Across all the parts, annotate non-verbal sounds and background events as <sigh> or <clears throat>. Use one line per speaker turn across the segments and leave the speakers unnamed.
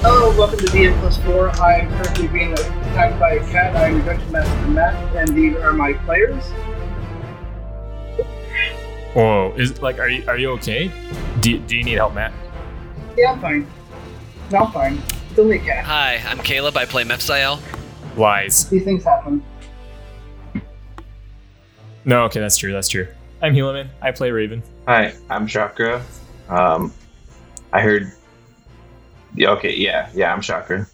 Hello, welcome to DM Plus 4. I'm currently being attacked by a cat. I'm Dungeon Master Matt, and these are my players.
Whoa! Is like, are you are you okay? Do, do you need help, Matt?
Yeah, I'm fine. No, I'm fine. It's only a cat.
Hi, I'm Caleb. I play Mepsael.
Lies.
These things happen.
No, okay, that's true. That's true. I'm Helaman. I play Raven.
Hi, I'm Chakra. Um, I heard. Yeah, okay, yeah, yeah, I'm Chakra.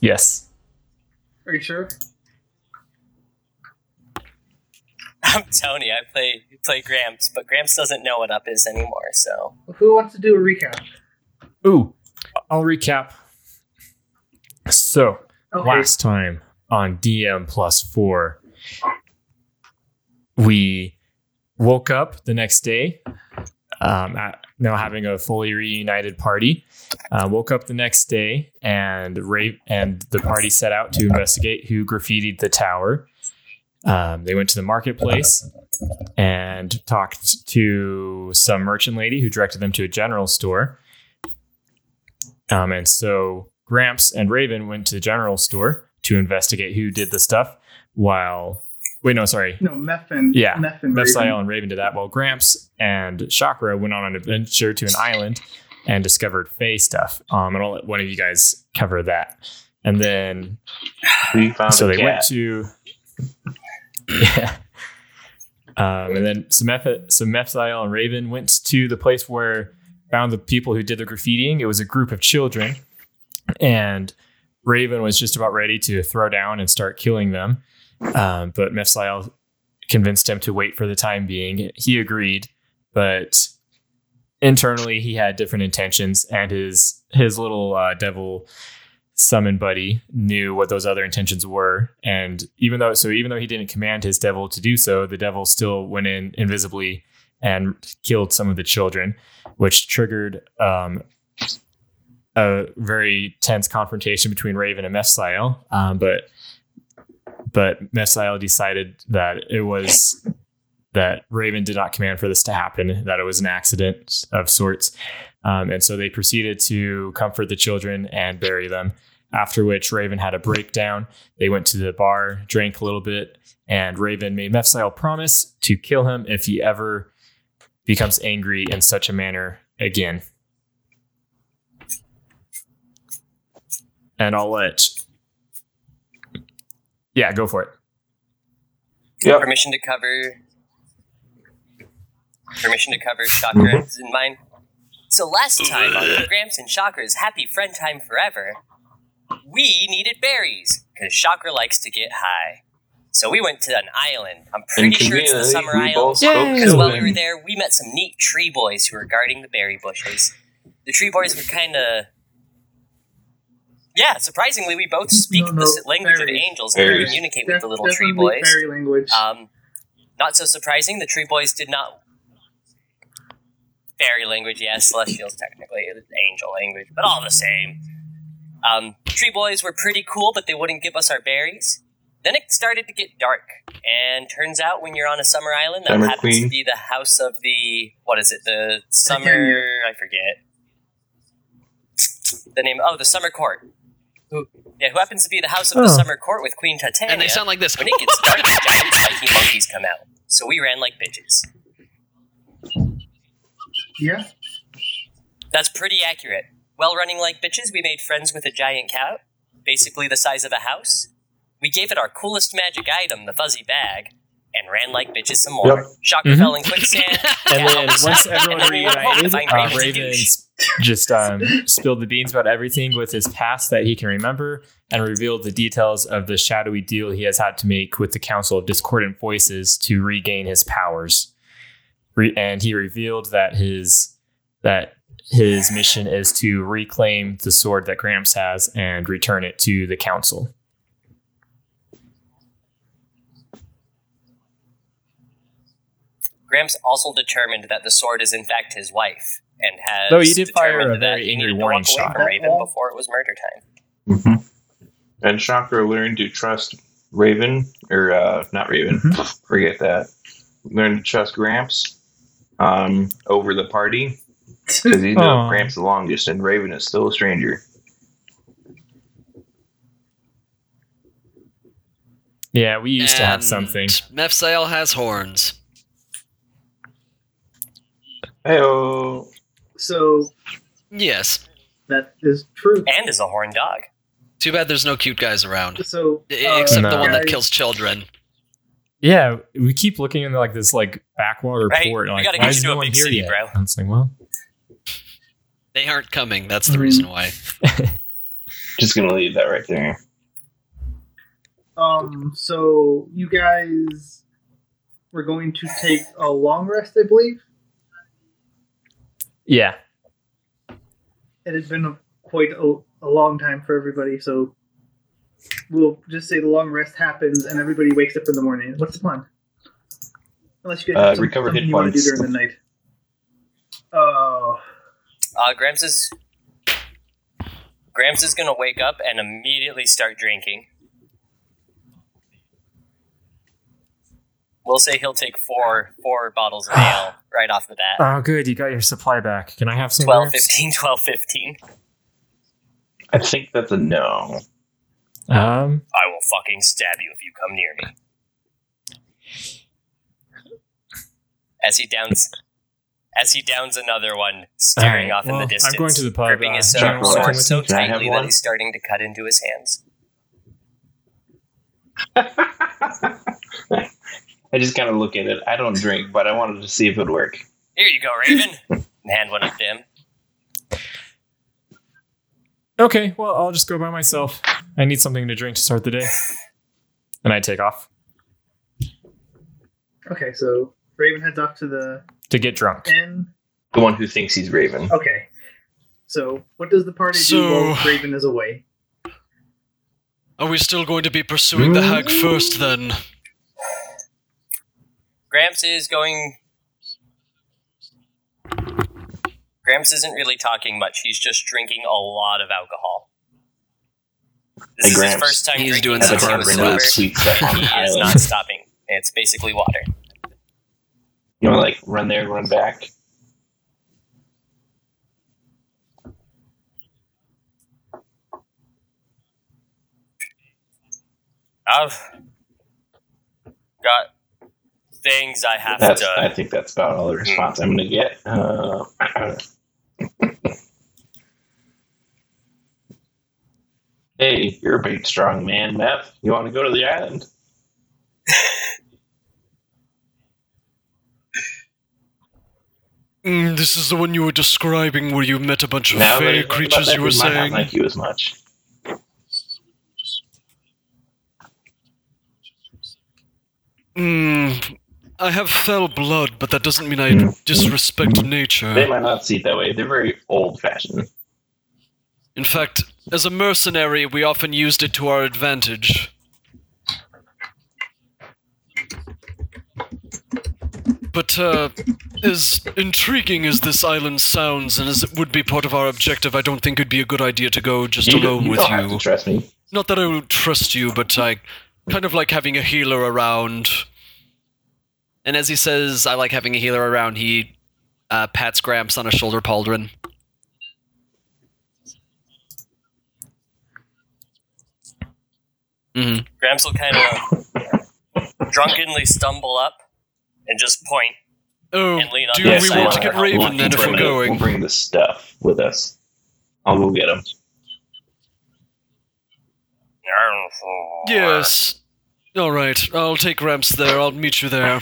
Yes.
Are you sure?
I'm Tony. I play play Gramps, but Gramps doesn't know what up is anymore. So
Who wants to do a recap?
Ooh, I'll recap. So
Okay.
last time on DM plus four, we woke up the next day, um, at- now having a fully reunited party. Uh, woke up the next day, and Ra- and the party set out to investigate who graffitied the tower. Um, they went to the marketplace and talked to some merchant lady who directed them to a general store. Um, and so Gramps and Raven went to the general store to investigate who did the stuff while wait no sorry
No, Mephin.
Yeah,
Mephin.
Mephiel and Raven did that while Gramps and Chakra went on an adventure to an island and discovered Fey stuff. Um, and I'll let one of you guys cover that. And then
We found
so
a
they
cat.
went to yeah. Um, and then Semeph- Semephiel and Raven went to the place where found the people who did the graffitiing. It was a group of children, and Raven was just about ready to throw down and start killing them. Um, but Mephiel convinced him to wait for the time being. He agreed, but internally he had different intentions, and his his little uh, devil summon buddy knew what those other intentions were and even though so even though he didn't command his devil to do so the devil still went in invisibly and killed some of the children which triggered um, a very tense confrontation between raven and mephiel um, but but mephiel decided that it was that raven did not command for this to happen that it was an accident of sorts um, and so they proceeded to comfort the children and bury them after which Raven had a breakdown. They went to the bar, drank a little bit, and Raven made Mephiel promise to kill him if he ever becomes angry in such a manner again. And I'll let. Yeah, go for it.
Yep.
permission to cover. Permission to cover Chakra
Mm-hmm.
is in mine. So last time on Gramps and Chakra's happy friend time forever, we needed berries because Chakra likes to get high. So we went to an island. I'm pretty
And
sure it's the
conveniently,
summer
we
island.
both spoke
Because while we
Sylvan.
were there, we met some neat tree boys who were guarding the berry bushes. The tree boys were kind of. Yeah, surprisingly, we both speak
No, no,
the language
berries.
of angels and
Berries.
communicate with
Def-
the little tree
definitely
boys.
Fairy language.
Um, not so surprising, the tree boys did not. Fairy language, yes, celestials technically, it's angel language, but all the same. Um, tree boys were pretty cool, but they wouldn't give us our berries. Then it started to get dark, and turns out when you're on a summer island, that
Summer
happens
queen.
to be the house of the what is it? The
Titania.
summer I forget the name. Oh, the summer court. Who, yeah, who happens to be the house of
Oh.
the summer court with Queen Titania?
And they sound like this.
When it gets dark, giant spiky monkeys come out. So we ran like bitches.
yeah.
That's pretty accurate. While running like bitches, we made friends with a giant cat, basically the size of a house. We gave it our coolest magic item, the fuzzy bag, and ran like bitches some more.
Yep.
Shocker
Mhm.
fell in quicksand.
<laughs> And then once everyone
<laughs> And then we went home to
reunited,
find
uh,
Raven's a
Raven
douche.
s- just um, spilled the beans about everything with his past that he can remember and revealed the details of the shadowy deal he has had to make with the Council of Discordant Voices to regain his powers. Re- and he revealed that his that his mission is to reclaim the sword that Gramps has and return it to the council.
Gramps also determined that the sword is in fact his wife, and has
Though he did fire
determined
a
that
very
he
angry
needed to
warning
walk away
shot.
from Raven before it was murder time.
Mhm. And Chakra learned to trust Raven, or uh, not Raven, <laughs> forget that. Learned to trust Gramps um, over the party Because even though
Aw.
Graham's the longest and Raven is still a stranger.
Yeah, we used to have
And
something.
Mepsael has horns.
Hey, oh.
<laughs> So
Yes.
that is true.
and is a horned dog.
Too bad there's no cute guys around.
So
E-
uh,
Except
Oh,
the one that
guys,
kills children.
Yeah, we keep looking into like this like backwater
Right,
port.
we
and, Like,
gotta
why
get
is
you to
no
a
one
big
here
city,
yet?
bro.
I'm saying, well,
They aren't coming. That's the
Mhm.
reason why.
Just gonna leave that right there.
Um, so you guys were going to take a long rest, I believe.
yeah,
It had been a, quite a, a long time for everybody, so we'll just say the long rest happens and everybody wakes up in the morning. What's the plan? Unless you guys
Uh,
have some-
recover hit
something you want to do
points.
during the night. Oh,
Uh, Grams is Grams is gonna wake up and immediately start drinking. We'll say he'll take four four bottles
<sighs>
of ale right off the bat.
Oh, good. You got your supply back. Can I have some?
12,
grapes?
15, 12, 15.
I think that's a no.
Um,
I will fucking stab you if you come near me. As he downs, as he downs another one,
Alright,
staring off in
well,
the
I'm
distance.
going to the pub,
gripping his
uh, Chuck,
sword
Roy,
so
can I have
tightly that
one?
he's starting to cut into his hands.
I just kind of look at it. I don't drink, but I wanted to see if it would work.
Here you go, Raven. <laughs> and hand one up to him.
okay. Well, I'll just go by myself. I need something to drink to start the
<laughs>
day. And I take off
okay. So Raven heads off to the
to get drunk.
inn.
The one who thinks he's Raven.
Okay. So what does the party do
So-
while Raven is away?
Mm-hmm.
Are we still going to be pursuing the hag first then?
Gramps is going. Gramps isn't really talking much. He's just drinking a lot of alcohol.
Hey,
This is his
Gramps.
first time
He's
drinking
doing
That's
since
some
he
hard
was
Barbara
bring those
Lewis.
sober.
sweet stuff
<laughs>
on the
He is
island. <laughs>
not stopping. It's basically water.
You know, like run there, run back.
I've got things I have
That's,
to.
I think that's about all the response I'm gonna get. Uh, <laughs> hey, you're a big, strong man, Matt. You want to go to the island?
Mm, this is the one you were describing where you met a bunch of
Now that I
fey
think about
creatures
that,
you
we
were
might not
saying.
like you as much.
Mm, I have fell blood, but that doesn't mean I
Mm.
disrespect
They
nature.
might not see it that way. They're very old-fashioned.
In fact, as a mercenary, we often used it to our advantage. But, uh, as intriguing as this island sounds, and as it would be part of our objective, I don't think it'd be a good idea to go just
You,
alone
you
with
don't
you.
have to trust me.
Not that I don't trust you, but I kind of like having a healer around.
And as he says, I like having a healer around, he uh, pats Gramps on a shoulder pauldron. hmm
Gramps will kind of drunkenly stumble up and just point.
Oh,
And lean on
do
the
we
side.
want to get
I'll
Raven then if
bring
we're
the- We'll
going?
bring the stuff with us. I'll go get him.
Yes. All right, I'll take Ramps there. I'll meet you there.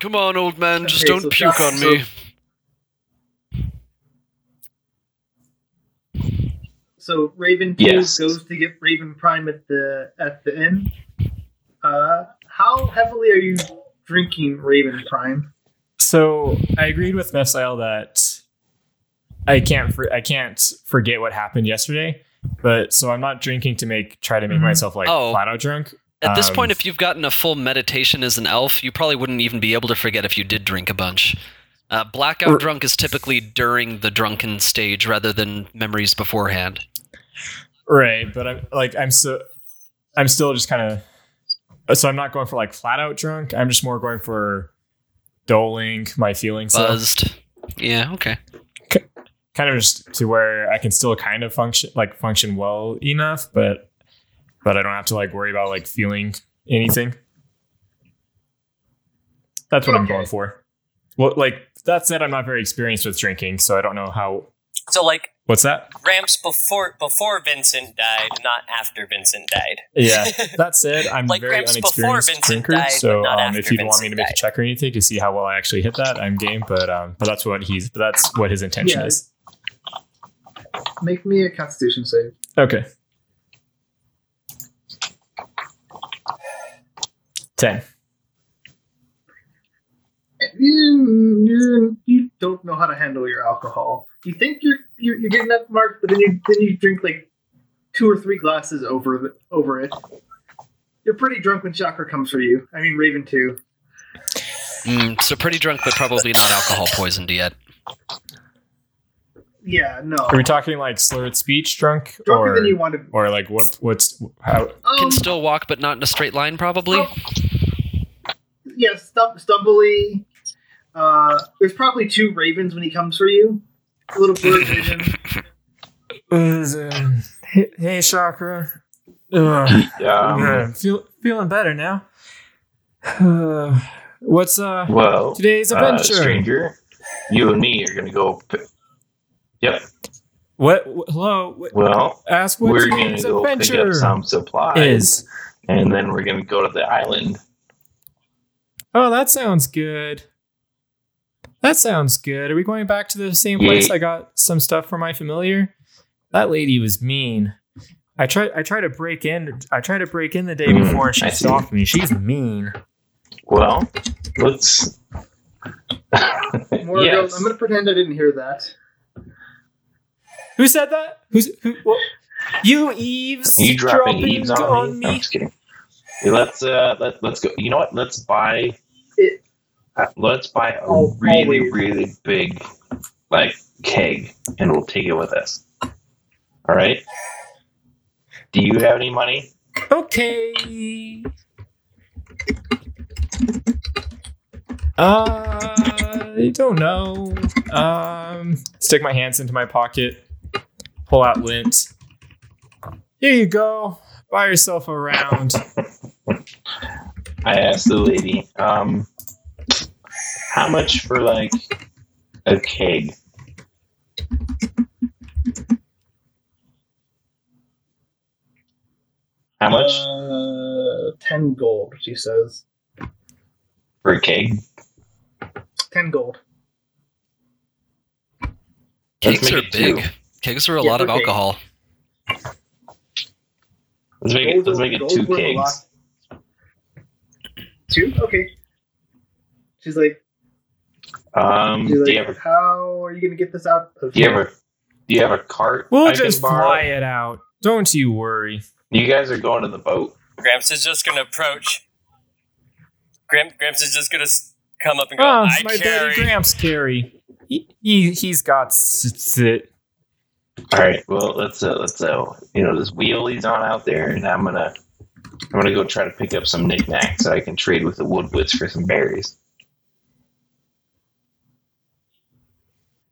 Come on, old man, just
Okay,
don't
so
puke
that's-
on me.
So Raven Two
Yes.
goes to get Raven Prime at the at the inn. Uh, how heavily are you drinking Raven Prime?
So I agreed with Messiel that I can't for, I can't forget what happened yesterday. But so I'm not drinking to make try to make
Mhm.
myself like
Oh.
flat out drunk.
At this
Um,
point, if you've gotten a full meditation as an elf, you probably wouldn't even be able to forget if you did drink a bunch. Uh, blackout
Or-
drunk is typically during the drunken stage rather than memories beforehand.
Right, but I'm like I'm so I'm uh, still just kind of so I'm not going for like flat out drunk. I'm just more going for doling my feelings so
Buzzed. Yeah, okay.
kind of just to where I can still kind of function like function well enough, but but I don't have to like worry about like feeling anything. That's what I'm
Okay.
going for. Well, like that said, I'm not very experienced with drinking, so I don't know how.
So like
What's that?
ramps before before Vincent died, not after Vincent died. <laughs>
Yeah. That said, I'm
Like
very
Gramps before
unexperienced
Vincent
drinker,
died,
so
but not
um, if
after
you'd want me to
Vincent
make a
died.
check or anything to see how well I actually hit that, I'm game. But um, but that's what he's that's what his intention
Yeah.
is.
Make me a Constitution save.
Okay. Ten.
You, you, you don't know how to handle your alcohol. You think you're you're, you're getting that mark, but then you then you drink like two or three glasses over the, over it. You're pretty drunk when Chakra comes for you. I mean, Raven too.
Mm, so pretty drunk, but probably not alcohol poisoned yet.
Yeah, no.
Are we talking like slurred speech drunk,
Drunker
or
than you want to. be.
or like what what's how?
Um, oh,
Can still walk, but not in a straight line, probably.
yeah, stum- stumbly. Uh, there's probably two ravens when he comes for you. A little bird vision.
uh, hey, hey, chakra.
Um,
feel, feeling better now. <sighs> Uh, what's uh
well,
today's
uh, stranger, you and me are gonna go. P- yep.
What? wh- Hello. wh-
Well,
ask
we're gonna go pick up some supplies,
is.
and then we're gonna go to the island.
Oh, that sounds good. That sounds good. Are we going back to the same place
Yeah.
I got some stuff for my familiar? That lady was mean. I tried I tried to break in I tried to break in the day
Hmm,
before and she
I see.
stopped me. She's mean.
Well, let's.
More
Yes.
I'm gonna pretend I didn't hear that.
Who said that? Who's who well, you eaves
you dropping eaves on, me? I'm just kidding. Yeah, Let's uh, let, let's go. You know what? Let's buy.
It-
uh, let's buy a
Oh,
really,
always.
really big, like keg, and we'll take it with us. All right. Do you have any money?
Okay. Uh, I don't know. Um, stick my hands into my pocket, pull out lint. Here you go. Buy yourself a round.
I asked the lady. Um, how much for like a keg? How much
Uh, ten gold. She says
for a keg?
ten gold.
Let's
Kegs
make
are
it two.
big. Kegs are a
Yeah,
lot of
okay.
alcohol.
Let's make it. Let's make it
Gold
two
worth a lot.
kegs.
Two? Okay. She's like,
Um,
she's
do
like
you have a
how are you gonna get this out of
do you have a do you have a cart?
We'll
I can
just
borrow?
fly it out. Don't you worry.
You guys are going to the boat.
Gramps is just gonna approach. Gramp, Gramps is just gonna s- come up and go.
Oh,
I
my
carry.
buddy Gramps carry. He, he he's got s- s-
All right. Well, let's uh, let's uh, you know, this wheelie's on out there, and I'm gonna I'm gonna go try to pick up some knickknacks that I can trade with the Woodwoods for some berries.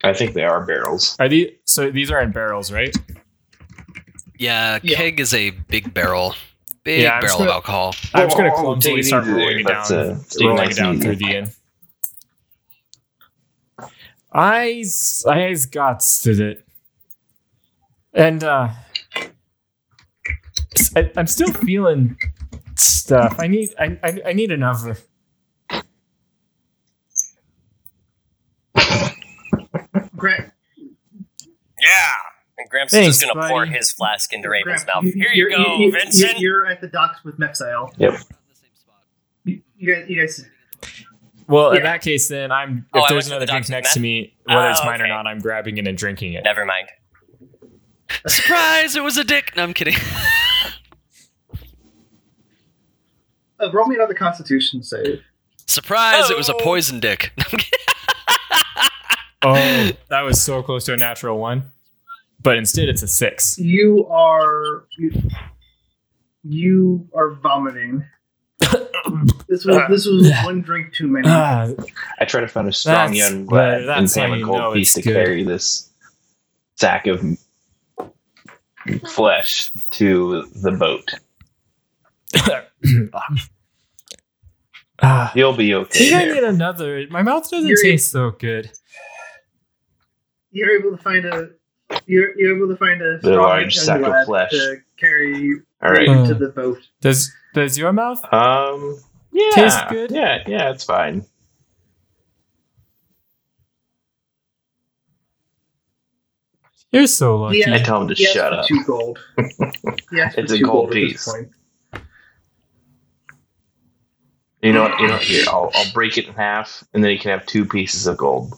I think they are barrels.
Are these so? These are in barrels, right?
Yeah,
Yeah.
keg is a big barrel. Big
Yeah, I'm just
barrel
gonna-
of alcohol.
I'm just gonna
Oh, take
clumsily
it
start
easy there.
rolling it
Let's,
down,
uh, take it
rolling it
nice
down
and
through
easy.
the end. I s- I s- got to it, and uh, s- I, am still feeling stuff. I need I I, I need another.
Grant?
Yeah. And Gramps
Thanks,
is just gonna
buddy.
pour his flask into Raven's
Grant,
mouth. Here you
you're-
go,
you- you-
Vincent.
You're at the docks with Mepsael. You, you guys, you guys,
Well, in
Yeah.
that case, then I'm if
Oh, I went
there's
to the
another drink
doctor,
next to
Matt.
me, whether it's
Oh,
mine or
okay.
not, I'm grabbing it and drinking it.
Never mind.
Surprise! It was a dick. No, I'm kidding. <laughs>
uh, roll me another Constitution save.
Surprise! It was a
Oh.
poison dick.
<laughs>
Oh, that was so close to a natural one, but instead it's a six. <clears throat>
<coughs>
You are, you, you are vomiting. This was this was one drink too many.
Ah, <clears throat>
I try to find a strong
That's-
young
well,
lad and
that's
Pam
how
a
you
cold
know
piece to
it's good.
carry this sack of flesh to the boat.
ah.
You'll be
I
okay.
think I
there.
need another. My mouth doesn't
You're-
taste so good.
You're able to find a you're, you're able to find a strong
large
young
sack of
lad
flesh.
to carry
All right.
into the boat.
Does does your mouth?
Um. Yeah.
Taste good?
Yeah. Yeah. It's fine.
You're so lucky.
Yeah.
I tell him to
Yes,
shut
for
up.
two gold. <laughs> Yes, for
It's a
two gold
gold
at this
piece.
point.
You know. what- You know. what, Here, I'll, I'll break it in half, and then you can have two pieces of gold.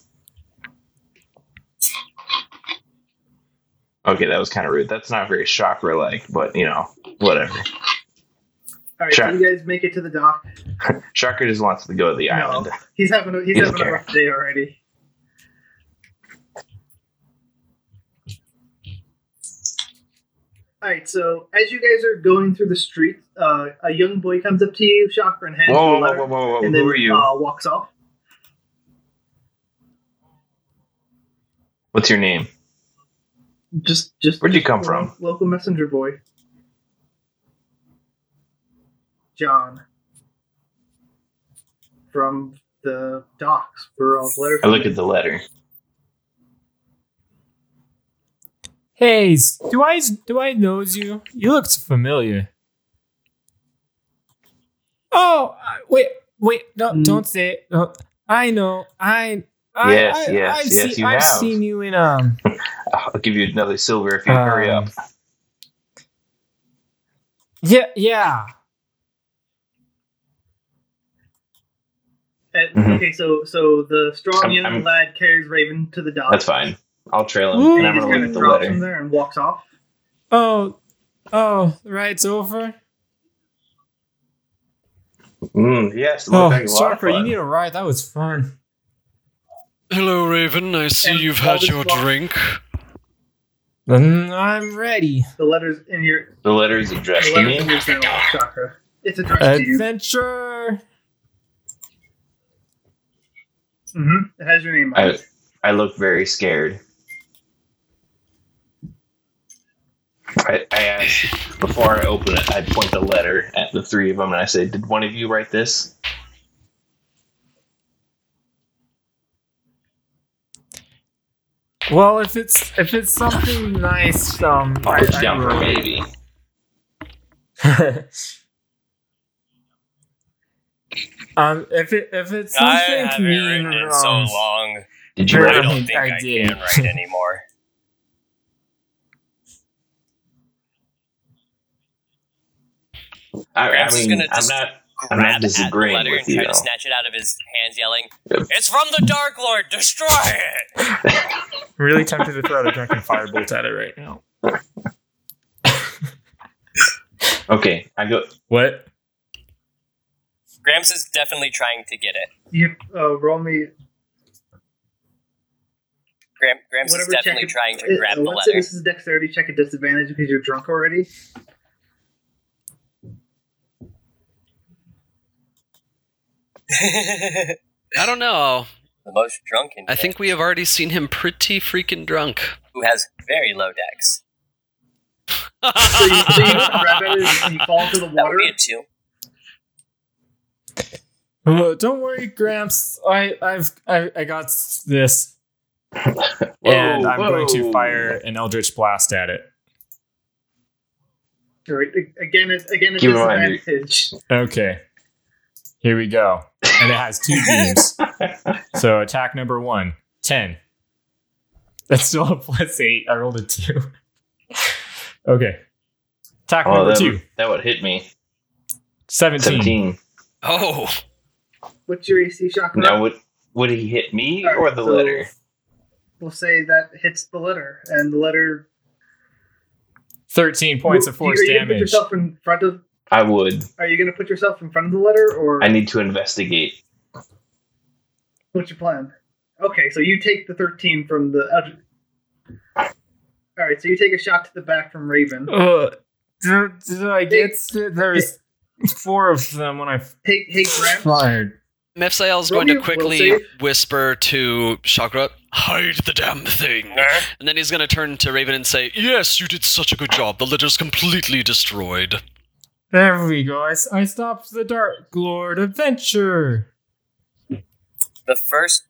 Okay, that was kind of rude. That's not very chakra like, but you know, whatever. <laughs>
All right,
Sure.
so you guys make it to the dock.
Chakra just wants to go to the
No.
island.
He's having a, he's
He doesn't
having a
care.
rough day already. All right, so as you guys are going through the street, uh, a young boy comes up to you, chakra in hand, with a
Whoa, whoa,
letter,
whoa, whoa, whoa!
and then
Who are you?
Uh, walks off.
What's your name?
Just, just
Where'd you
just
come
a
from?
Local messenger boy, John, from the docks. For all letter.
I look at the letter.
Hey, s- do I do I knows you? You looked familiar. Oh, I- wait, wait! No,
Mm.
don't say it. No, I know. I, I
Yes,
I,
yes,
I've
yes,
seen,
you
I've
have.
seen you in um.
I'll give you another silver if you hurry
um,
up.
Yeah, yeah.
And-
Mhm.
Okay, so so the strong
I'm-
young
I'm-
lad carries Raven to the dock.
That's fine. I'll trail him,
Ooh.
and
And
I'm
he just
gonna
kind of
look at the
drops him
letter.
there and walks off.
Oh, oh, the ride's over.
Mm, yes, it looked
Oh,
like a lot of
Chakra, you
fun.
need a ride. That was fun.
Hello, Raven. I see
And
you've
all
had
this
your
while-
drink.
Mm, I'm ready.
The letters in your
The letter is addressed
the
to
letters
me.
in your general chakra. It's addressed
Uh,
to you.
Adventure.
hmm It has your name on
I,
it.
I look very scared. I, I ask, before I open it, I point the letter at the three of them and I say, Did one of you write this?
Well, if it's if it's something nice, um, I,
Put
I
down for
will.
maybe.
<laughs> um, if it if it's
I
something
haven't
mean,
written in so
um,
long.
Did you
Sure.
write
I
it?
don't
don't
think
think I,
I did.
can write anymore.
I, I
Grant's
mean,
gonna
I'm
just-
not. <laughs> I'm not
Grab at the
disagreeing
letter
with
and
you,
try
though.
to snatch it out of his hands, yelling,
Yep.
"It's from the Dark Lord! Destroy it!"
really tempted to throw out a drunken firebolt at it right now.
Okay, I go.
What?
Gramps is definitely trying to get it.
You uh, roll me.
Gram- Gramps is
Whatever
definitely
check-
trying to
it-
grab the
uh, let's say
letter.
this is a dexterity check at disadvantage because you're drunk already.
<laughs> the
I don't know.
most drunken.
I think we have already seen him pretty freaking drunk.
who has very low dex.
So you, so you grab at it and you fall into the
That would
water.
be a two.
Uh, don't worry, Gramps. I I've I, I got this, and
Whoa,
I'm going to
whoa.
fire an eldritch blast at it.
All right, again, it, again, at
Keep in mind, you-
disadvantage.
Okay, here we go. And it has
<laughs>
two beams. So attack number one, 10. That's still a plus eight. I rolled a two. okay. Attack
Oh,
number
that,
two,
would, that would hit me.
17.
17.
Oh,
What's your AC chakra?
Now, would, would he hit me
All right,
or the
so
letter?
We'll say that hits the letter, and the letter
13 points of
Are you
force
gonna Put
damage.
yourself in front of.
I would.
Are you going to put yourself in front of the letter, or
I need to investigate.
what's your plan? Okay, so you take the thirteen from the. All right, so you take a shot to the back from Raven.
Uh, did, did I
Hey,
get there's four of them when I
Hey, hey, Gramps.
fired.
Mepsael is
Roll
going to
your will
quickly
save.
whisper to Chakra, hide the damn thing. And then he's going to turn to Raven and say, Yes, you did such a good job. The letter's completely destroyed.
There we go. I, s- I stopped the Dark Lord adventure.
The first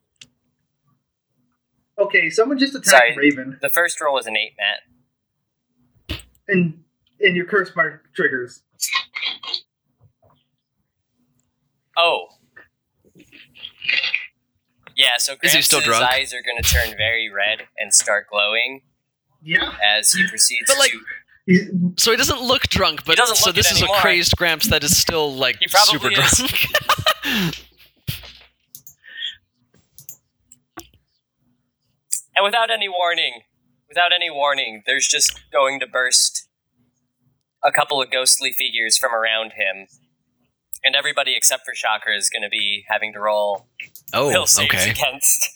Okay, someone just attacked
Sorry.
Raven,
the first roll was an eight, Matt.
and and your curse mark triggers.
Oh. Yeah, so
Is he
Gramps'
still drunk?
eyes are going to turn very red and start glowing
Yeah,
as he proceeds
But, like,
to...
he's,
So he doesn't look drunk, but
doesn't
so
look it
this is
anymore.
a crazed Gramps that is still like
He probably
super
is. <laughs>
drunk.
And without any warning, without any warning, there's just going to burst a couple of ghostly figures from around him. And everybody except for Chakra is going to be having to roll will
oh,
saves
okay.
against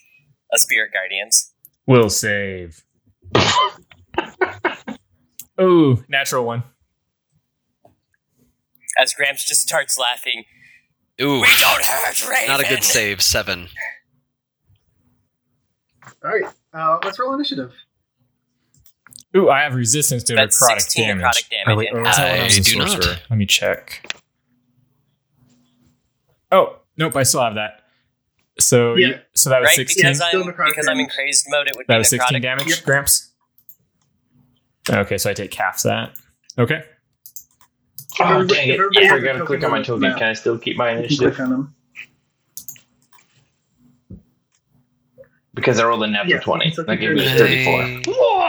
a spirit guardians.
Will save.
<laughs>
Ooh, natural one.
As Gramps just starts laughing,
Ooh,
we don't hurt Raven.
not a good save. Seven.
all right. Uh, let's roll initiative.
Ooh, I have resistance to
That's
necrotic
16
damage.
necrotic damage.
Or wait, or was that when I was
I
a
do not.
sorcerer? Let me check. Oh nope, I still have that. So
Yeah.
you- so that was
Right?
sixteen.
Because,
Still
I'm,
necrotic
because I'm in
damage.
crazed mode, it would
That
be
was 16
necrotic.
damage,
Yep.
Gramps. Okay, so I take half that. Okay.
Oh, dang it. I
Yeah.
forgot to click on my token.
Yeah.
Can I still keep my
You can click on
initiative?
him.
Because I rolled a natural
Yeah,
20.
it's okay.
That gave me a
Nice.
34.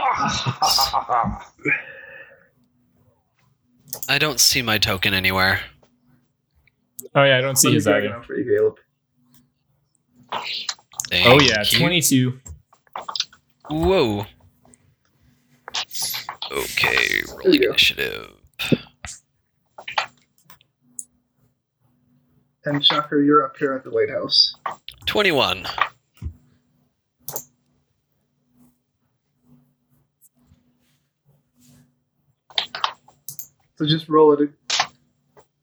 I don't see my token anywhere.
Oh yeah, I don't see
Let me
his
drag it
value.
out for you, Caleb.
Oh
Thank
yeah,
you.
twenty-two.
Whoa. Okay, rolling
go.
initiative.
And Shocker, you're up here at the lighthouse.
21.
So just roll it.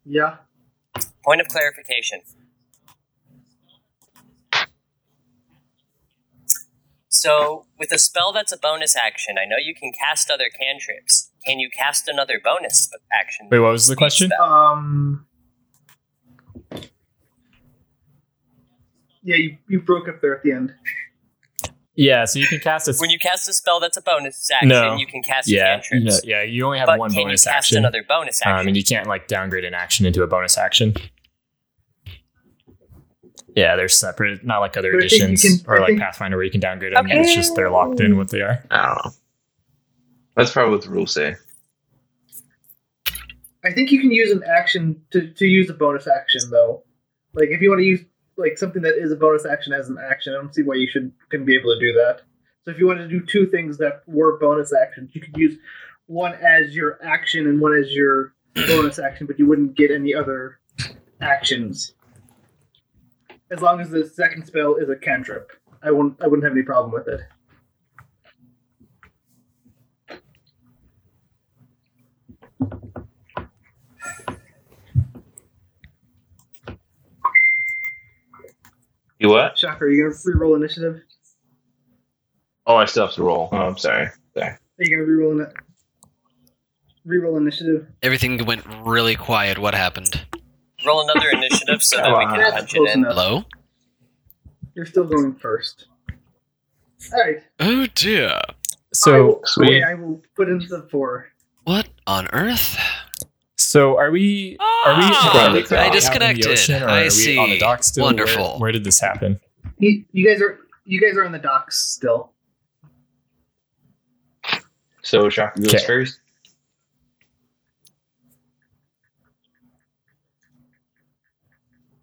Yeah.
Point of clarification. So, with a spell that's a bonus action, I know you can cast other cantrips. Can you cast another bonus action?
Wait, what was the question?
Um. Yeah, you, you broke up there at the end.
Yeah, so you can cast a
When you cast a spell that's a bonus action,
No.
you can cast
yeah,
cantrips.
no, yeah. You only have
but
one
can
bonus
you cast
action,
another bonus
um,
action?
and you can't like downgrade an action into a bonus action. Yeah, they're separate, not like other
But I think you
editions
can-
or
I
like
think-
Pathfinder where you can downgrade them. It's just they're locked in what they are.
<laughs> I don't know. That's probably what the rules say.
I think you can use an action to, to use a bonus action though. Like if you want to use like something that is a bonus action as an action, I don't see why you should couldn't be able to do that. So if you wanted to do two things that were bonus actions, you could use one as your action and one as your bonus action, but you wouldn't get any other actions. As long as the second spell is a cantrip, I wouldn't I wouldn't have any problem with it.
You what?
Shocker, are you gonna re-roll initiative?
Oh, I still have to roll. Oh, I'm sorry. Sorry.
Are you gonna re-roll it? Re-roll initiative.
Everything went really quiet. What happened?
Roll another initiative so that we can
Wow.
punch
Close
it in.
enough.
Hello?
You're still going first. All right.
Oh dear.
I
So
will,
Sweet.
okay, I will put in the four.
What on earth?
so are we? Are we?
Ah,
are we currently
I
out in the
disconnected.
ocean, or
I
are we
see.
On the dock still? Where-
Wonderful.
where did
<laughs>
this happen?
You, you guys are you guys are on the docks still.
So Shocker goes
Okay.
first.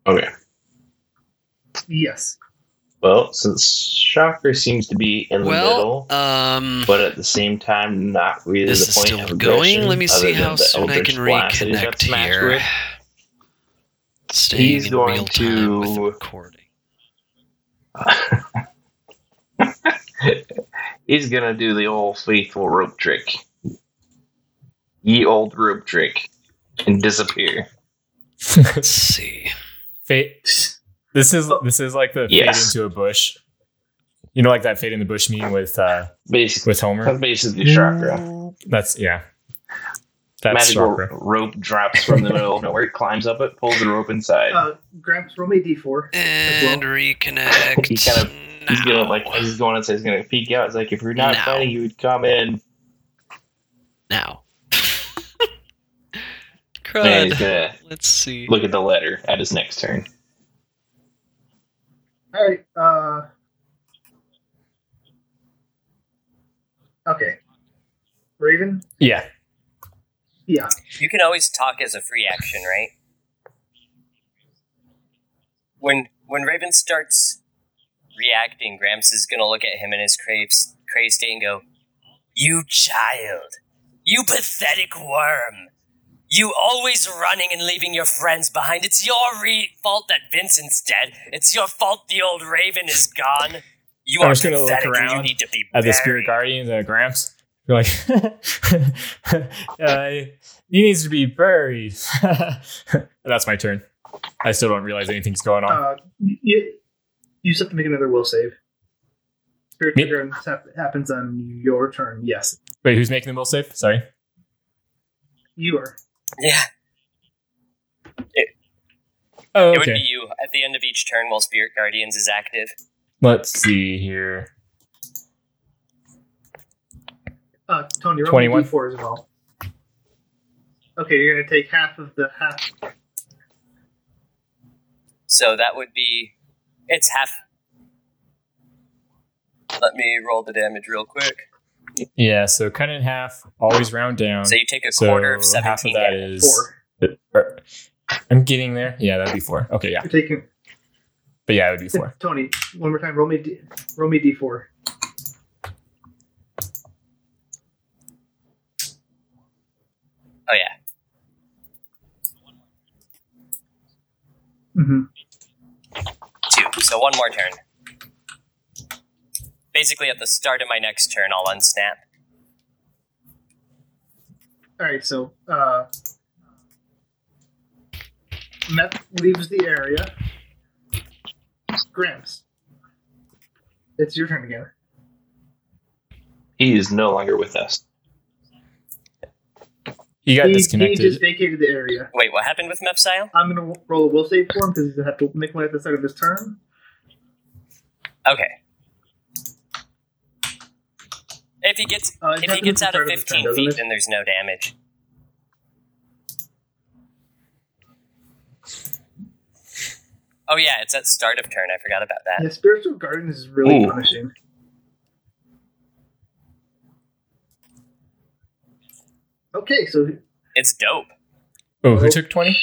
Okay.
Yes.
Well, since Shocker seems to be in the
Well,
middle,
um,
but at the same time not really
this
the
is
point
still
of
going.
aggression
Let me
other
see
than
how
the
soon I
Eldritch
can
Blast that he's got
reconnect
smashed
here.
with.
Staying
He's
in
going
real time with
to-
recording.
He's gonna do the old faithful rope trick. Ye old rope trick. And disappear.
Let's see.
fade. This is
Oh.
this is like the
Yes.
fade into a bush. You know, like that fade in the bush meme with uh
Basically,
with Homer.
that's basically chakra.
That's yeah. That's
Magical
chakra.
rope drops from the
<laughs>
middle of nowhere, climbs up it, pulls the rope inside.
Oh,
Uh, Gramps, roll me a d4.
And reconnect.
He kind of- He's gonna like
now.
he's going to say he's gonna peek out. It's like if you're not
No.
fighting, you would come in.
now. <laughs>
And he's
Crud.
gonna
Let's see.
look at the letter at his next turn.
All right. Uh, okay. Raven?
Yeah.
Yeah.
You can always talk as a free action, right? When when Raven starts reacting, Gramps is gonna look at him in his craves, crazed state and go, "You child, you pathetic worm, you always running and leaving your friends behind. It's your re- fault that Vincent's dead. It's your fault the old Raven is gone. You
I'm
are
just gonna look
pathetic. and you
around
need to be
At the
buried."
spirit guardians and Gramps. You're like <laughs> uh, he needs to be buried. <laughs> That's my turn. I still don't realize anything's going on.
Uh, you, you just have to make another will save. Spirit
Me?
trigger hap- happens on your turn. Yes.
Wait, who's making the will safe? Sorry.
You are.
Yeah,
Oh,
it would be
okay.
you at the end of each turn while Spirit Guardians is active.
Let's see here.
Uh, Tony, roll
21.
me a d4 as well. Okay, you're going to take half of the half.
So that would be it's half. Let me roll the damage real quick.
Yeah, so cut in half, always round down.
So you take a
So
quarter of
half of
seventeen.
that
damage.
is-
Four.
er, I'm getting there. Yeah, that'd be four. Okay, yeah.
You're taking.
But yeah, it would be four.
<laughs> Tony, one more time. Roll me, d- roll me d4.
Oh yeah,
Mm-hmm.
two. So one more turn. Basically, at the start of my next turn, I'll unsnap.
All right, so uh, Meth leaves the area. Gramps, it's your turn again.
He is no longer with us.
He got
he,
disconnected.
he just vacated the area.
Wait, what happened with Mepsile?
I'm gonna roll a will save for him because he's gonna have to make one at the start of his turn.
Okay. If he gets
Uh, it
if he
happens
gets
at
out
the start his turn,
of fifteen
doesn't
feet,
it?
then there's no damage. Oh yeah, it's at start of turn. I forgot about that.
yeah, spiritual garden is really
Ooh.
punishing. Okay, so
It's dope.
oh, who took 20?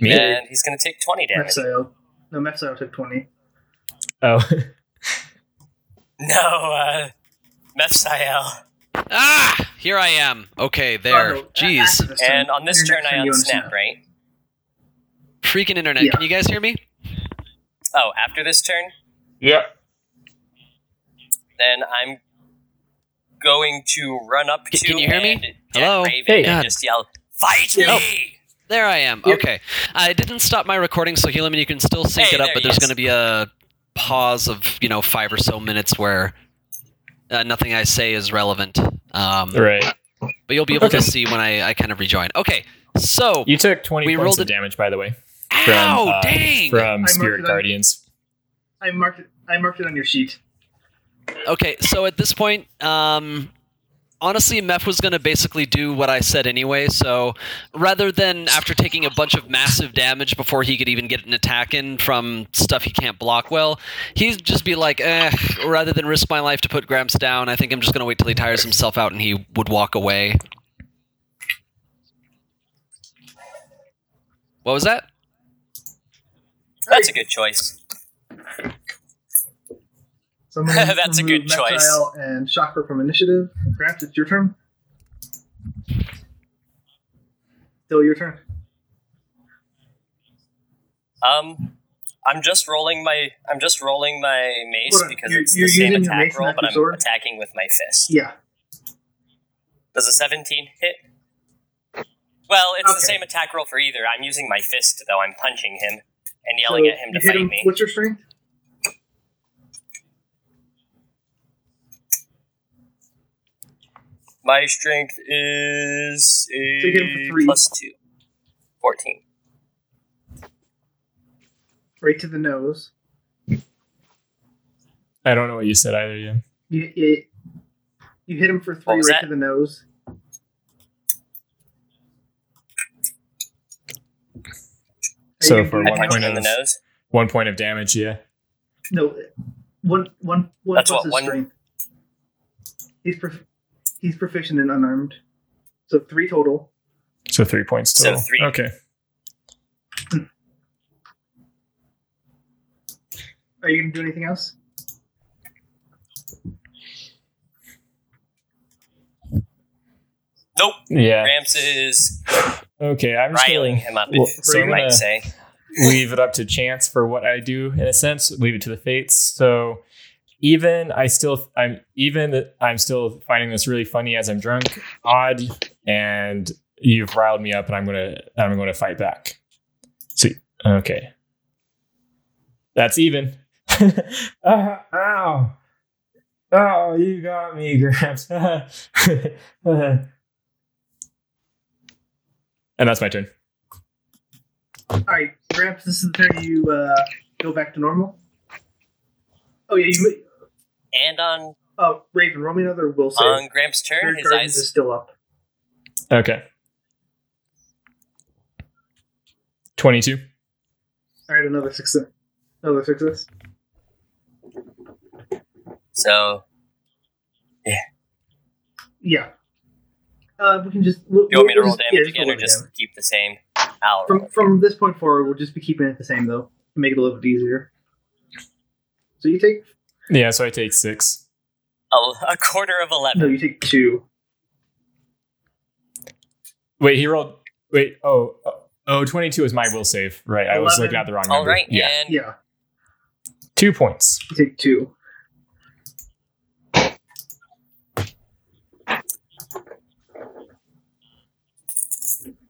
Me?
And he's going to take 20 damage.
Mepsio, no Mepsio took twenty.
Oh. <laughs>
No, uh, Mephiel.
Ah! Here I am. Okay, there.
Oh, no,
Jeez.
after this turn.
And on this
Your
turn,
next
I
you
unsnap, right?
Freaking internet.
Yeah.
Can you guys hear me?
Oh, after this turn,
Yep.
then I'm going to run up
C-
to.
can you hear me?
and get
Hello?
Raven
Hey.
and just yell, "Fight
Yeah.
me!"
There I am.
Here-
Okay. I didn't stop my recording, so Helium, you can still sync
Hey,
it up,
there
but
he
there's
is.
going to be a pause of, you know, five or so minutes where uh, nothing I say is relevant. Um,
right.
But you'll be able
Okay.
to see when I, I kind of rejoin. Okay. So,
You took 20
We
points
rolled
of
it-
damage, by the way, from,
ow,
uh,
dang.
from
marked it
Spirit
on-
Guardians.
I marked it. I marked it on your sheet.
Okay, so at this point, um, honestly, Meph was going to basically do what I said anyway. So rather than after taking a bunch of massive damage before he could even get an attack in from stuff he can't block well, he'd just be like, eh, rather than risk my life to put Gramps down, I think I'm just going to wait till he tires himself out and he would walk away. What was that?
That's a good choice.
So I'm gonna
<laughs> That's a
remove
good choice.
Mexile And Shocker from initiative. Perhaps it's your turn. Still your turn.
Um, I'm just rolling my I'm just rolling my mace
Hold on,
because
you're-
it's
you're
the same
using your mace
attack
and
roll,
not
but
your
I'm
sword?
attacking with my fist.
Yeah.
Does a 17 hit? Well, it's the
Okay.
same attack roll for either. I'm using my fist, though. I'm punching him and
So
yelling at him
you
to
hit
fight me.
What's your strength?
My strength is
So you hit him for
a
three.
plus two. 14.
Right to the nose.
I uh, don't know what you said either. Yeah.
You it, you hit him for three
What
right
was
to
that?
the nose. Are
So
you
for
I
gonna do-
one
punch
point
him in the
of-
nose.
One point of damage. Yeah.
No, one one one
That's
plus
what,
his
one-
strength. He's prof- he's proficient in unarmed, so three total.
So three points
So
total.
three.
Okay.
Are you gonna do anything else?
Nope.
Yeah.
Gramps is
Okay. I'm just
riling
gonna
him up,
Well,
so you
I'm
might
gonna-
say.
leave it up to chance for what I do in a sense. Leave it to the fates. So even I still I'm even I'm still finding this really funny as I'm drunk, odd, and you've riled me up, and I'm gonna I'm gonna fight back. See, okay, that's even. <laughs> uh, ow. Oh, you got me, <laughs> Gramps. and that's my turn.
All right, Gramps, this is the turn you uh, go back to normal. Oh yeah, you.
And on,
Uh, Raven, roll me another will save.
on Gramps' turn,
Your
his
guardians is
eyes.
still up.
Okay. 22.
All right, another success. Another success.
So,
Yeah. Uh, we can just. We'll,
you want me to
we'll
roll
just-
damage
yeah,
again
roll
or just
damage.
keep the same? I'll roll
From
it.
from this point forward, we'll just be keeping it the same though, to make it a little bit easier. So you take
Yeah, so I take six.
a, a quarter of
no,
11.
you take two.
Wait, he rolled. Wait, oh, oh, 22 is my will save. Right, I was looking at the wrong number.
All right,
Yeah.
and
Yeah,
Two points.
you take two.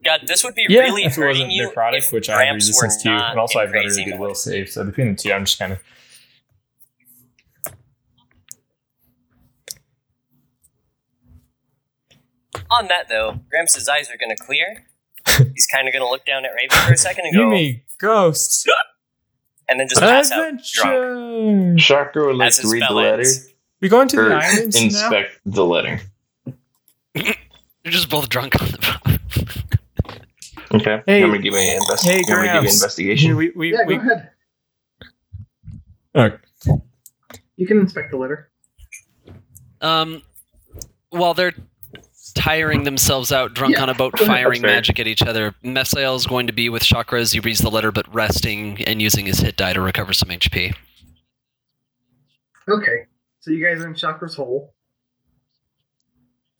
God, this would be
Yeah,
really
if it
hurting
wasn't
you.
necrotic,
if
which I have
Gramps were
resistance to,
not
and also
in
I've got a really
crazy
good
mood.
will save. So between the two, I'm just kind of.
On that though, Gramps' eyes are gonna clear. He's kind of gonna look down at Raven for a second and go, <laughs>
ghosts.
and then just pass out drunk.
Shocker would like
As
to
his
read the
spell
letter
ends.
We going to
Er,
or inspect the letter.
You're just both drunk on the
Okay.
Hey-
you want me to give me an invest-
hey,
you want me to give you an
Gramps.
investigation?
We, we,
Yeah,
we,
go ahead.
Okay.
You can inspect the letter.
Um, while they're tiring themselves out, drunk
Yeah,
on a boat,
go ahead.
firing
That's fair.
magic at each other, Messiel is going to be with Chakra as he reads the letter, but resting and using his hit die to recover some HP.
Okay, so you guys are in Chakra's hole.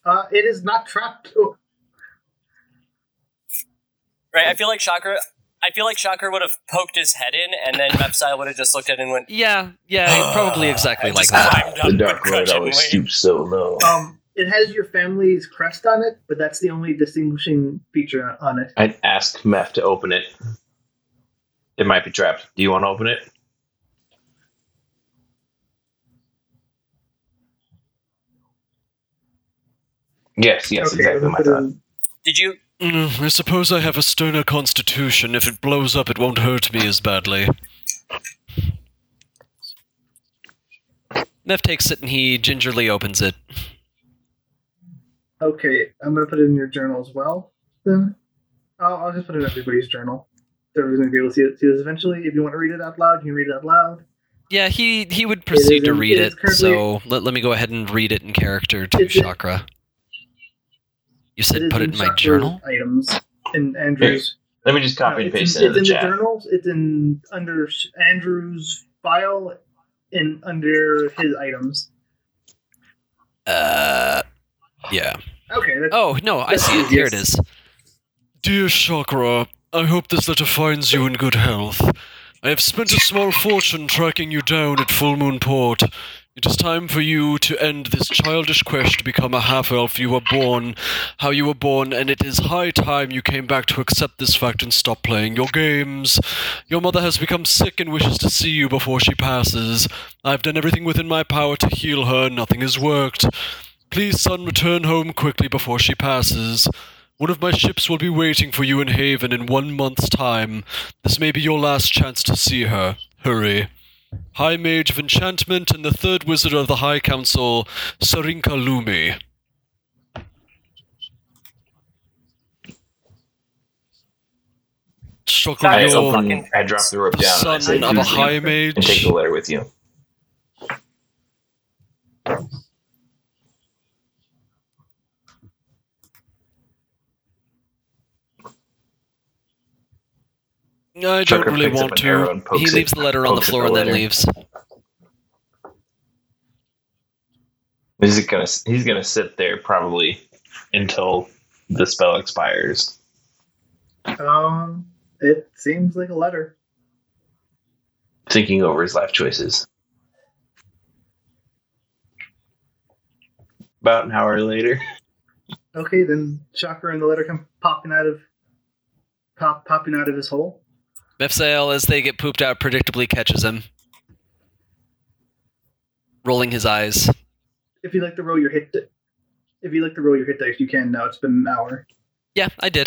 Uh, it is not trapped. Oh,
Right? I feel like Chakra. I feel like Chakra would have poked his head in, and then Mepsile would have just looked at it and went,
Yeah,
<sighs>
yeah, probably exactly
I
like
just
that.
climbed up
The dark road
curtain
always
lane."
stoops so low.
Um, it has your family's crest on it, but that's the only distinguishing feature on- on it.
I'd ask Meth to open it. It might be trapped. Do you want to open it? Yes, yes, exactly
we'll
my
put
thought.
in-
Did you?
Mm, I suppose I have a sterner constitution. If it blows up, it won't hurt me as badly.
Neff takes it and he gingerly opens it.
Okay, I'm gonna put it in your journal as well. Then I'll, I'll just put it in everybody's journal. So everybody's gonna be able to see, it, see this eventually. If you want to read it out loud, you can read it out loud.
Yeah, he he would proceed to
in-
read
it is
it.
currently-
So let, let me go ahead and read it in character to
It's in-
Chakra. You said
is
put it in my
Chakra's
journal.
Items in Andrew's.
Let me just
no,
copy and
Uh, it's
paste
in,
it into
it's
the
in
chat.
the journals. It's in under Sh- Andrew's file and under his items.
Uh, yeah.
Okay, that's
Oh no, I
That's
see it. Here it
easiest.
is.
Dear Chakra, I hope this letter finds you in good health. I have spent a small fortune tracking you down at Full Moon Port. It is time for you to end this childish quest to become a half elf. You were born how you were born, and it is high time you came back to accept this fact and stop playing your games. Your mother has become sick and wishes to see you before she passes. I've done everything within my power to heal her, nothing has worked. Please, son, return home quickly before she passes. One of my ships will be waiting for you in Haven in one month's time. This may be your last chance to see her. Hurry. High Mage of Enchantment and the Third Wizard of the High Council, Sarinka Lumi. Struggle
I
I,
You're
open,
fucking-
I drop the rope
the
down. and I say,
son of a
"Please
High
leave And take
Mage.
the letter with you.
I don't
Tucker
really
picks up
want
an arrow
to.
and pokes
he
it-
leaves the letter on the
pokes at
floor and then
letter.
leaves.
He's gonna he's gonna sit there probably until the spell expires.
Um, it seems like a letter.
thinking over his life choices. About an hour later,
Okay, then Chakra and the letter come popping out of pop popping out of his hole.
Mepsael, as they get pooped out, predictably catches him, rolling his eyes.
If you like to roll your hit, di- if you like to roll your hit dice, you can now. It's been an hour.
Yeah, I did.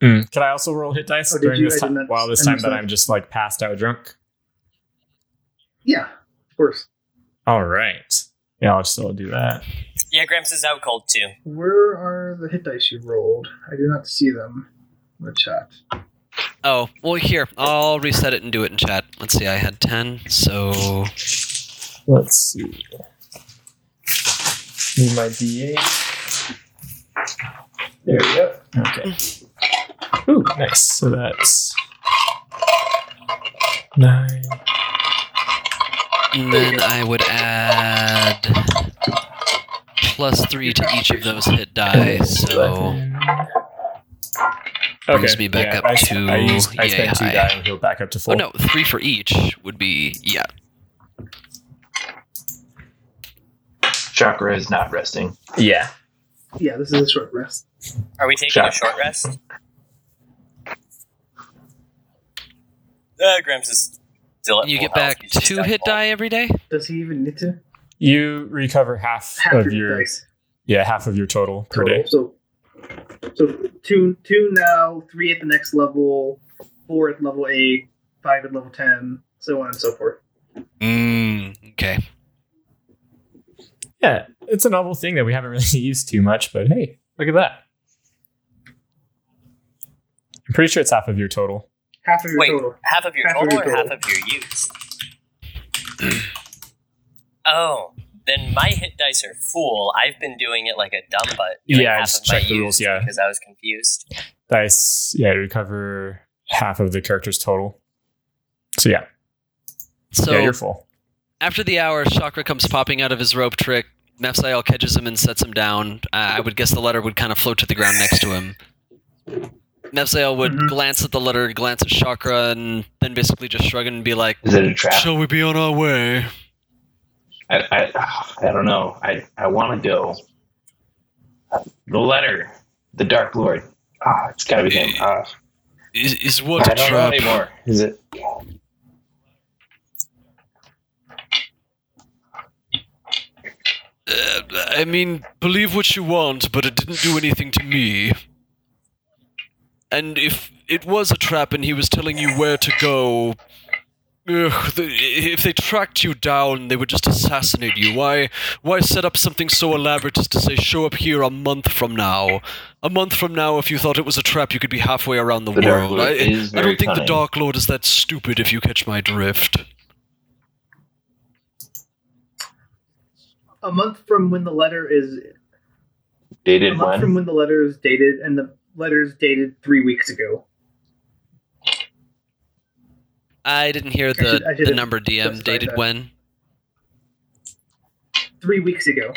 Mm. Can I also roll hit dice
Oh, did
during
you? I
this
did
time?
not
While this time that
understand.
I'm just like passed out drunk.
Yeah, of course.
All right. Yeah, I'll still do that.
Yeah, Gramps is out cold too.
Where are the hit dice you rolled? I do not see them in the chat.
Oh, well, here. I'll reset it and do it in chat. Let's see, I had 10, so.
Let's see. Need my D8. There we go. Okay. Ooh, nice. So that's nine.
And then I would add plus three to each of those hit die, so.
eleven.
Brings me back up
I, s-
to
I, used, I
yay
spent two
high.
die and healed back up to
Oh
full.
no, three for each would be yeah.
Chakra is not resting.
Yeah.
Yeah, this is a short rest.
Are we taking a
Shot.
short
<laughs>
rest? Uh, Gramps is still at
You
full
get
health.
back
He's just
two
out
hit
cold.
die every day.
Does he even need to
You recover half,
half
of
your,
your
dice
yeah half of your total, per
total?
day.
So, so two two now, three at the next level, four at level eight, five at level ten, so on and so forth.
Mm, okay.
Yeah, it's a novel thing that we haven't <laughs> really used too much, but hey, look at that. I'm pretty sure it's half of your total.
Half of your
Wait,
total.
half of your
Half of
total
your
or half
total.
of your use? <clears throat> oh, then my hit dice are full. I've been doing it like a dumb butt. doing
Yeah, I
half
just
of my
checked the rules,
use
yeah.
because I was confused.
Dice, yeah, you recover half of the character's total. So yeah,
So
yeah, you're full.
after the hour, Chakra comes popping out of his rope trick. Mepsael catches him and sets him down. Uh, I would guess the letter would kind of float to the ground next to him. Mepsael would
Mhm.
glance at the letter, glance at Chakra, and then basically just shrug and be like,
Is it a trap?
Shall we be on our way?
I, I, I don't know. I, I want to go. The letter, the Dark Lord. Ah, it's gotta be him. Ah,
Is, is
I
what
don't know anymore. Is it?
Uh, I mean, believe what you want, but it didn't do anything to me. And if it was a trap and he was telling you where to go, ugh, the, if they tracked you down, they would just assassinate you. Why, why set up something so elaborate as to say, show up here a month from now? A month from now, if you thought it was a trap, you could be halfway around the,
The Dark
world.
Lord
I,
is
I
very
don't think the
cunning.
Dark Lord is that stupid, if you catch my drift.
A month from when the letter is a
Dated
month
when?
from when the letter is dated, and the letter is dated three weeks ago.
I didn't hear the,
should- I should
the
have
number DM
specified
dated
that.
when.
Three weeks ago.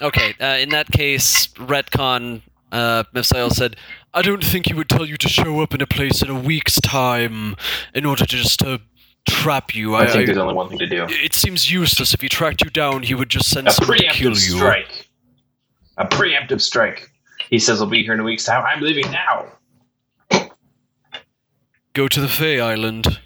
Okay, uh, in that case, retcon, uh, Mepsael said,
I don't think he would tell you to show up in a place in a week's time in order to just to trap you.
I think there's only one thing to do.
it seems useless. If he tracked you down, he would just send
A
someone to kill you.
preemptive strike. A preemptive strike. He says I'll be here in a week's time. I'm leaving now.
Go to the Fey Island.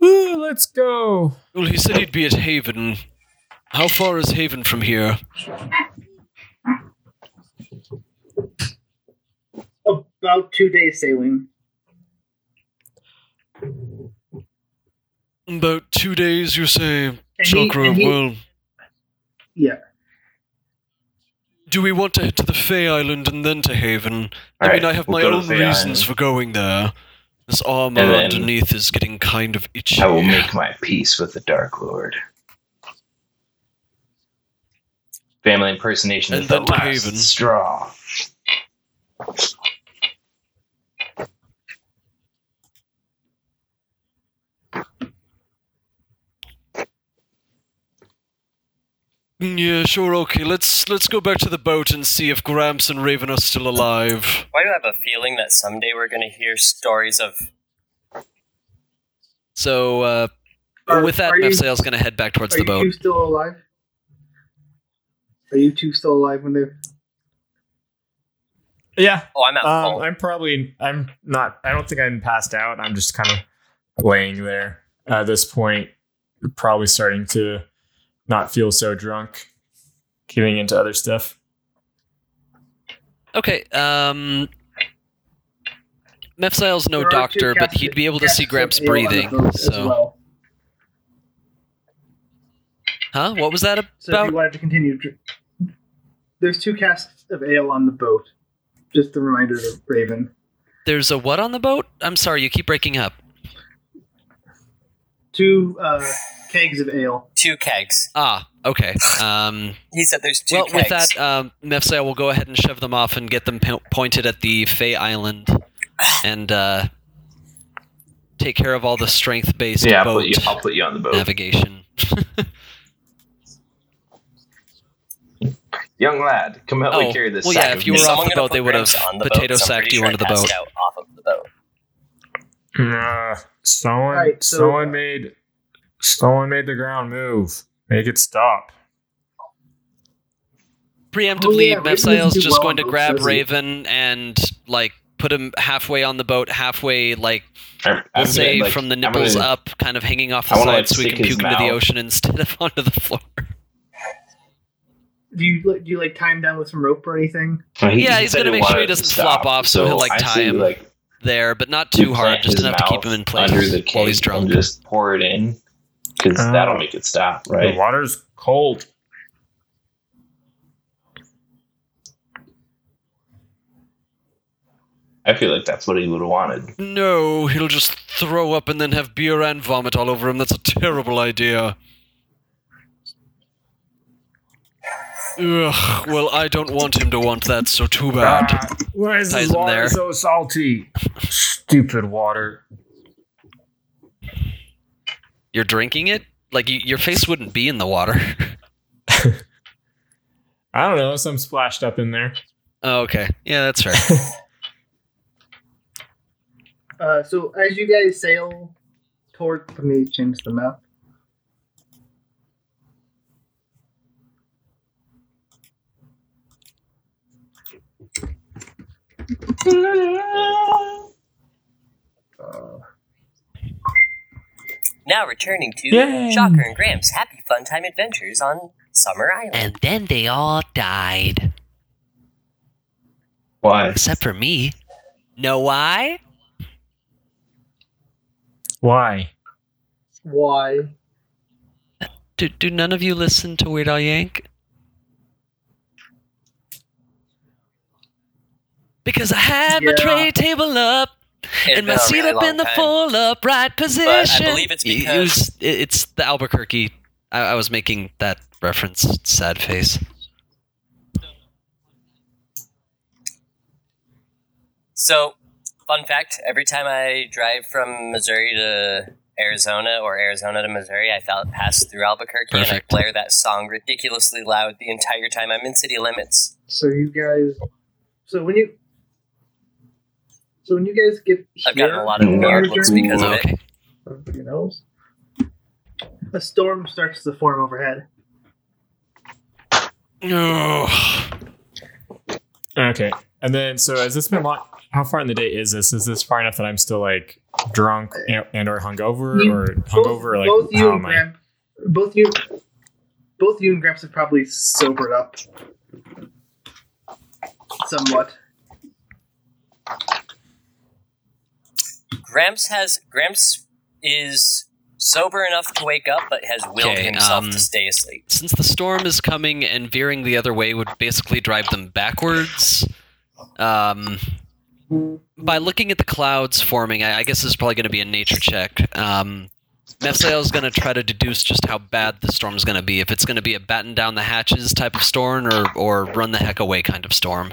Woo, let's go.
Well, he said he'd be at Haven. How far is Haven from here?
About two days sailing.
About two days, you say,
he-
Chakra.
and he-
well,
Yeah.
do we want to head to the Fey Island and then to Haven? I
All
mean,
right,
I have
we'll
my
go to
own
Fey
reasons
Island.
for going there. This armor
And then-
underneath is getting kind of itchy.
I will make my peace with the Dark Lord. Family impersonation
And
is the
then to
last
Haven.
straw.
Yeah, sure, okay. Let's let's go back to the boat and see if Gramps and Raven are still alive.
Why do I have a feeling that someday we're going to hear stories of
So uh,
Are-
with that,
are you-
Mephisael's going to head back towards
Are
the
you
boat.
two still alive? Are you two still alive when they're
Yeah.
oh, I'm at
Um,
home.
I'm probably I'm not I don't think I'm passed out. I'm just kind of laying there at this point, probably starting to not feel so drunk, giving into other stuff.
Okay. Um, Mephisael's no
There are
doctor,
two
but
cast-
he'd be able to see
cast
Gramps
ale on the boat
breathing.
as
So,
well.
huh? What was that
So if
about?
you wanted to continue, dr- there's two casks of ale on the boat. Just a reminder to Raven.
There's a what on the boat? I'm sorry, you keep breaking up.
Two uh, kegs of ale.
two kegs.
Ah, okay. Um,
He said there's two
well,
kegs.
with that, um, Mephisael will go ahead and shove them off and get them po- pointed at the Fey
<sighs>
Island, and uh, take care of all the strength-based
Yeah, I'll
boat
put, you, I'll put you on the boat.
navigation.
Young lad, come help
Oh,
me carry this
well,
sack
yeah,
of
if you were
meat.
Is
off
someone
the
gonna
boat,
put
they would've
Gramps on the boat?
potato
'Cause I'm
sacked
pretty
you
sure
onto
I
the
passed
boat.
out off of the boat.
Uh, someone
Alright, so-
someone made someone made the ground move. Make it stop.
preemptively,
Raven doesn't
Mephisael's
do
just
well
going
on
to
boats,
grab
does he?
Raven and like put him halfway on the boat, halfay like
I'm- I'm
we'll say
gonna, like,
from the
I'm
nipples
gonna-
up, kind of hanging off the
I wanna,
side,
like,
so he
stick
can
his
puke into the
mouth.
ocean <laughs> instead of onto the floor.
Do you like- do you like tie him down with some rope or anything?
Well, he-
Yeah,
he
he's
said
gonna make sure he
wanted to
doesn't flop off, so he'll, like,
I
tie
say,
him
like,
There, but not
you
too hard,
plant
just
his
enough to keep
mouth
him in place
under the
while he's
cake and
drunk.
just pour it in because
Oh.
that'll make it stop, right?
The water's cold.
I feel like that's what he would have wanted.
No, he'll just throw up and then have beer and vomit all over him. That's a terrible idea. Ugh, well, I don't want him to want that, so too bad.
Ah, why is
Ties
this
him
water
there.
so salty? Stupid water.
You're drinking it? Like you, your face wouldn't be in the
<laughs>
water.
I don't know. Some splashed up in there.
oh, okay, yeah, that's fair.
Uh, so as you guys sail toward, let me change the map.
Now returning to
Yay.
Shocker and Gramps' Happy Fun Time Adventures on Summer Island.
and then they <laughs> all died,
Why?
except for me. Know why?
Why?
Why?
Do, do none of you listen to Weird Al Yank? Because I had my
Yeah.
tray table up
It's
and my
been a
seat
really
up in
long
the
time.
full upright position.
believe it's
It- it
because-
was- it- it's the Albuquerque. I, I was making that reference. Sad face.
So, fun fact: every time I drive from Missouri to Arizona or Arizona to Missouri, I felt pass through Albuquerque, and I
Perfect.
blare that song ridiculously loud the entire time I'm in city limits.
So you guys, so when you So when you guys get here,
I've gotten a lot of
in Waterbury,
weird looks because of
Okay.
it.
everybody knows, a storm starts to form overhead.
Ugh.
Okay. And then, so has this been long? How far in the day is this? Is this far enough that I'm still like drunk and, and or hungover
You-
or hungover? like
both you
how
and
am I?
Gramp, both you, both you and Gramps have probably sobered up somewhat.
Gramps has Gramps is sober enough to wake up, but has willed
Okay,
himself
um,
to stay asleep.
Since the storm is coming and veering the other way would basically drive them backwards, um, by looking at the clouds forming, I, I guess this is probably going to be a nature check. Um, Mepsael is going to try to deduce just how bad the storm is going to be. If it's going to be a batten down the hatches type of storm, or or run the heck away kind of storm.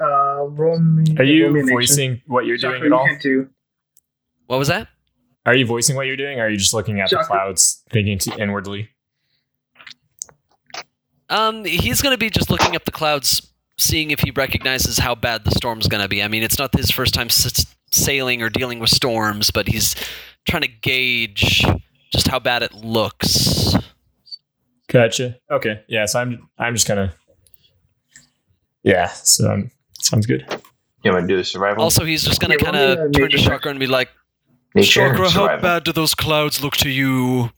Uh, roll me. roll me
Are
a
you
nature.
voicing what you're
Shocker,
doing at all?
You can too.
What was that?
Are you voicing what you're doing? Or are you just looking at the
Shocker.
clouds, thinking to inwardly?
Um, he's going to be just looking up the clouds, seeing if he recognizes how bad the storm's going to be. I mean, it's not his first time s- sailing or dealing with storms, but he's trying to gauge just how bad it
Oh.
looks.
Gotcha. Okay. Yeah. So I'm I'm just kind of. Yeah. So um, sounds good.
You want to do a survival?
Also, he's just going to
Yeah,
kind
roll
of
me a
turn to
nature check.
Chakra and be like,
Nature or
Chakra, how
uh,
survival?
bad do those clouds look to you?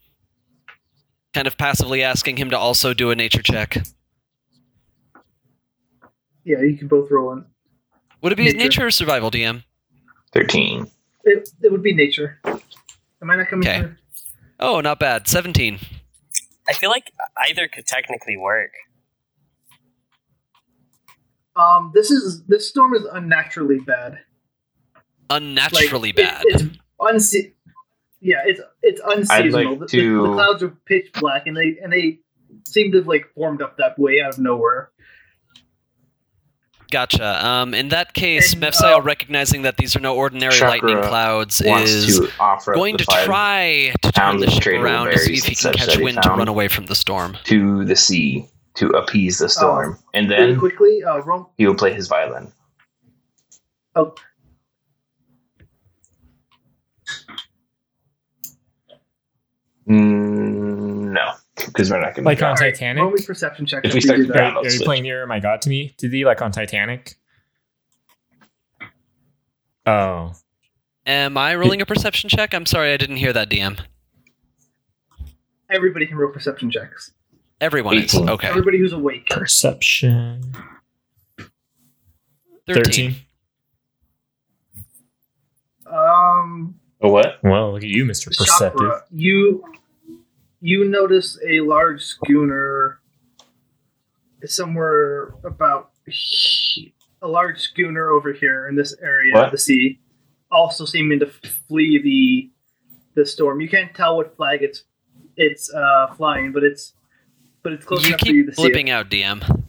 kind of passively asking him to also do a nature check.
Yeah, you can both roll. In.
Would it be
Nature.
nature or survival, DM?
Thirteen.
It, it would be nature. Am I not coming?
Okay.
through?
Oh, not bad. 17.
I feel like either could technically work.
Um, this is this storm is unnaturally bad. Like,
Unnaturally
it-
bad.
it's unse- Yeah, it's it's unseasonal.
like
The- the,
to-
the clouds are pitch black, and they and they seem to have like formed up that way out of nowhere.
Gotcha. Um, in that case,
And,
Mepsael,
uh,
recognizing that these are no ordinary
Chakra
lightning clouds,
Wants
is
to offer up
going to
the five
try to turn
pounds
the
of
ship
tradable
around to see if
berries
he
and
can
such
catch
that he
wind to
found.
run away from the storm.
to the sea to appease
Oh.
the storm, and
Really
then
quickly, uh, roll.
he will play his violin.
Oh,
Mm, no, because we're not going
Like uh,
to.
on
all right,
Titanic.
roll me perception check.
If we
you
start
do
to
that.
Are,
Yeah,
are you
switch.
playing near my god to me? To thee, like on Titanic? Oh.
Am I rolling a perception check? I'm sorry, I didn't hear that, DM.
Everybody can roll perception checks.
Everyone is.
Eighteen.
Okay.
Everybody who's awake.
Perception. 13.
13.
Um,
Oh, what?
Well, look at you, Mr. Perceptive.
Chakra, you you notice a large schooner somewhere about he- a large schooner over here in this area
What?
of the sea, also seeming to flee the the storm. You can't tell what flag it's it's uh, flying, but it's but it's close
You
enough for you to
keep
see it.
blipping out, DM.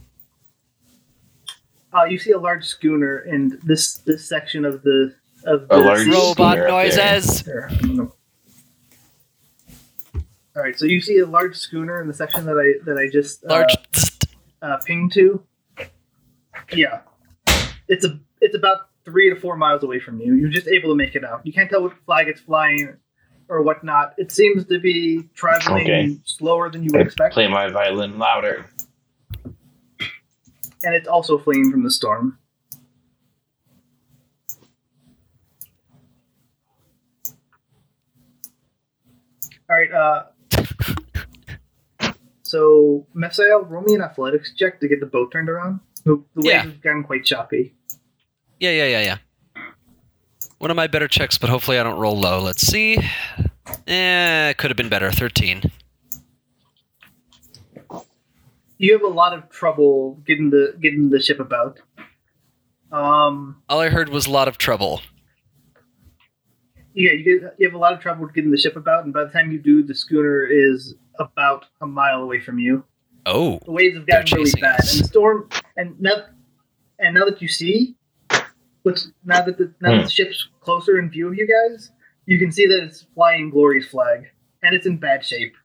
Uh, you see a large schooner in this this section of the of the
A large
sea.
Robot
Robot Smear up there.
noises.
There, I don't know. All right, so you see a large schooner in the section that I that I just uh,
Large.
uh, pinged to. Yeah, it's a it's about three to four miles away from you. You're just able to make it out. You can't tell what flag it's flying or whatnot. It seems to be traveling
Okay.
slower than you would
I
expect,
play my violin louder.
and it's also fleeing from the storm. All right. Uh, so, Messiah, roll me an athletics check to get the boat turned around. The, the waves
Yeah.
have gotten quite choppy.
Yeah, yeah, yeah, yeah. One of my better checks, but hopefully I don't roll low. Let's see. Eh, could have been better. 13.
You have a lot of trouble getting the getting the ship about. Um,
All I heard was a lot of trouble.
yeah, you, get, you have a lot of trouble getting the ship about, and by the time you do, the schooner is about a mile away from you.
Oh.
the waves have
They're
gotten really
chasing
bad,
us.
and the storm. And now, and now that you see, what's now that the now that the ship's closer in view of you guys, you can see that it's flying glory's flag, and it's in bad shape.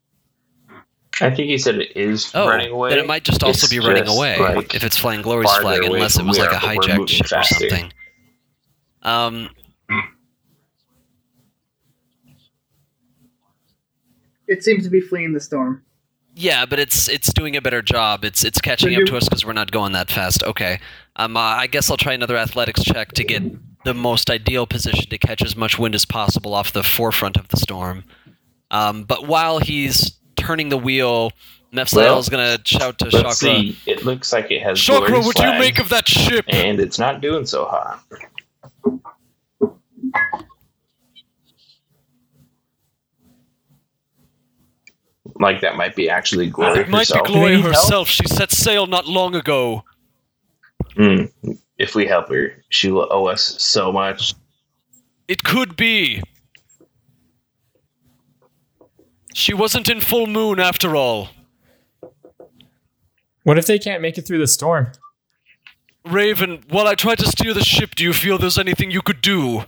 I think he said it is
Oh,
running away.
then it might just also
It's
be running
just,
away
like,
if it's flying glory's
farther
flag,
away
unless it
from
was
where
like a
we're moving
hijacked ship
faster.
or something. Um,
It seems to be fleeing the storm.
yeah, but it's it's doing a better job. It's it's catching
Can
up
you-
to us because we're not going that fast. Okay, um, uh, I guess I'll try another athletics check to get the most ideal position to catch as much wind as possible off the forefront of the storm. Um, but while he's turning the wheel, Mephiel
Well,
is gonna shout to Chakra.
Let's see. It looks like it has
Chakra,
blurred
what do you
flag,
make of that ship?
And it's not doing so hot. Like that might be actually glory
It might
herself.
be Glory
Can I help?
herself. She set sail not long ago.
Mm. If we help her, she will owe us so much.
It could be. She wasn't in full moon after all.
What if they can't make it through the storm?
Raven, while I try to steer the ship, do you feel there's anything you could do?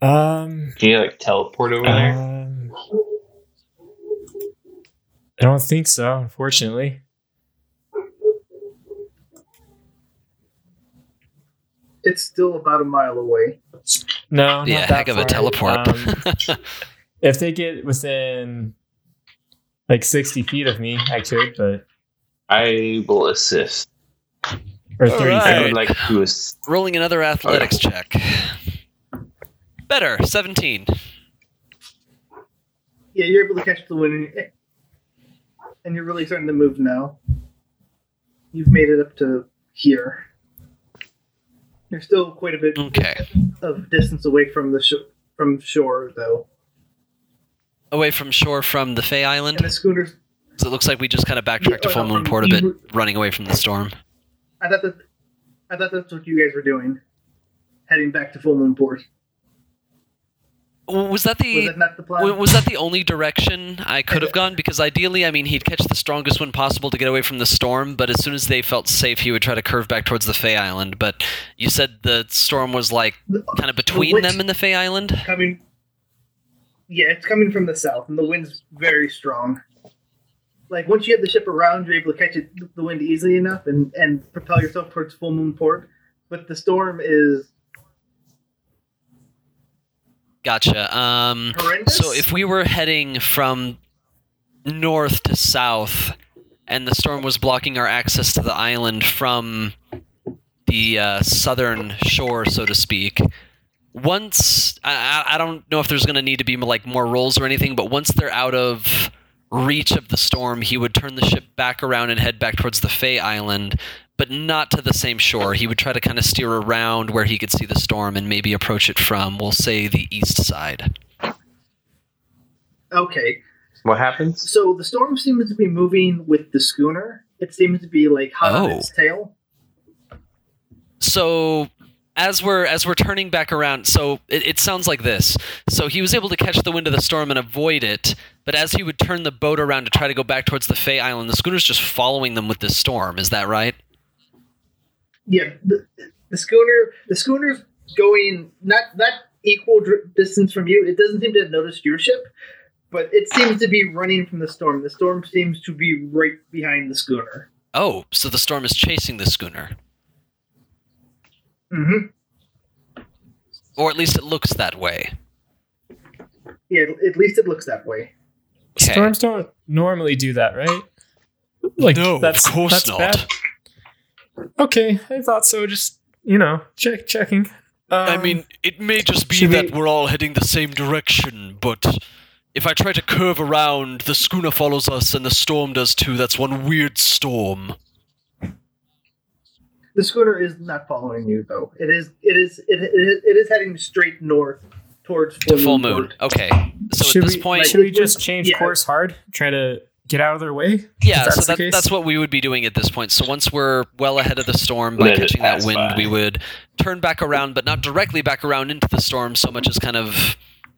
Um,
Can you like teleport over there?
um, I don't think so, unfortunately.
It's still about a mile away.
No, not
yeah,
that
heck of a
far.
teleport.
Um,
<laughs>
if they get within like 60 feet of me, I could, but
I will assist.
or
All
30
right.
I would like to assist.
Rolling another athletics check. Better, 17.
Yeah, you're able to catch the wind, and- and you're really starting to move now. You've made it up to here. You're still quite a bit
Okay.
of distance away from the sh- from shore, though,
Away from shore from the Fay Island.
and the schooner's
So it looks like we just kind of backtracked to
Yeah,
Full
um,
Moon Port a bit,
you-
running away from the storm.
I thought that I thought that's what you guys were doing, heading back to Full Moon Port.
W- Was that
Was
the
that not the plan?
w- was that the only direction I could have gone? Because ideally, I mean, he'd catch the strongest wind possible to get away from the storm. But as soon as they felt safe, he would try to curve back towards the Fay Island. But you said the storm was like kind of between
wind-
them and the Fay Island.
coming? Yeah, it's coming from the south, and the wind's very strong. Like once you have the ship around, you're able to catch it, the wind easily enough and and propel yourself towards Full Moon Port. But the storm is
Gotcha. Um,
horrendous.
So if we were heading from north to south, and the storm was blocking our access to the island from the uh, southern shore, so to speak. Once I, I- I don't know if there's going to need to be like more rolls or anything, but once they're out of reach of the storm, he would turn the ship back around and head back towards the Fay Island, but not to the same shore. He would try to kind of steer around where he could see the storm and maybe approach it from, we'll say, the east side.
okay,
What happens?
so the storm seems to be moving with the schooner. It seems to be like hot on
Oh.
its tail.
so as we're as we're turning back around so it, it sounds like this so he was able to catch the wind of the storm and avoid it but as he would turn the boat around to try to go back towards the fay island the schooner's just following them with this storm is that right
yeah the, the schooner the schooner's going not not equal dr- distance from you it doesn't seem to have noticed your ship but it seems to be running from the storm the storm seems to be right behind the schooner
oh so the storm is chasing the schooner
mm-hmm.
or at least it looks that way
yeah at least it looks that way
Okay.
storms don't normally do that, right? Like
No, of
that's,
course
that's
not.
bad. Okay, I thought so. Just you know, check checking.
I
Um,
mean, it may just be
should we-
that we're all heading the same direction, but if I try to curve around, the schooner follows us and the storm does too. That's one weird storm.
the schooner is not following you though it is it is it, it, is- it is heading straight north towards
to full moon
Port.
okay so
should
at this
we,
point
should we just change
Yeah.
course hard? Try to get out of their way.
yeah
If that's
so
the
that,
case?
that's what we would be doing at this point so once we're well ahead of the storm by
Let it
catching that
pass
wind
by.
we would turn back around but not directly back around into the storm so much as kind of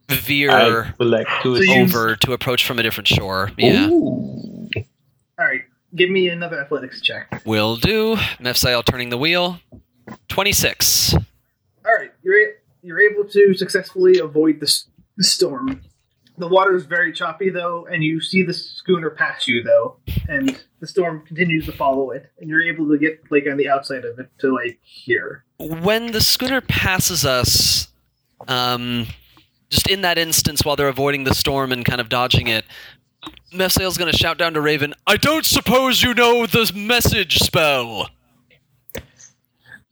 I
veer
would like to
So you-
assist.
over to approach from a different shore yeah
Ooh.
all right give me another athletics check
will do mefsail turning the wheel 26
All right, you're a- you're able to successfully avoid the, s- the storm, The water is very choppy though, and you see the schooner pass you though, and the storm continues to follow it, and you're able to get like on the outside of it to like here.
when the schooner passes us, um, just in that instance while they're avoiding the storm and kind of dodging it, Messail's going to shout down to Raven, I don't suppose you know the message spell.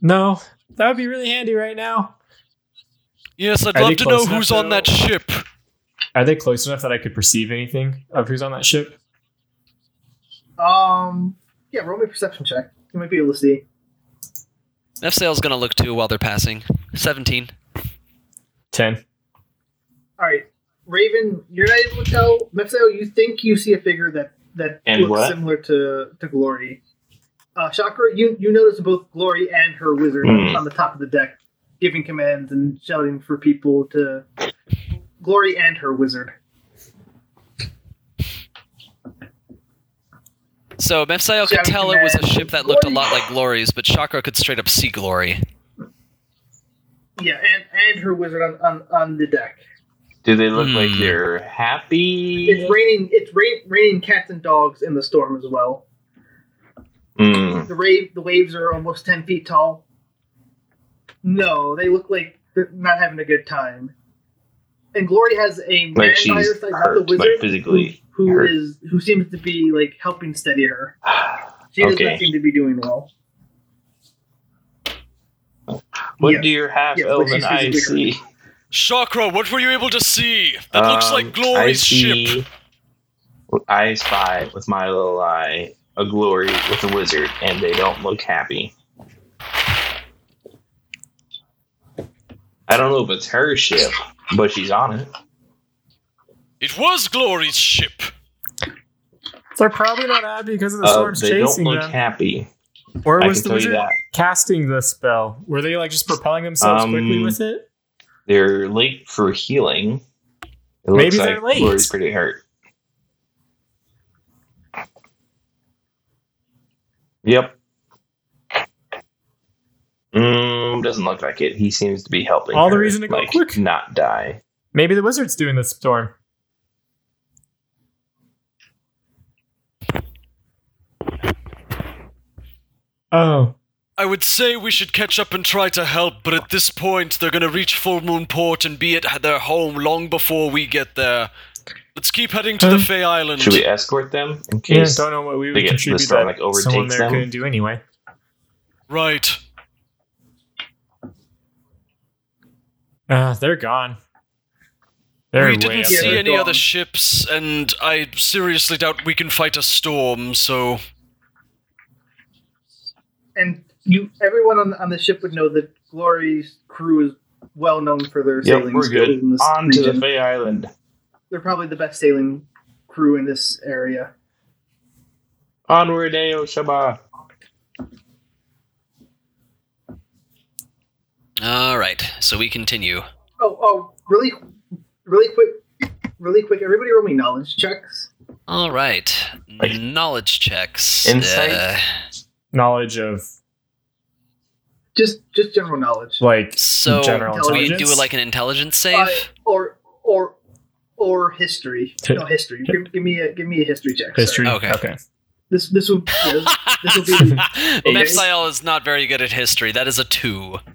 No, that would be really handy right now.
Yes, I'd
Are they
love to know
close enough,
who's on
though?
that ship.
Are they close enough that I could perceive anything of who's on that ship?
Um, yeah, roll me a perception check. You might be able to see.
Messail's going to look too while they're passing. 17.
Ten.
All right, Raven, you're not able to tell. Mephisto, you think you see a figure that that
And
looks
what?
similar to to Glory. Uh, Chakra, you you notice both Glory and her wizard
Hmm.
on the top of the deck, giving commands and shouting for people to. Glory and her wizard.
So Mephiel could
Shouting
tell it was a
commands.
ship that looked a lot like Glory's, but Chakra could straight up see Glory.
Yeah, and and her wizard on on, on the deck.
Do they look
Hmm.
like they're happy?
It's raining. It's rain, raining cats and dogs in the storm as well.
Hmm.
The wave, the waves are almost ten feet tall. No, they look like they're not having a good time. And Glory has a man
Like
by her
she's
side, not the
hurt, like
wizard,
physically.
who
hurt.
is who seems to be like helping steady her.
<sighs>
She
Okay.
doesn't seem to be doing well.
What
Yes.
do your half
Yes, but
elven
she's
eyes
physically
see?
Chakra, what were you able to see? That looks
Um,
like
I
Glory's
see-
ship.
I spy with my little eye a glory with a wizard, and they don't look happy. I don't know if it's her ship, but she's on it.
It was Glory's ship.
They're probably not happy because of the
Uh,
storm's
they don't
chasing
look
them.
happy.
Or
I
was the
can tell you
wizard
that.
casting the spell? Were they like just propelling themselves quickly
Um,
with it?
They're late for healing. It
Maybe
looks
they're
like
late.
Glory's pretty hurt. Yep. Mm, doesn't look like it. He seems to be helping.
All the
her,
reason to go
like,
quick.
not die.
Maybe the wizard's doing the storm. Oh,
I would say we should catch up and try to help, but at this point, they're gonna reach Full Moon Port and be at their home long before we get there. Let's keep heading to
Um,
the Fey Island.
Should we escort them in
yeah.
case?
Don't know what we
they
would
get- the
contribute
storm,
that
like,
someone
overtakes
there
them?
couldn't do anyway.
Right.
Uh, they're gone. They're
we
way
didn't
up
Yeah,
see
there.
they're
any other
gone.
ships, and I seriously doubt we can fight a storm, so.
And you, everyone on the, on the ship would know that Glory's crew is well known for their
Yep,
sailing
we're
skills
good.
in this
On to
region.
the Fey Island.
They're probably the best sailing crew in this area.
Onward, Ao Shaba.
All right, so we continue.
Oh, oh, really, really quick, really quick. Everybody, roll me knowledge checks.
All right,
Like-
knowledge checks. Uh,
Insight?
Knowledge of
Just, just general knowledge,
like
So
general
do we
intelligence?
do like an
<laughs>
intelligence
Uh,
save?
or or or history. No history. Give, give me a give me a history check. sorry.
history.
Okay.
okay.
This this will yeah, this will be
<laughs>
the-
Mephiel is not very good at history. That is a two. <laughs>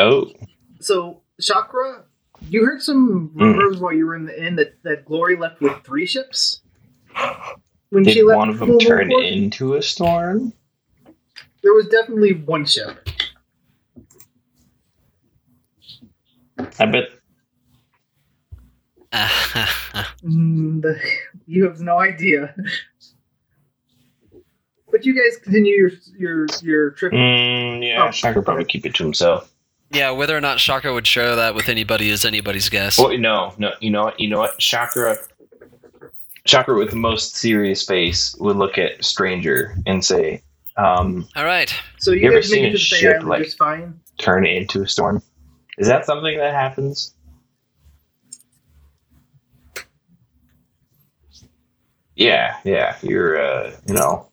Oh,
so chakra. You heard some
Mm.
rumors while you were in the inn that that Glory left with three ships. When
did
she left,
one of them
Full Moon
turn
Port,
into a storm?
There was definitely one ship.
I bet
Mm, the, <laughs> you have no idea. But you guys continue your your your trip.
Mm, yeah,
Oh.
Shocker probably keep it to himself.
yeah, whether or not Shaka would share that with anybody is anybody's guess.
Well, no, no, you know what, you know what, Chakra, Chakra with the most serious face would look at Stranger and say, um,
All right.
So you,
You ever
guys make
seen
it to
a
the Bay
ship,
Island
like-
just fine.
"Turn it into a storm." Is that something that happens? Yeah, yeah, you're, uh, you know,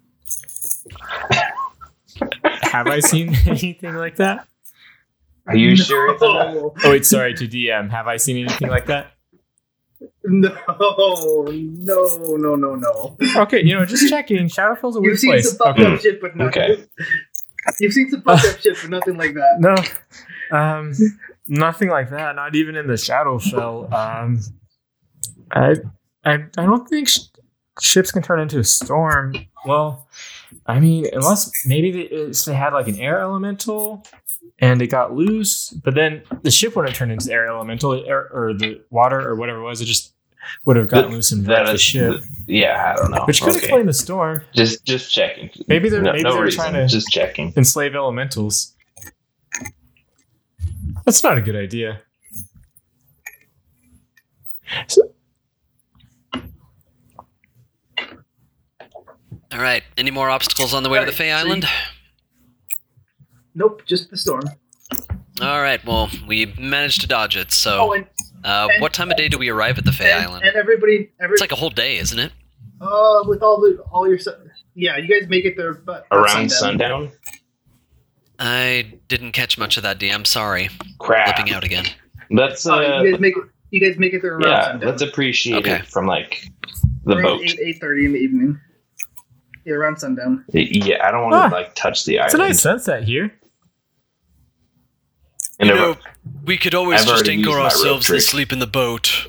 <laughs> Have I seen anything like that?
Are you sure it's enough?
No.
Oh wait, sorry to DM. Have I seen anything like that?
<laughs> No, no, no, no, no.
Okay, you know, just checking. Shadowfell's a
You've
weird
seen
place.
some fucked
Okay.
up shit, but not.
Okay.
<laughs> You've seen some fucked up shit, but nothing like that.
No, um, nothing like that. Not even in the Shadowfell. Um, I, I, I don't think sh- ships can turn into a storm. Well, I mean, unless maybe they, it's- they had like an air elemental and it got loose, but then the ship wouldn't turn into the air elemental air, or the water or whatever it was. It just would have gotten
That-
loose and wrecked
That
the
is,
ship,
yeah, I don't know.
which could
Okay.
explain the storm.
Just, just checking.
Maybe they're
no,
maybe
no
they're
reason.
trying to
Just checking.
enslave elementals. That's not a good idea.
All right. Any more obstacles on the way to the Fey Island?
Nope, just the storm.
All right. Well, we managed to dodge it.
Oh,
So,
and,
uh, what time of day do we arrive at the Fey
and,
Island?
and everybody, every,
It's like a whole day, isn't it?
uh, with all the all your, su- yeah, you guys make it there, but
Around sundown?
I didn't catch much of that, DM. Sorry.
Crap.
Flipping out again.
Let's,
Uh,
uh,
you guys make it. You guys make it there around
yeah,
sundown.
let's appreciate
Okay.
it from like the
around
boat.
Eight eight thirty in the evening. Yeah, around sundown.
Yeah, I don't want to
Ah.
like touch the
It's a
island.
nice sunset here.
And
you
a-
know, we could always
I've
just
already
anchor
used my rope
ourselves and
trick.
sleep in the boat.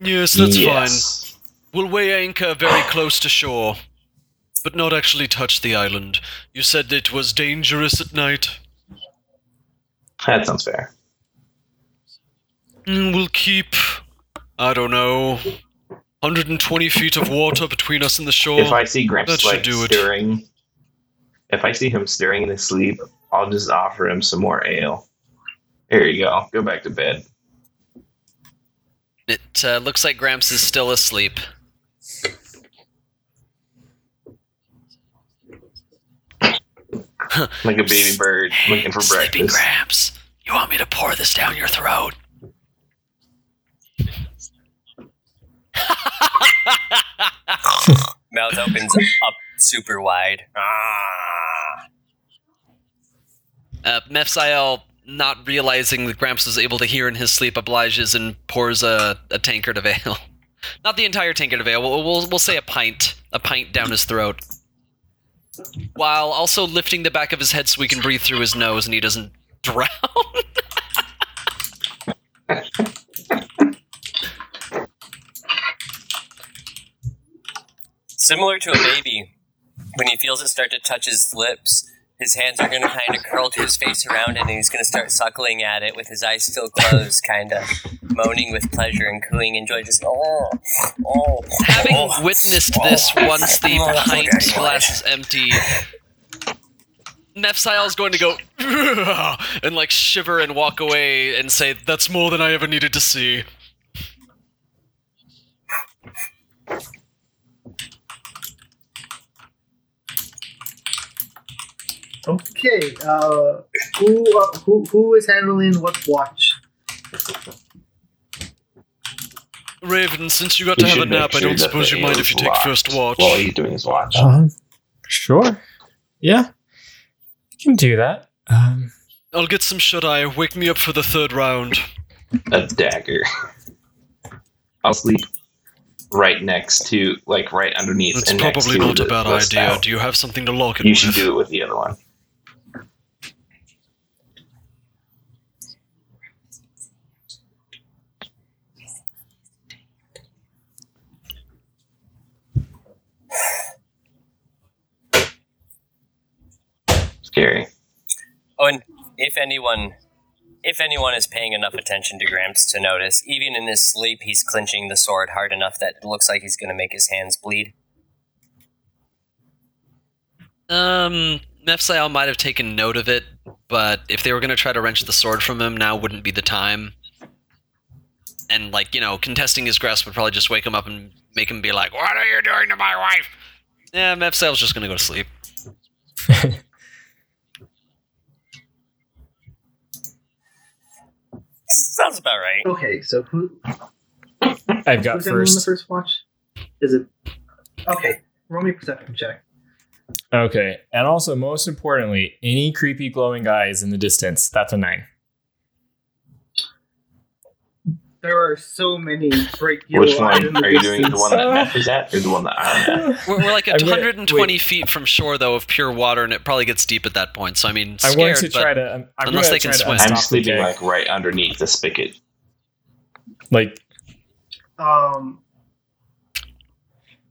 Yes, that's
yes.
fine. We'll weigh anchor very close to shore, but not actually touch the island. You said it was dangerous at night.
That sounds fair.
Mm, We'll keep, I don't know, 120 feet of water between us and the shore.
if I see
that
Grimps
should
like
do it.
stirring, if I see him stirring in his sleep, I'll just offer him some more ale. Here you go. Go back to bed.
It uh, looks like Gramps is still asleep.
Like a baby bird looking for
Sleeping
breakfast.
Gramps. You want me to pour this down your throat? <laughs>
Mouth opens up super wide. Ah.
Uh, Mephiel, not realizing that Gramps was able to hear in his sleep, obliges and pours a, a tankard of ale. <laughs> Not the entire tankard of ale. We'll, we'll, we'll say a pint. A pint down his throat. While also lifting the back of his head so we can breathe through his nose and he doesn't drown.
Similar to a baby, when he feels it start to touch his lips, his hands are going to kind of curl to his face around it, and he's going to start suckling at it with his eyes still closed, <laughs> kind of moaning with pleasure and cooing in joy. Just oh, oh. oh.
Having witnessed this once the
Oh, that's
pint
okay.
glass is empty, Mephile's going to go and like shiver and walk away and say,
That's more than I ever needed to see.
Okay. Uh, who uh, who who is handling what watch?
Raven, since you got
You
to have a
should make
nap, I
sure
don't
that
suppose
the
you mind
ale
if you
is
take
locked
first watch.
While he's doing his watch.
Um, sure. Yeah, you can do that. Um,
I'll get some shut eye. Wake me up for the third round.
A dagger. I'll sleep right next to, like, right underneath.
That's
and next
probably
to
not
the,
a bad
the
idea.
stout.
Do you have something to lock it
You
with?
should do it with the other one. Scary.
Oh, and if anyone, if anyone is paying enough attention to Gramps to notice, even in his sleep, he's clenching the sword hard enough that it looks like he's going to make his hands bleed.
Um, Mephiel might have taken note of it, but if they were going to try to wrench the sword from him, now wouldn't be the time. And, like, you know, contesting his grasp would probably just wake him up and make him be like, What are you doing to my wife? Yeah, Mephiel's just going to go to sleep.
Sounds about right.
Okay, so who
I've got
who's handling the
first.
first watch? Is it okay? Roll me a perception check.
Okay. And also, most importantly, any creepy glowing eyes in the distance. That's a
<laughs>
nine.
There are so many bright yellow
Which
eyes in the
one are you doing? The
distance.
one that Meth is at, or the one that
<laughs>
I'm at?
We're,
<laughs>
we're like
I'm gonna-
120
wait.
feet from shore, though, of pure water, and it probably gets deep at that point. So I mean,
I
scared,
want to
but
try to. I'm, I'm
unless
gonna
they can
try to
swim.
unstop
I'm
the
sleeping
gag.
like right underneath the spigot.
like
Um,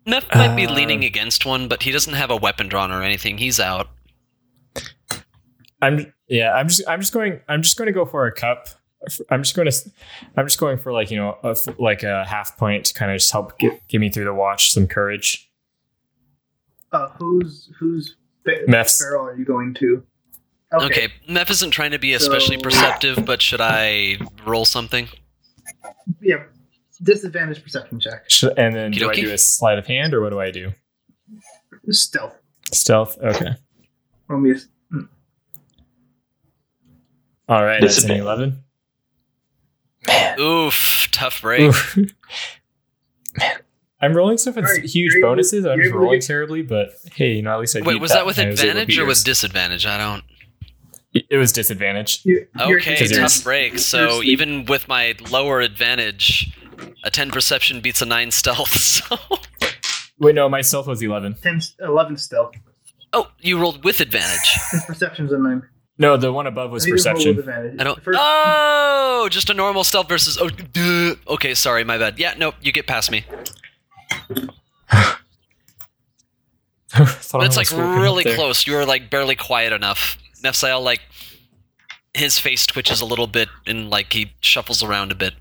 Neff might be
Uh,
leaning against one, but he doesn't have a weapon drawn or anything. He's out.
I'm yeah. I'm just I'm just going. I'm just going to go for a cup. I'm just going to. I'm just going for like you know a f like a half pint to kind of just help get, get me through the watch some courage.
uh, whose whose ba-
Meth's.
barrel are you going to?
Okay. Neff isn't trying to be especially
So-
perceptive, but should I roll something?
Yeah. Disadvantage perception check.
Sh- And then do I
Okey-dokey.
do a sleight of hand or what do I do?
Stealth.
Stealth. Okay.
Roll me a s-
All right. That's an
Disadvantage.
eleven.
Oof, tough break.
Oof. <laughs> Man, I'm rolling stuff with
All right,
huge
you're able-
bonuses. I'm
you're
just
able to
rolling
get-
terribly, but hey, you know at least I
Wait,
beat
was that with
and I able to
advantage
beat
or was
yours.
disadvantage? I don't.
It- it was disadvantage?
you- you're-
Okay,
Because you're
tough
s-
break. So
sleeping.
even with my lower advantage, a 10 perception beats a 9 stealth. <laughs> So.
Wait, no, my stealth was eleven.
10, 11 stealth.
Oh, you rolled with advantage.
His perception's a 9.
No, the one above was
You didn't roll with
perception. <laughs>
advantage.
I don't. Ah!
The First,
Oh, just a normal stealth versus. Oh, duh. okay, sorry, my bad. Yeah, nope, you get past me.
Thought I
But it's like
almost woken up
really
there.
close. You are like barely quiet enough. Nefsael like his face twitches a little bit and like he shuffles around a bit.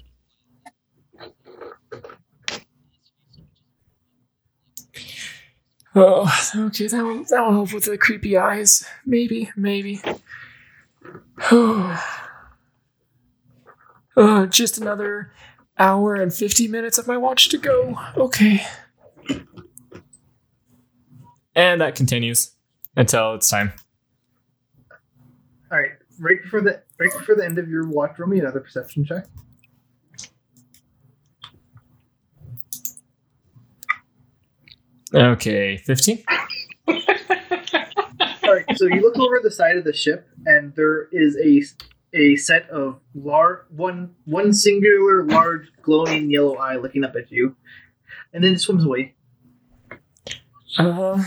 Oh, okay, that will that will help with the creepy eyes. Maybe, maybe. <sighs> Uh, just another hour and fifty minutes of my watch to go. Okay.
And that continues until it's time.
all right. Right before the right before the end of your watch, roll me another perception check.
Okay, 15?
All right. So you look over the side of the ship, and there is a a set of lar- one one singular large glowing yellow eye looking up at you, and then it swims away.
Uh,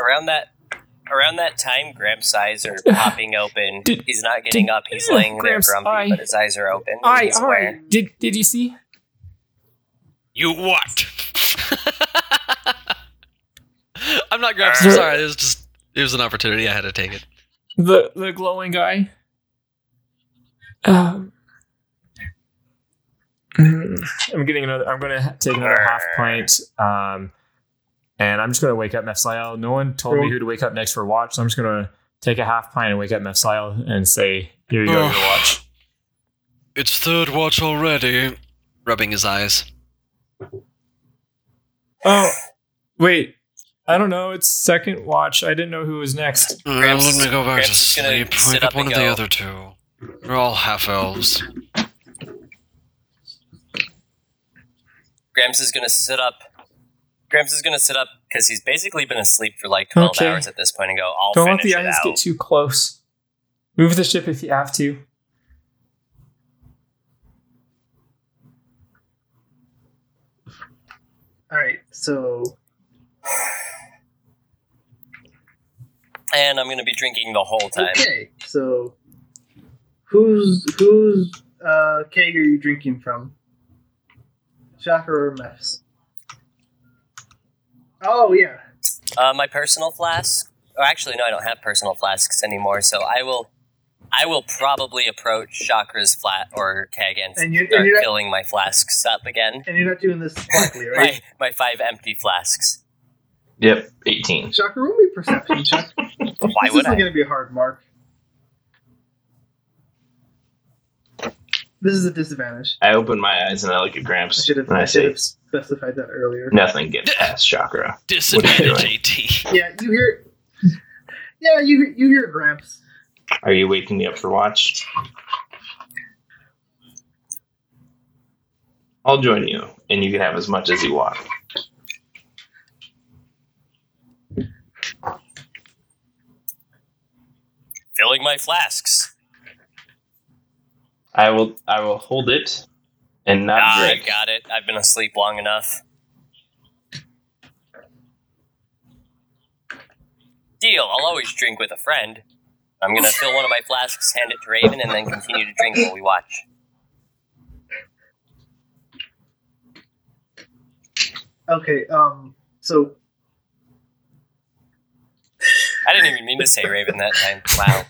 Around that around that time, Gramps' eyes are popping open.
Did-
he's not getting
did-
up. He's laying
Gramps'
there grumpy,
eye-
but his eyes are open.
I,
he's aware.
I did did you see?
You what? I'm not grabbing. I'm sorry, it was just it was an opportunity. I had to take it.
The the glowing guy. Um. mm,
I'm getting another, I'm going to take another half pint. Um, and I'm just going to wake up Mephiel. No one told me who to wake up next for watch, so I'm just going to take a half pint and wake up Mephiel and say, here you go, your watch.
It's third watch already.
Rubbing his eyes.
Oh, wait. I don't know. It's second watch. I didn't know who was next.
Uh,
Gramps-
Let me go back
Gramps
to
is gonna
sleep.
sit
Wake
up
up one
and
of the
go.
other two. We're all half elves.
Gramps is gonna sit up. Gramps is gonna sit up because he's basically been asleep for like twelve
Okay.
hours at this point and go. I'll
Don't let
finish
the
it
eyes
out.
get too close. Move the ship if you have to.
All right. So
and I'm gonna be drinking the whole time.
okay. So who's who's uh, keg are you drinking from? Shocker or Meph's? Oh yeah.
Uh, my personal flask. Or actually, no, I don't have personal flasks anymore. So I will, I will probably approach Chakra's flat or keg and,
And you- and
start
you're-
filling my flasks up again.
And you're not doing this
<laughs>
quietly, right?
My, my five empty flasks.
Yep, 18.
Shocker, roll me a
<laughs>
perception check.
Why
this
would
isn't
I?
going to be a hard mark. This is a disadvantage.
I open my eyes and I look at
I
Gramps
should have,
and I
I should
say,
have specified that earlier.
nothing gets past Chakra.
Disadvantage
doing?
AT.
Yeah, you hear. Yeah, you you hear Gramps.
Are you waking me up for watch? I'll join you, and you can have as much as you want.
Filling my flasks.
I will. I will hold it and not
Ah, I
drink.
got it. I've been asleep long enough. Deal. I'll always drink with a friend. I'm gonna fill one of my flasks, hand it to Raven, and then continue to drink while we watch.
Okay. Um. So
I didn't even mean to say Raven that time. Wow.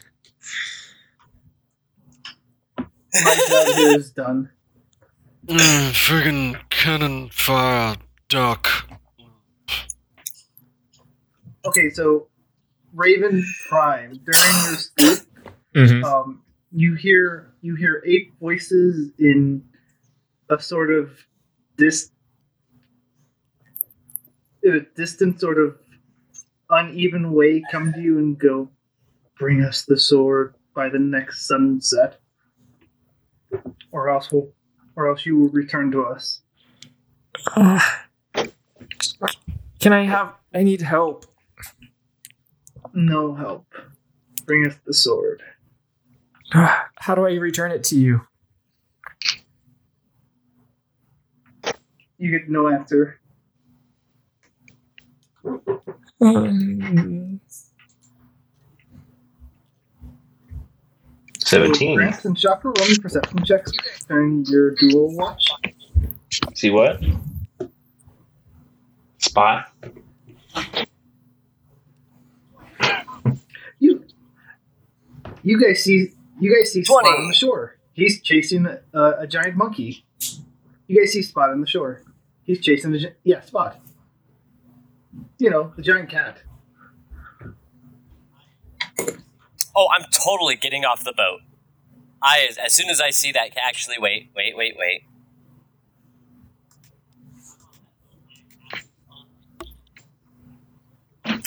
my job here is done.
Mm, friggin' cannon fire duck.
Okay. So Raven Prime during your sleep.
Mm-hmm.
um, you hear you hear eight voices in a sort of dis in a distant sort of uneven way come to you and go bring us the sword by the next sunset or else we'll, or else you will return to us
Uh. Can I have? I need help.
no help bring us the sword
How do I return it to you?
you get no answer
Um,
So
Seventeen.
Grant and Chakra roll me perception checks during your dual watch
See what? Spot.
You, you guys see, you guys see Spot
20.
on the shore. He's chasing uh, a, a giant monkey. You guys see Spot on the shore. He's chasing the gi- yeah Spot. You know the giant cat.
Oh, I'm totally getting off the boat. I as, as soon as I see that, actually, wait, wait, wait, wait.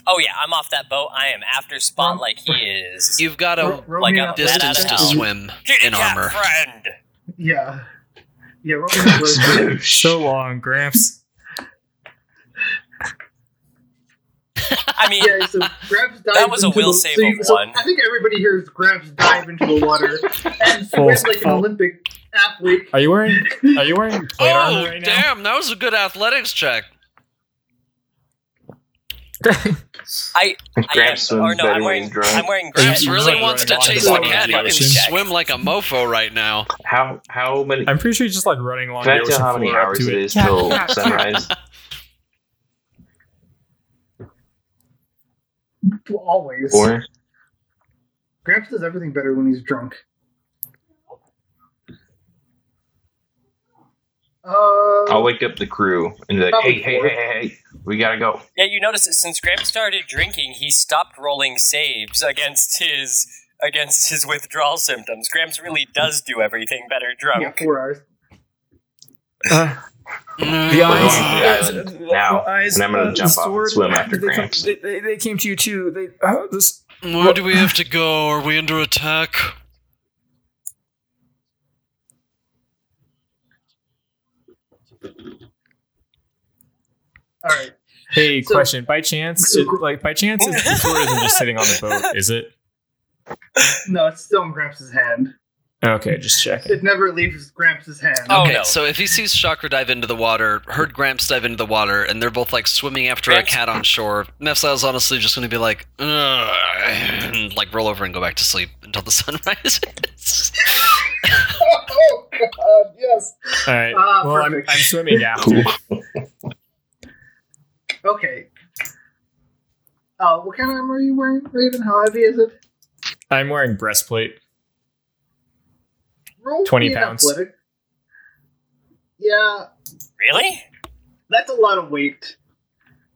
Oh yeah, I'm off that boat. I am after Spot like he
<laughs>
is.
You've got
Ro-
a
roll
like
me
a
an athletics
distance to
out.
check.
swim
Kitty
in
cat
armor.
friend.
Yeah, yeah. Roll me an athletics.
<laughs> So long, Gramps.
I mean,
<laughs> Yeah, so Grabs dives
That was a
into
will
the,
save
so you-
of
so
one.
I think everybody here is Grabs dive into the
<laughs>
water and
Full-
swim like an
full-
Olympic athlete.
Are you wearing? Are you wearing plate armor
Oh,
right now?
damn! That was a good athletics check.
I, I
Graham
am, or
swims
no,
better
I'm
when
wearing,
he's drunk.
I'm wearing
Yeah,
Gramps
Gramps
you
really
really
wants to
wanna
chase
run
the
a
cat. You
body
can
check.
swim like a mofo right now.
How how many?
I'm pretty sure he's just like running along
Can
the
I tell
ocean
how many
floor up
hours
to
it
it.
is
<laughs>
till sunrise?
Always.
Four.
Gramps does everything better when he's drunk. Uh,
I'll wake up the crew and be like,
Probably
hey, hey,
four.
hey, hey, hey, we gotta go.
Yeah, you notice that since Graham started drinking, he stopped rolling saves against his against his withdrawal symptoms. Gramps really does do everything better
yeah,
drunk.
four hours.
uh,
Mm.
the
We're going
eyes.
to the island now,
eyes,
and I'm gonna
uh,
jump
the
off and
sword,
swim after
they, come,
Gramps.
they, they, they came to you too. They uh, this.
Where do we have to go? Are we under attack?
All right.
Hey,
So-
question. By chance, it, like by chance, it's, the sword isn't just sitting on the
<laughs>
boat, is it?
No, it's still in Gramps' hand.
Okay, just
<laughs>
checking.
It never leaves Gramps' hand.
Oh,
Okay,
no.
so if he sees Chakra dive into the water, heard Gramps dive into the water, and they're both like swimming after
Gramps-
a cat on shore, Mephile's honestly just going to be like, "Ugh," and like roll over and go back to sleep until the <laughs> sun rises.
<laughs> <laughs> Oh, God, yes.
All right.
Ah,
well, I'm,
perfect.
I'm swimming after.
Okay. Uh, what kind of armor are you wearing, Raven? How heavy is it?
I'm wearing breastplate.
Roll
20
me an
pounds.
athletic. Yeah,
Really?
that's a lot of weight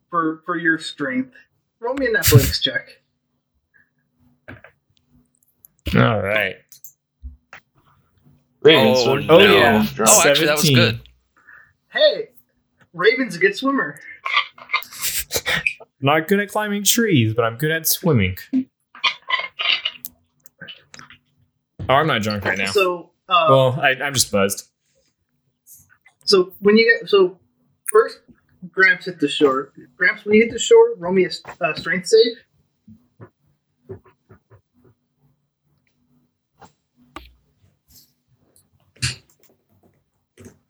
for for your strength. Roll me an athletics check.
All right.
Raven's
Oh,
swims
no.
better when
Yeah.
he's drunk.
oh, actually, that was
17.
good.
Hey, Raven's a good swimmer.
Not good at climbing trees, but I'm good at swimming. Oh, I'm not drunk right now.
So, uh,
Well, I, I'm just buzzed.
So when you get so first, Gramps hit the shore. Gramps, when you hit the shore, roll me a s- uh, strength save.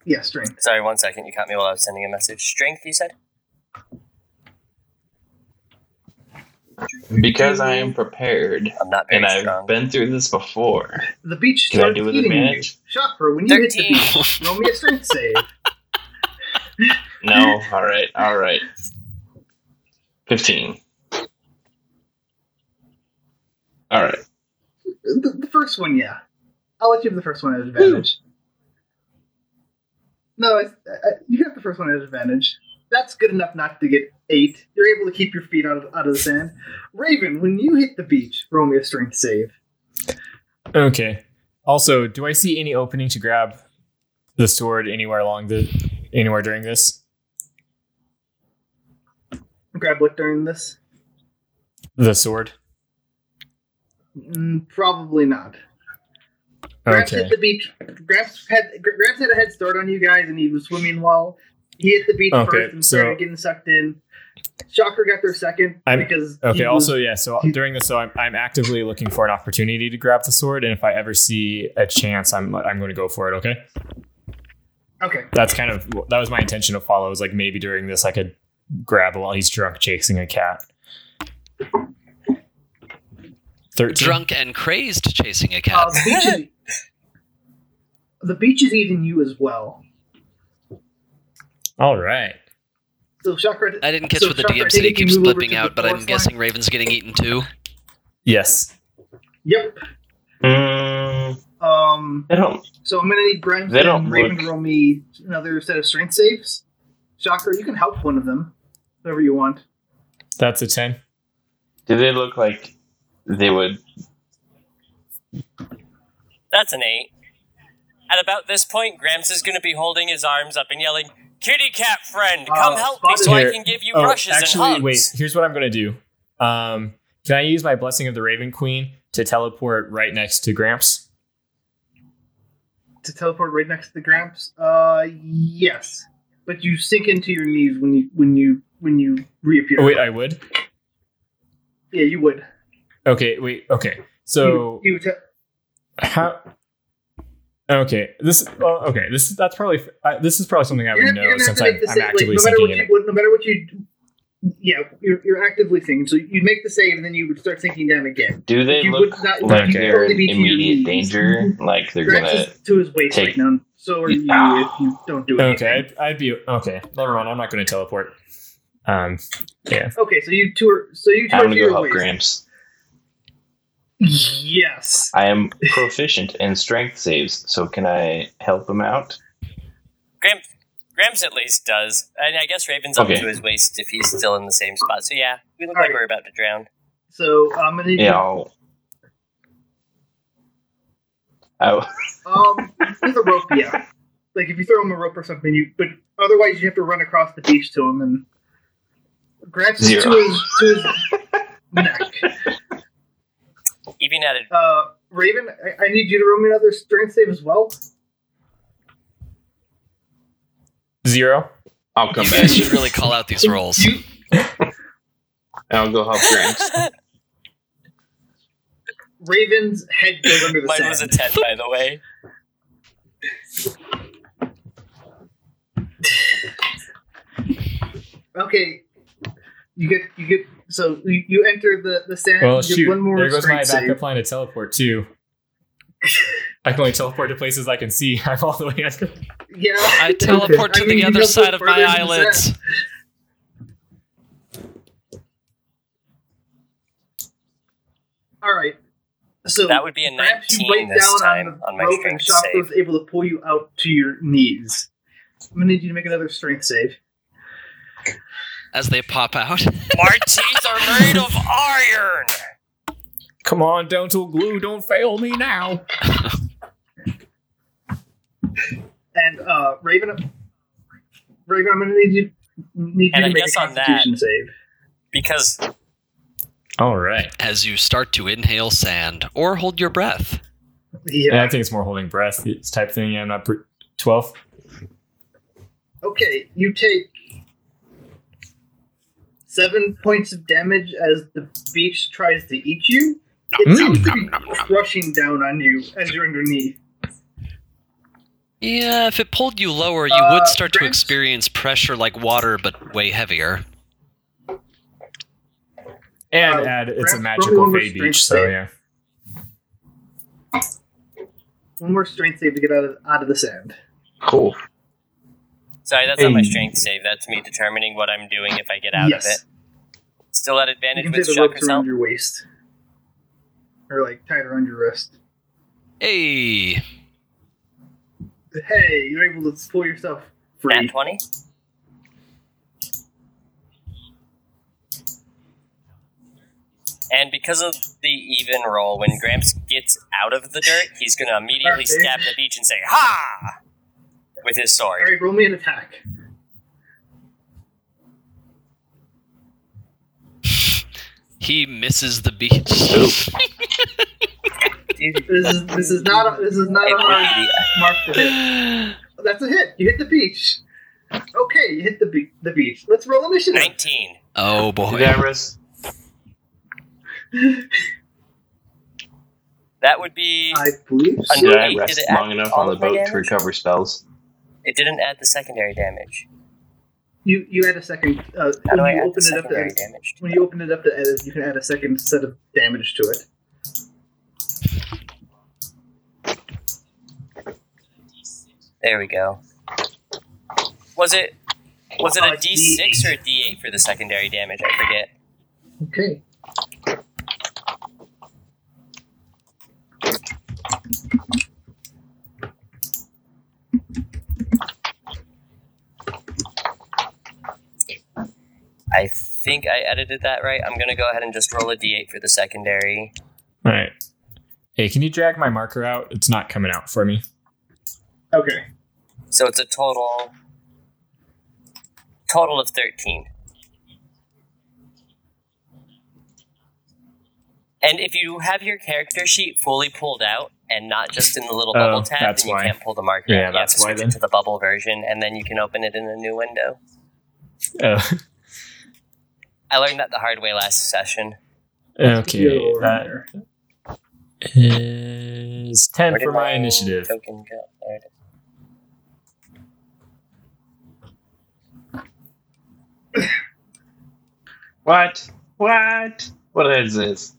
Yeah, strength.
Sorry, one second. You caught me while I was sending a message. Strength, you said?
Because I am prepared
I'm not very
and
strong.
I've been through this before.
The beach
Can I
starts
do with
eating you.
advantage?
Chopper, when you hit the
13.
beach, roll me a strength save.
<laughs> No, all right, all right. 15. All right.
The, the first one, yeah. I'll let you have the first one at advantage. No, it's, uh, you have the first one at advantage. That's good enough not to get eight. You're able to keep your feet out of, out of the sand. Raven, when you hit the beach, roll me a strength save.
Okay. Also, do I see any opening to grab the sword anywhere along the anywhere during this?
Grab what during this?
The sword.
Mm, probably not. Gramps
Okay.
hit the beach. Gramps had Gr- Gramps had a head start on you guys, and he was swimming well. He hit the beach
Okay,
first and started
so-
getting sucked in. Shocker got there second
I'm-
because he
Okay.
was-
Also, yeah. So
he-
during this, so I'm, I'm actively looking for an opportunity to grab the sword, and if I ever see a chance, I'm I'm going to go for it. Okay.
okay.
That's kind of that was my intention to follow. Is like maybe during this I could grab while he's drunk chasing a cat. Thirteen.
Drunk and crazed chasing a
Uh,
<laughs> cat.
the, beach is, the beach is eating you as well.
All right.
So Chakra,
I didn't catch
So
what the
Shocker,
DM city
taking
keeps
you over
blipping
to the
out, but I'm
fourth line.
guessing Raven's getting eaten too.
Yes.
yep.
Mm,
Um,
I don't.
so I'm gonna need Grimes
They don't
and Raven
look-
to roll me another set of strength saves. Shocker, you can help one of them, whoever you want.
That's a ten.
Do they look like they would?
That's an eight. At about this point, Gramps is going to be holding his arms up and yelling, Kitty cat friend, come
Uh,
help me
spotted
so I
here.
can give you
Oh,
brushes
actually,
and hugs.
wait. Here's what I'm gonna do. Um, can I use my blessing of the Raven Queen to teleport right next to Gramps?
To teleport right next to the Gramps. Uh, yes, but you sink into your knees when you when you when you reappear.
Oh wait, I would.
yeah, you would.
Okay, wait. Okay, so
you, you would te-
how? Okay, this. Well, okay, this. That's probably. Uh, this is probably something I
you're, you're
would know
gonna have
since
to
I'm,
make the
I'm
save. Like,
actively
no matter
thinking
what
in
you,
it.
what, no matter what you, yeah, you're, you're actively thinking. So you'd make the save, and then you would start sinking down again.
Do they
You
look
would not-
like
you'd
they're
only
in
be to your
immediate
knees.
danger? Like they're
Grax
gonna?
is to his waist
take-
right now. So are you
Ah.
if you don't do it.
Okay, I'd, I'd be okay. Never mind. I'm not going to teleport. Um. Yeah.
Okay, so you two are so you two
I'm
are to
gonna go
your
help
waist.
Gramps.
Yes.
I am proficient in strength saves, so can I help him out?
Gramps, Gramps at least does. And I guess Raven's
Okay.
up to his waist if he's still in the same spot. So yeah, we look like
Alright.
we're about to drown.
So I'm gonna
Yeah. I'll, I,
um with a rope, yeah. Like if you throw him a rope or something, you but otherwise you have to run across the beach to him and Gramps is to
Zero.
his to his
<laughs>
neck.
Even at a,
Uh Raven, I, I need you to roll me another strength save as well.
Zero.
I'll come
You guys
back.
should really call out these rolls.
<laughs> You
I'll go help Gramps.
Raven's head
<laughs>
goes under the
mine
sand.
was a 10, by the way.
Okay, you get you get so you, you enter the the sand.
Well,
you get
shoot.
one more
there goes my
strength save.
backup line to teleport too. I can only teleport to places I can see. <laughs> I'm all the way under.
Yeah, <laughs>
I teleport to
I mean,
the
you
other
teleport
side of my
further than the
eyelids.
sand. All right, so
That would be a
perhaps you
19
bite
this
down
time
on, the
on my
rope and
strength
shock
save.
was able to pull you out to your knees. I'm gonna need you to make another strength save.
as they pop out. <laughs>
<laughs>
My teeth are made of iron!
Come on, dental glue, don't fail me now.
And uh, Raven, Raven, I'm gonna need you need
And
you
I
to make a
guess on that-
Constitution save.
Because
All right.
As you start to inhale sand or hold your breath.
Yeah.
And I think it's more holding breath it's type thing. Yeah, I'm not pre- twelve.
Okay, you take seven points of damage as the beach tries to eat you. It seems to be crushing down on you as you're underneath.
Yeah, if it pulled you lower, you
Uh,
would start to
Brent?
experience pressure like water, but way heavier.
And
Uh,
add it's a
Brent,
magical
roll with
Fey
strength
beach, so
save.
yeah.
One more strength save to get out of out of the sand.
Cool.
Sorry, that's not my
Hey.
strength save. That's me determining what I'm doing if I get out
yes,
of it. Still at
you
advantage
can
with
take the ropes
Chakra's
around
help.
your waist, or like tied around your wrist.
Hey,
Hey, you're able to pull yourself
Nat
free.
20. And because of the even roll, when Gramps gets out of the dirt, he's going to
Okay.
immediately stab the beach and say, Ha! With his
All
sword.
right, roll me an attack.
he misses the beach.
This is this is not a, this is not
It
a
would
hard
be-
mark to hit. <gasps> That's a hit. You hit the beach. Okay, you hit the be- the beach. Let's roll initiative.
19.
oh boy.
Did I risk?
That would be.
I believe. so.
Did I
Did
rest
it add
long enough
all
on the
of my
boat
damage?
to recover spells?
It didn't add the secondary damage.
You you add a second. Uh,
How do I
when you open it
add the
up to
secondary
edit,
damage?
when you open it up to edit, you can add a second set of damage to it.
There we go. Was it was it
Uh,
a D6 or a D8 for the secondary damage? I forget.
Okay.
I think I edited that right. I'm gonna go ahead and just roll a D8 for the secondary.
All right. Hey, can you drag my marker out? It's not coming out for me.
Okay.
So it's a total total of 13. And if you have your character sheet fully pulled out and not just in the little
Oh,
bubble tab,
that's
then you
why.
can't pull the marker.
Yeah,
out. You have
that's
to
why
switch
then.
it to the bubble version, and then you can open it in a new window.
Oh, <laughs>
I learned that the hard way last session.
okay.
You're
That
there.
is ten
Where did
for my initiative.
Token go? There it is.
What? What? What is this?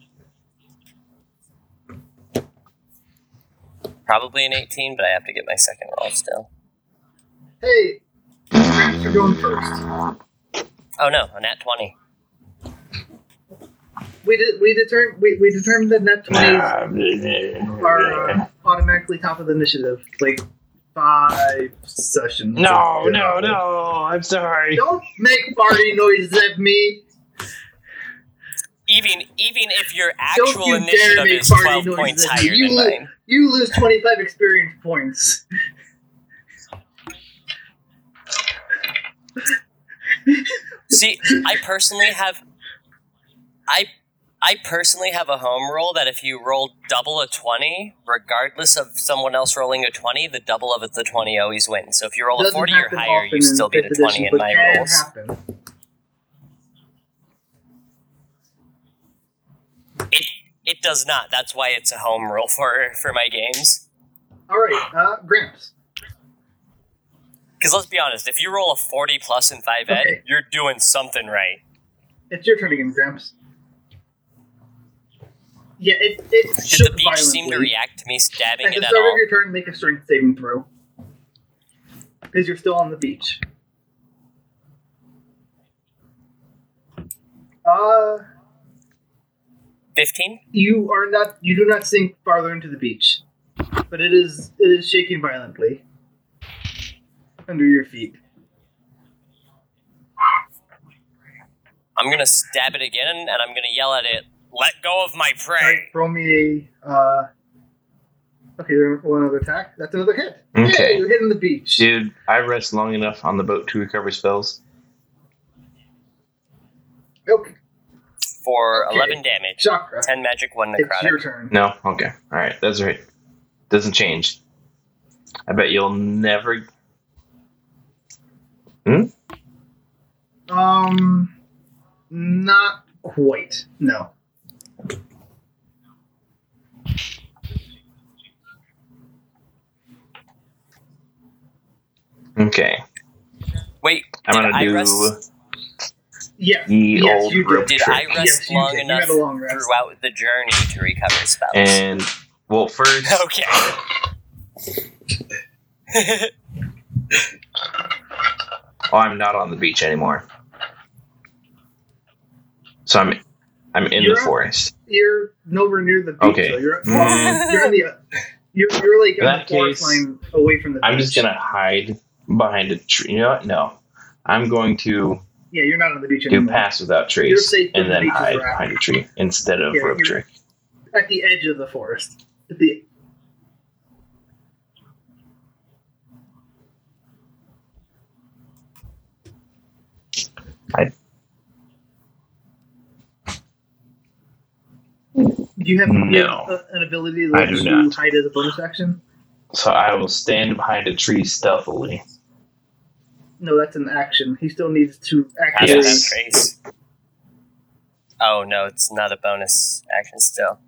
Probably an 18, but I have to get my second roll still.
Hey, Gramps, you're going first.
Oh no, a nat 20.
We did we determined we, we determined that net twenties
Ah,
are uh,
No,
automatically top of the initiative. Like five sessions. ago.
no, no. I'm sorry.
Don't make farty noises at me.
Even even if your
Don't
actual
you dare
initiative
make
is
farty
12
noises
points
at me.
higher
You,
than
lo-
mine.
you lose twenty five experience points.
See, I personally have I I personally have a home rule that if you roll double a 20, regardless of someone else rolling a 20, the double of the 20 always wins. So if you roll a
Doesn't
40 or
happen
higher,
often
you still
in
beat a
fifth edition,
20 in my
but can
rules.
happen.
It it does not. That's why it's a home rule for for my games.
All right, uh, Gramps.
Because let's be honest, if you roll a 40 plus in 5 ed,
Okay.
you're doing something right.
It's your turn again, Gramps. Yeah, it, it
Did the
shook
beach seem to
violently.
react to me
<laughs>
stabbing
At the
it at
start of
all?
your turn, make a strength saving throw. Because you're still on the beach. Uh,
15?
you are not. You do not sink farther into the beach, but it is it is shaking violently under your feet.
I'm going to stab it again and I'm going to yell at it, let go of my
All right,
prey.
roll me a. Uh, okay, one other attack. That's another hit.
Okay.
Yay, you're hitting the beach.
Dude, I rest long enough on the boat to recover spells.
Okay,
For
Okay.
11 damage,
chakra.
10 magic, 1
It's your
necrotic.
turn.
No? Okay. All right. That's right. Doesn't change. I bet you'll never.
Um, not quite. No.
Okay.
Wait,
I'm
did
gonna
I
do
rest
Yeah.
the
Yes,
old
you did.
rope
Did
trick.
I rest
Yes, you
long
did. You
enough
had a long rest.
throughout the journey to recover spells?
And well, <laughs> first
<laughs> okay.
Oh, I'm not on the beach anymore. So I'm I'm in
You're
the
up.
forest.
You're nowhere near the beach.
Okay.
though. You're,
Mm.
you're in the. You're, you're like
In
on the
that
forest
case,
line away from the.
I'm
beach.
just gonna hide behind a tree. You know what? No. I'm going to
Yeah, you're not on the beach
do
anymore.
pass without
You're
trees
safe from
and
the
then
beaches
hide
we're at.
behind a tree instead of
Yeah,
rope
you're-
trick.
At the edge of the forest. At the.
I-
Do you have
No.
a- an ability to
I
like,
do
you
not.
hide as a bonus action?
So I will stand behind a tree stealthily.
No, that's an action. He still needs to actually.
Hasn't
Yes.
had trace. Oh no, it's not a bonus action still.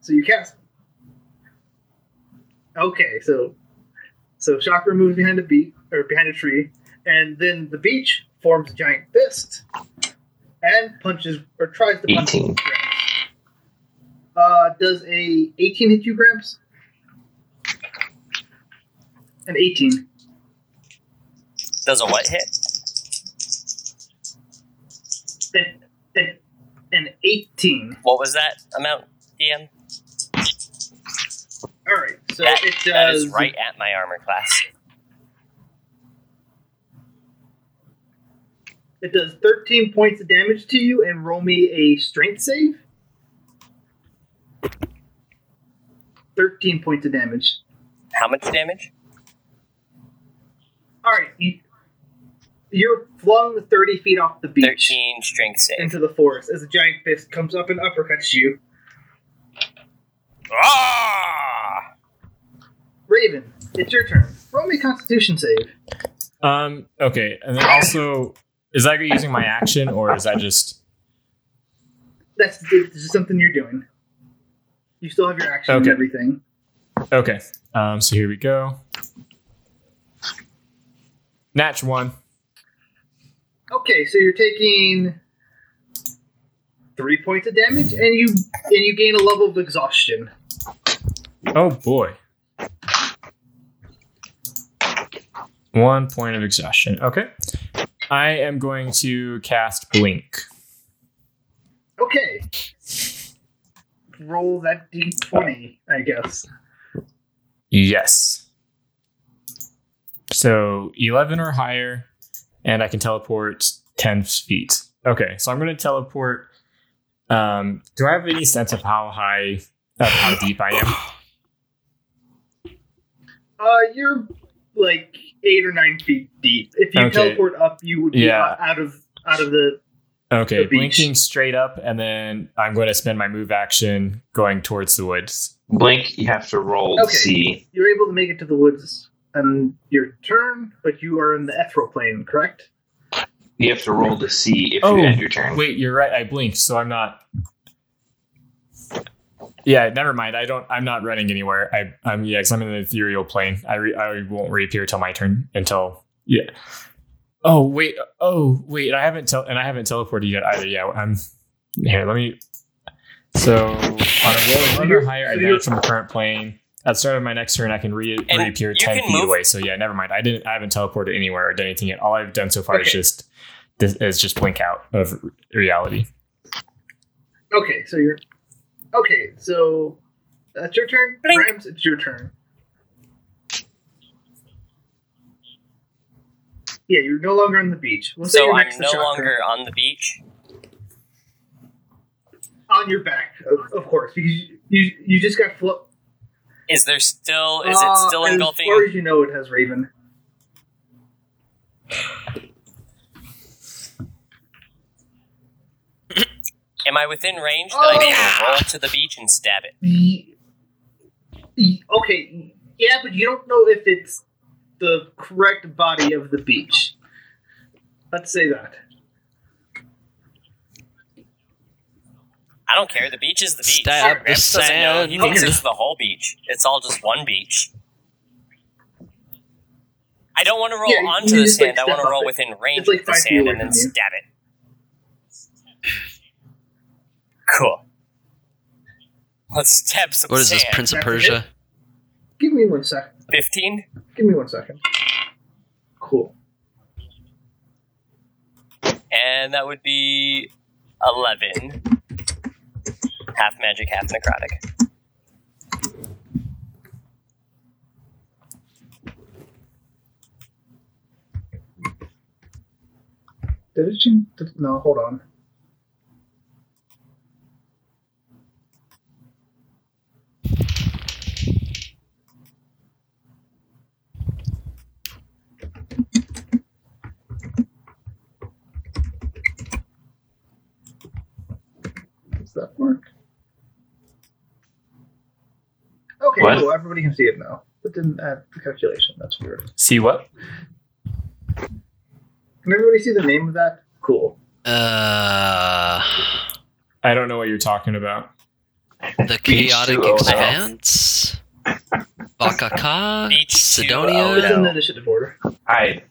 So you cast. Okay, so so Chakra moves behind a beat or behind a tree, and then the beach forms a giant fist and punches or tries to punch.
18.
Gramps. Uh, does a 18 hit you, Gramps? An 18.
Does a what hit?
An, an, an 18.
What was that amount, DM?
All right, so
That-
it does.
That is right at my armor class.
It does 13 points of damage to you and roll me a strength save. 13 points of damage.
How much damage?
All right. You, you're flung 30 feet off the beach
13 strength save.
into the forest as a giant fist comes up and uppercuts you.
Ah!
Raven, it's your turn. Roll me a constitution save.
Um. Okay, and then also, is that using my action or is that just
That's this is something you're doing. You still have your action and
Okay.
everything.
okay? Um. So here we go. Natch one.
Okay, so you're taking three points of damage, and you and you gain a level of exhaustion.
Oh boy. One point of exhaustion. Okay. I am going to cast Blink.
Okay. Roll that d20, I guess.
Yes. So 11 or higher, and I can teleport 10 feet. Okay, so I'm going to teleport. Um, do I have any sense of how high, of how deep I am?
Uh, you're like eight or nine feet deep. If you
Okay.
teleport up, you would be
Yeah.
out of out of the.
Okay,
The beach.
blinking straight up, and then I'm going to spend my move action going towards the woods.
Blink, you have to roll
Okay.
to see.
You're able to make it to the woods on your turn, but you are in the ethereal plane, correct?
You have to roll to see if
Oh,
you end your turn.
Wait, you're right. I blinked, so I'm not. Yeah, never mind. I don't. I'm not running anywhere. I, I'm yeah, because I'm in the ethereal plane. I re, I won't reappear till my turn. Until yeah. Oh wait. Oh wait. I haven't tel- and I haven't teleported yet either. Yeah. I'm here. Let me. So on a
<laughs>
roll of one or higher, I vanish from the current plane. At the start of my next turn, I can re-
And
reappear
you
ten
can
feet
move-
away. So yeah, never mind. I didn't. I haven't teleported anywhere or done anything yet. All I've done so far is
Okay.
just this is just blink out of reality.
Okay, so you're. Okay, so that's your turn.
Blink.
Rams, it's your turn. Yeah, you're no longer on the beach. We'll say
So
you're
I'm
next to
no
Chakra.
longer on the beach.
on your back, of, of course, because you you, you just got flo-
Is there still? Is
Uh,
it still
As far
engulfing?
as you know, it has Raven.
Am I within range that I
Oh.
can roll to the beach and stab it?
Y- y- Okay, Yeah, but you don't know if it's the correct body of the beach. Let's say that.
I don't care. The beach is the beach.
Stab the
Gramps doesn't know. He thinks
sand.
it's the whole beach. It's all just one beach. I don't want to roll
Yeah, you
onto the
just, like,
sand. I
step
want to
up
roll
it.
within range
It's like
of the
five feet
sand
away
and then
from you.
stab it. Cool. Let's stab some
What is
sand.
this, Prince of
That's
Persia?
Give me one sec.
Fifteen.
Give me one second. Cool.
and that would be 11. Half magic, half necrotic.
Did it change? Did, no, hold on. Does that work? Okay,
What?
cool. Everybody can see it now. It didn't add the calculation. That's weird.
See what?
Can everybody see the name of that? Cool.
Uh,
I don't know what you're talking about.
the Chaotic
H2O.
Expanse? Bakaka?
Oh,
H2O.
It's
Sidonia?
in
No.
the initiative order.
Hide.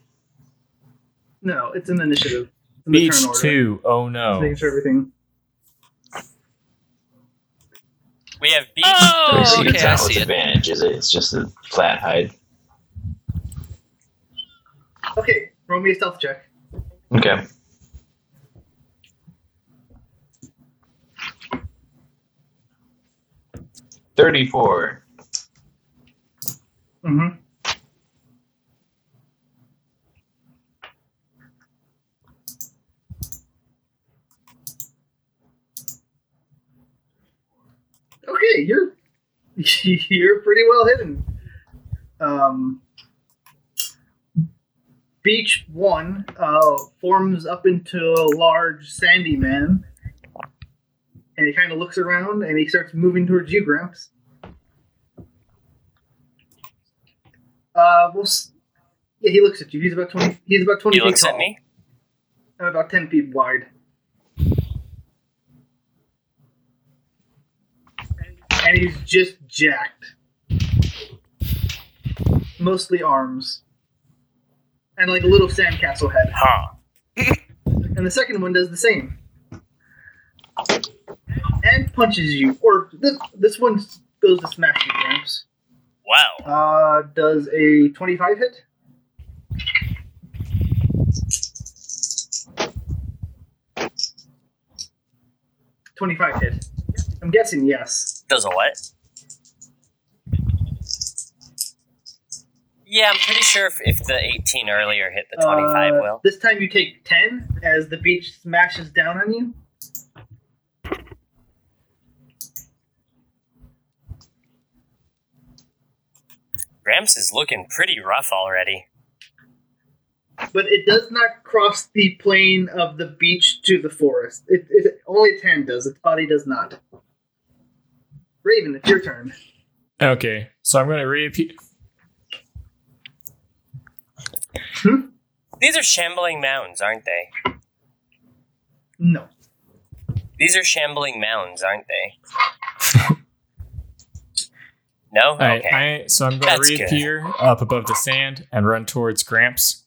No, it's in the initiative. It's in the
Beach
turn order.
two. Oh
Just
no.
Making sure everything.
We have beach.
Oh,
it's
okay,
not
I
with
see it.
advantage, is it? It's just a flat hide.
Okay, roll me a stealth check.
Okay. Thirty-four.
Mm-hmm. Okay, you're <laughs> you're pretty well hidden. Um, beach one uh, forms up into a large sandy man, and he kind of looks around and he starts moving towards you, Gramps. Uh, we'll. S- yeah, he looks at you. He's about twenty. He's about twenty.
He
feet
looks
tall
at me.
And about ten feet wide. And he's just jacked. Mostly arms. And like a little sandcastle head.
Huh.
And the second one does the same. And punches you. Or this this one s- goes to smash you, Gramps.
Wow.
Uh, does a 25 hit? Twenty-five hit. I'm guessing yes.
Does a what? Yeah, I'm pretty sure if, if the 18 earlier hit the 25
Uh,
will.
This time you take ten as the beach smashes down on you.
Gramps is looking pretty rough already.
but it does not cross the plane of the beach to the forest. It, it only its hand does. Its body does not. Raven, it's your turn.
Okay, so I'm gonna repeat.
These are shambling mounds, aren't they?
No,
These are shambling mounds, aren't they? no?
All right,
okay.
I, so I'm gonna
That's good.
reappear up above the sand and run towards Gramps.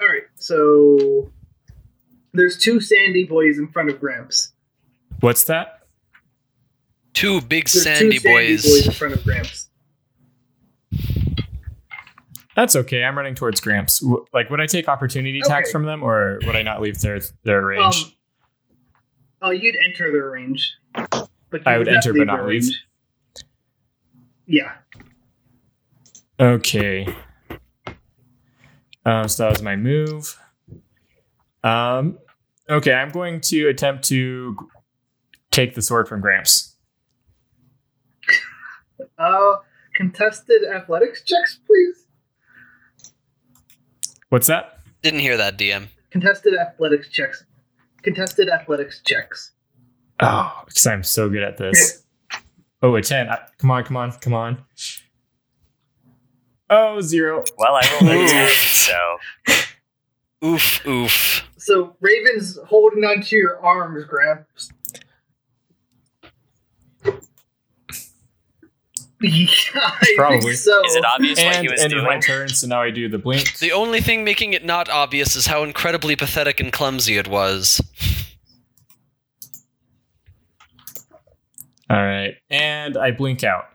All right, so there's two sandy boys in front of Gramps.
What's that?
Two big
There's
sandy
two sandy boys
boys.
in front of Gramps.
That's okay. I'm running towards Gramps. W- Like, would I take opportunity attacks
Okay.
from them, or would I not leave their their
Um,
range?
oh, you'd enter their range, but you
I would enter, but
leave
not
their
leave.
range. Yeah,
okay. Um, so that was my move. Um, okay, I'm going to attempt to g- take the sword from Gramps.
uh, contested athletics checks, please.
What's that?
Didn't hear that, DM.
Contested athletics checks. Contested athletics checks.
Oh, because I'm so good at this. Oh, a 10. I, come on, come on, come on. Oh, zero.
Well, I rolled a 10, so.
Oof, oof.
So Raven's holding onto your arms,
<laughs>
Gramps. Yeah, I think <laughs>
Probably.
so.
Is it obvious what he
And
was
end of my
doing?
turn, so now I do the blink.
The only thing making it not obvious is how incredibly pathetic and clumsy it was.
All right. And I
<laughs>
blink out.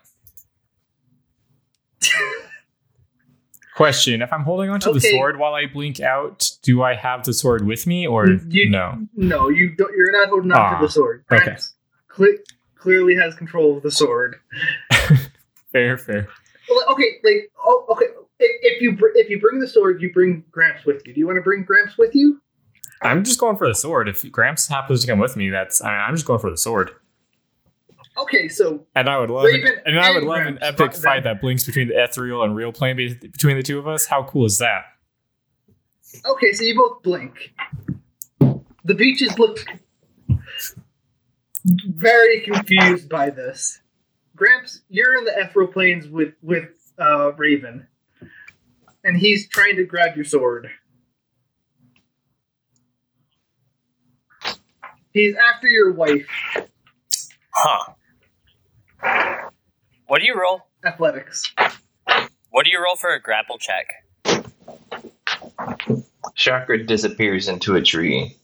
Question If I'm holding onto the
Okay.
sword while I blink out, do I have the sword with me or
You-
no?
No, you don't, you're not holding on
Ah,
to the sword.
okay.
Gramps cle- clearly has control of the sword.
Fair, fair.
Well, Okay, like oh, okay. If, if you br- if you bring the sword, you bring Gramps with you. Do you want to bring Gramps with you?
I'm just going for the sword. If Gramps happens to come with me, that's I mean, I'm just going for the sword.
Okay, so
And I would love,
Raven
an, and I would
and
love an
Gramps.
epic
Fuck
fight
them.
that blinks between the ethereal and real plane be- between the two of us. How cool is that?
okay, so you both blink. The beaches look very confused by this. Gramps, you're in the ethereal planes with with uh, Raven, and he's trying to grab your sword. He's after your wife.
Huh. What do you roll?
Athletics.
What do you roll for a grapple check?
Chakra disappears into a tree.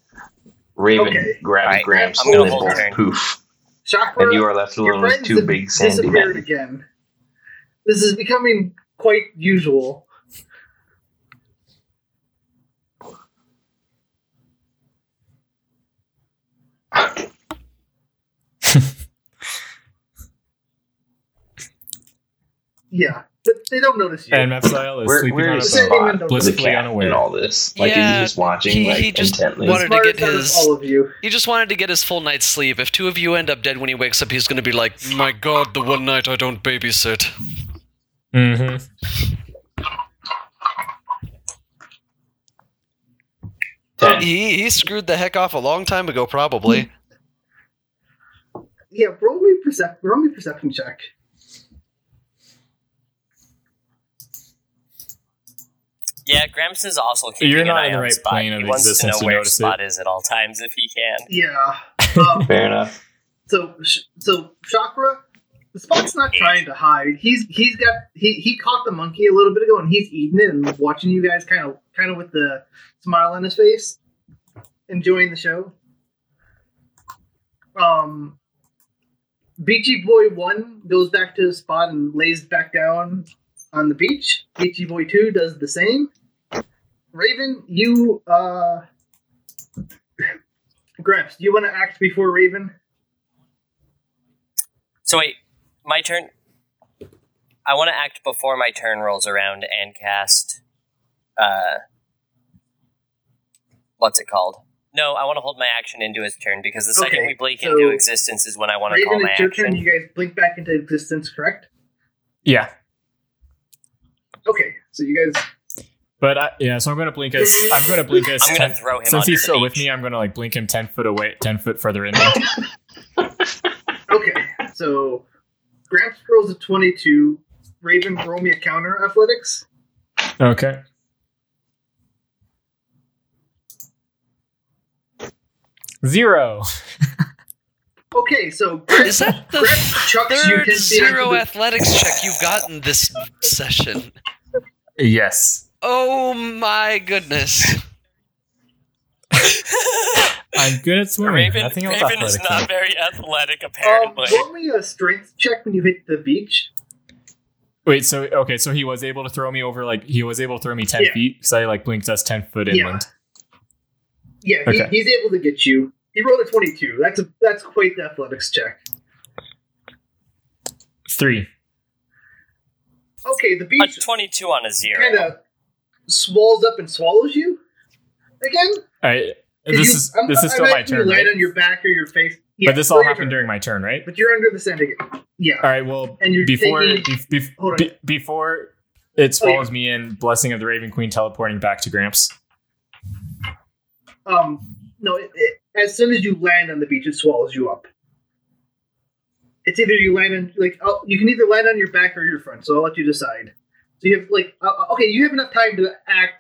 Raven
Okay.
grabs
Alright,
Gramps
I'm
and
gonna
then
hold
both
turn.
poof.
Chakra.
And you are left
Your
alone with
friends
two
have
big sandy
disappeared
men.
again. This is becoming quite usual. <laughs> yeah, but they don't notice you.
And Mepsiel is
Where-
sleeping
where
on a
is
Same
boat,
Spot. window.
The
blissfully
cat
unaware.
and all this. Like,
Yeah,
is he just watching
he-
like
he just
intently?
wanted- to
Smartest
get
out of
his-
all of you.
He just wanted to get his full night's sleep. If two of you end up dead when he wakes up, he's going to be like,
My god, the one night I don't babysit.
hmm
Ten.
he, he screwed the heck off a long time ago, probably.
Yeah, roll me percep- roll me perception check.
Yeah, Gramps is also keeping
You're
an
not
eye
in the
on
right
spot.
plane of
he wants to
existence
know
to
where
notice
spot is at all times if he can.
Yeah. Um,
Fair enough.
so sh- so chakra the spot's not trying to hide he's he's got he he caught the monkey a little bit ago and he's eating it and watching you guys kind of kind of with the smile on his face enjoying the show um beachy boy one goes back to his spot and lays back down on the beach beachy boy two does the same raven you uh Gramps, do you want to act before Raven?
So wait, my turn. I want to act before my turn rolls around and cast. Uh, what's it called? No, I want to hold my action into his turn because the second
Okay,
we blink
so-
into existence is when I want to call
Raven,
my
it's your turn.
action.
You guys blink back into existence, correct?
Yeah,
Okay, so you guys.
but I, yeah, so I'm gonna blink us. I'm gonna blink us.
I'm gonna
10
throw him
since
onto
he's
the
still with
beach.
me. I'm gonna like blink him ten foot away, ten foot further in.
<laughs>
There.
Okay, so Gramps rolls a twenty-two. Raven, roll me a counter athletics.
okay. Zero.
Okay, so
Is that the
Gramps chucks you
third
ten feet onto
zero
the-
athletics check you've gotten this session?
Yes.
Oh my goodness.
I'm good at swimming.
Raven,
Nothing else
Raven is
athletic,
not
though.
very athletic,
Um,
apparently.
roll me a strength check when you hit the beach.
Wait, so okay, so he was able to throw me over like he was able to throw me ten
Yeah.
feet because I like blinked us ten foot
Yeah.
inland.
Yeah,
Okay.
he, he's able to get you. He rolled a twenty-two. That's a that's quite the athletics check.
Three.
Okay, the
a
beach
twenty-two on a zero.
kind of swells up and swallows you again.
I
Did
this
you-
is
I'm-
this
I'm
is still
not
my
sure
turn,
You
right?
land on your back or your face. Yeah,
but this all
it's your
happened
turn.
during my turn, right?
But you're under the sand again. Yeah.
All right. Well,
And you're
before
taking-
bef- bef-
Hold on.
be- before it
Oh, yeah.
swallows me in, blessing of the Raven Queen teleporting back to Gramps.
Um. No. It, it, as soon as you land on the beach, it swallows you up. it's either you land on like i you can either land on your back or your front. So I'll let you decide. So you have like uh, okay, you have enough time to act.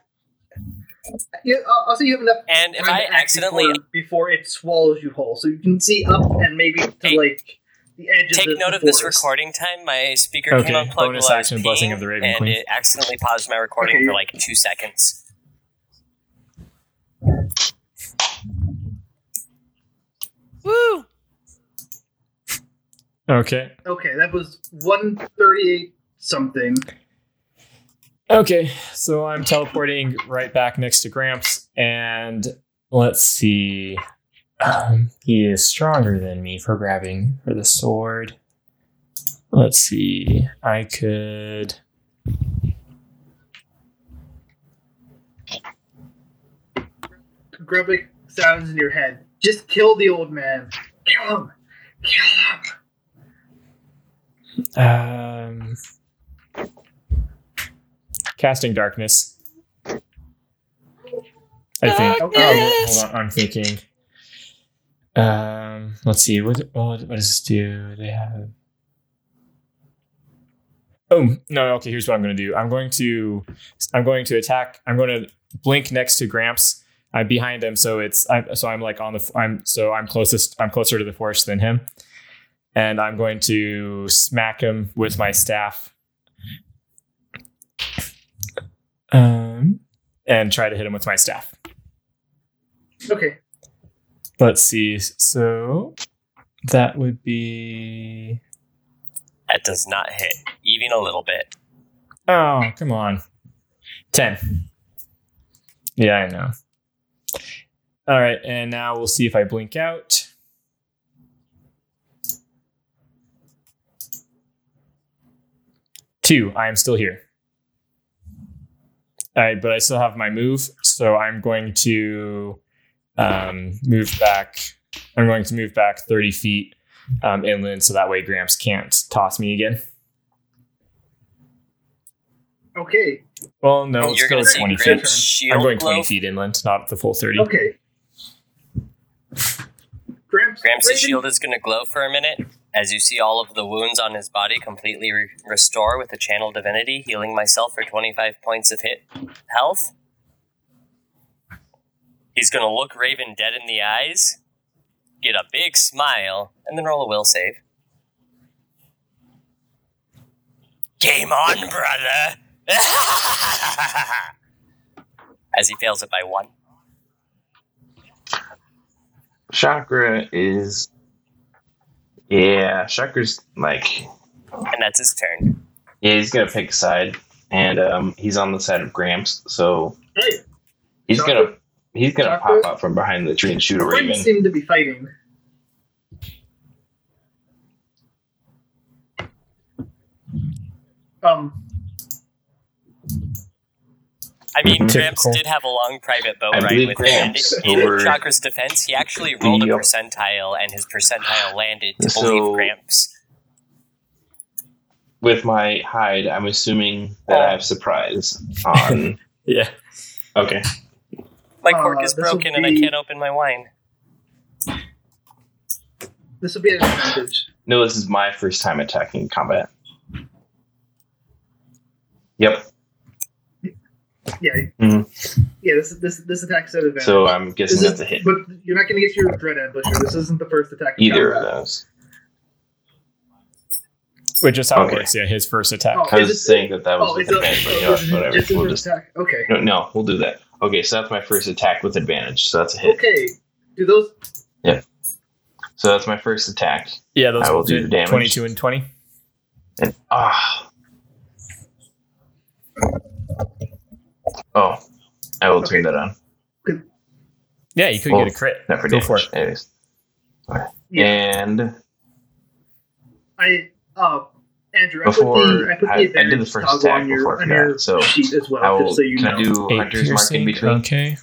Yeah, I'll- I'll say you have enough
And if
time
I
to act
accidentally
before, before it swallows you whole, so you can see up and maybe to
Hey,
like the edge.
take
of the,
note
the
of this
forest.
recording time, my speaker
Okay,
came unplugged
bonus
while I was
action,
peeing,
Blessing of the Raven
and
Queen.
it accidentally paused my recording
Okay.
for like two seconds.
Woo!
Okay.
Okay, that was one thirty-eight something.
Okay, so I'm teleporting right back next to Gramps, and let's see. Um, he is stronger than me for grabbing for the sword. Let's see. I could.
Grubbick sounds in your head. Just kill the old man. Kill him. Kill him.
Um, casting darkness. I think. Oh, wait, hold on, I'm thinking. Um, let's see. What, what what does this do? They have. Oh no! Okay, here's what I'm going to do. I'm going to, I'm going to attack. I'm going to blink next to Gramps. I'm behind him, so it's I'm so I'm like on the f- I'm so I'm closest. I'm closer to the forest than him and I'm going to smack him with my staff. Um, and try to hit him with my staff.
Okay.
Let's see. So that would be.
That does not hit, even a little bit.
Oh, come on. 10. Yeah, I know. All right, and now we'll see if I blink out. Two, I am still here. All right, but I still have my move, so I'm going to um, move back. I'm going to move back 30 feet um, inland so that way Gramps can't toss me again.
Okay.
Well, no, it's
You're
still
gonna see
20 feet.
Graham's shield
I'm going 20
glow.
feet inland, not the full 30.
Okay. Gramps,
Gramps'
Raven-
shield is going to glow for a minute as you see all of the wounds on his body completely re- restore with the channel divinity, healing myself for 25 points of hit health. He's going to look Raven dead in the eyes, get a big smile, and then roll a will save. Game on, brother! <laughs> as he fails it by one.
Chakra is. Yeah, Chakra's like.
And that's his turn.
Yeah, he's gonna pick a side, and um, he's on the side of Gramps, so
Hey,
he's
Chakra?
gonna he's gonna
Chakra?
pop out from behind the tree and shoot a
friends
raven.
seem to be fighting. Um,
I mean,
Typical.
Gramps did have a long private boat
I
ride
believe
with
Gramps
him. And in
over-
Chakra's defense, he actually rolled a
Yep.
percentile, and his percentile landed to
So-
believe Gramps.
With my hide, I'm assuming that I
Oh. <laughs>
have surprise on.
Yeah.
okay,
My
Uh,
cork is
this will
broken, and I
be-
can't open my wine.
this will be an advantage.
no, this is my first time attacking combat. Yep.
Yeah. Yeah. This this this attack's at advantage.
Mm-hmm. So I'm
this
guessing
is,
that's a hit.
but you're not going to get your dread ambusher. This isn't the first attack. in
Either of
combat.
those.
Which is how
Okay.
it works. Yeah, his first attack.
Oh,
I
is
was
it-
saying that that was
Oh,
with
it's a,
advantage, but you know
oh,
what,
is it
whatever.
just a
We'll
first
just
attack. Okay.
no, no, we'll do that. Okay, so that's my first attack with advantage. So that's a hit.
Okay. Do those
So that's my first attack.
Yeah, those
I will do the damage.
22 and 20.
And ah. Oh, I will turn that on.
Yeah, you could
Well,
get a crit.
Not for
Go
damage.
for it.
Anyways. Alright.
Yeah.
And
I uh Andrew,
Before-
I put the, I put the
I- I did the
advantage
first
toggle
attack
on your,
before I
on your
forgot, so
sheet as well,
I will
just so you
can
know.
I do
Eight
Hunter's Mark
piercing,
in between.
Okay.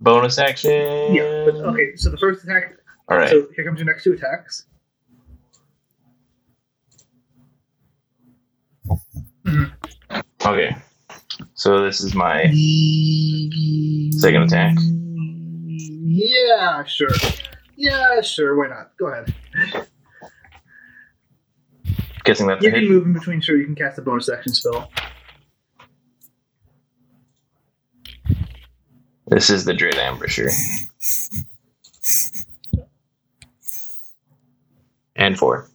Bonus action.
Yeah, but okay, so the first attack
Alright.
so here comes your next two attacks.
okay. So this is my second attack.
Yeah, sure. yeah, sure, why not? Go ahead.
Guessing that's
You
a
can
hit.
move in between, sure, you can cast a bonus action spell.
This is the Dread Ambusher. And four.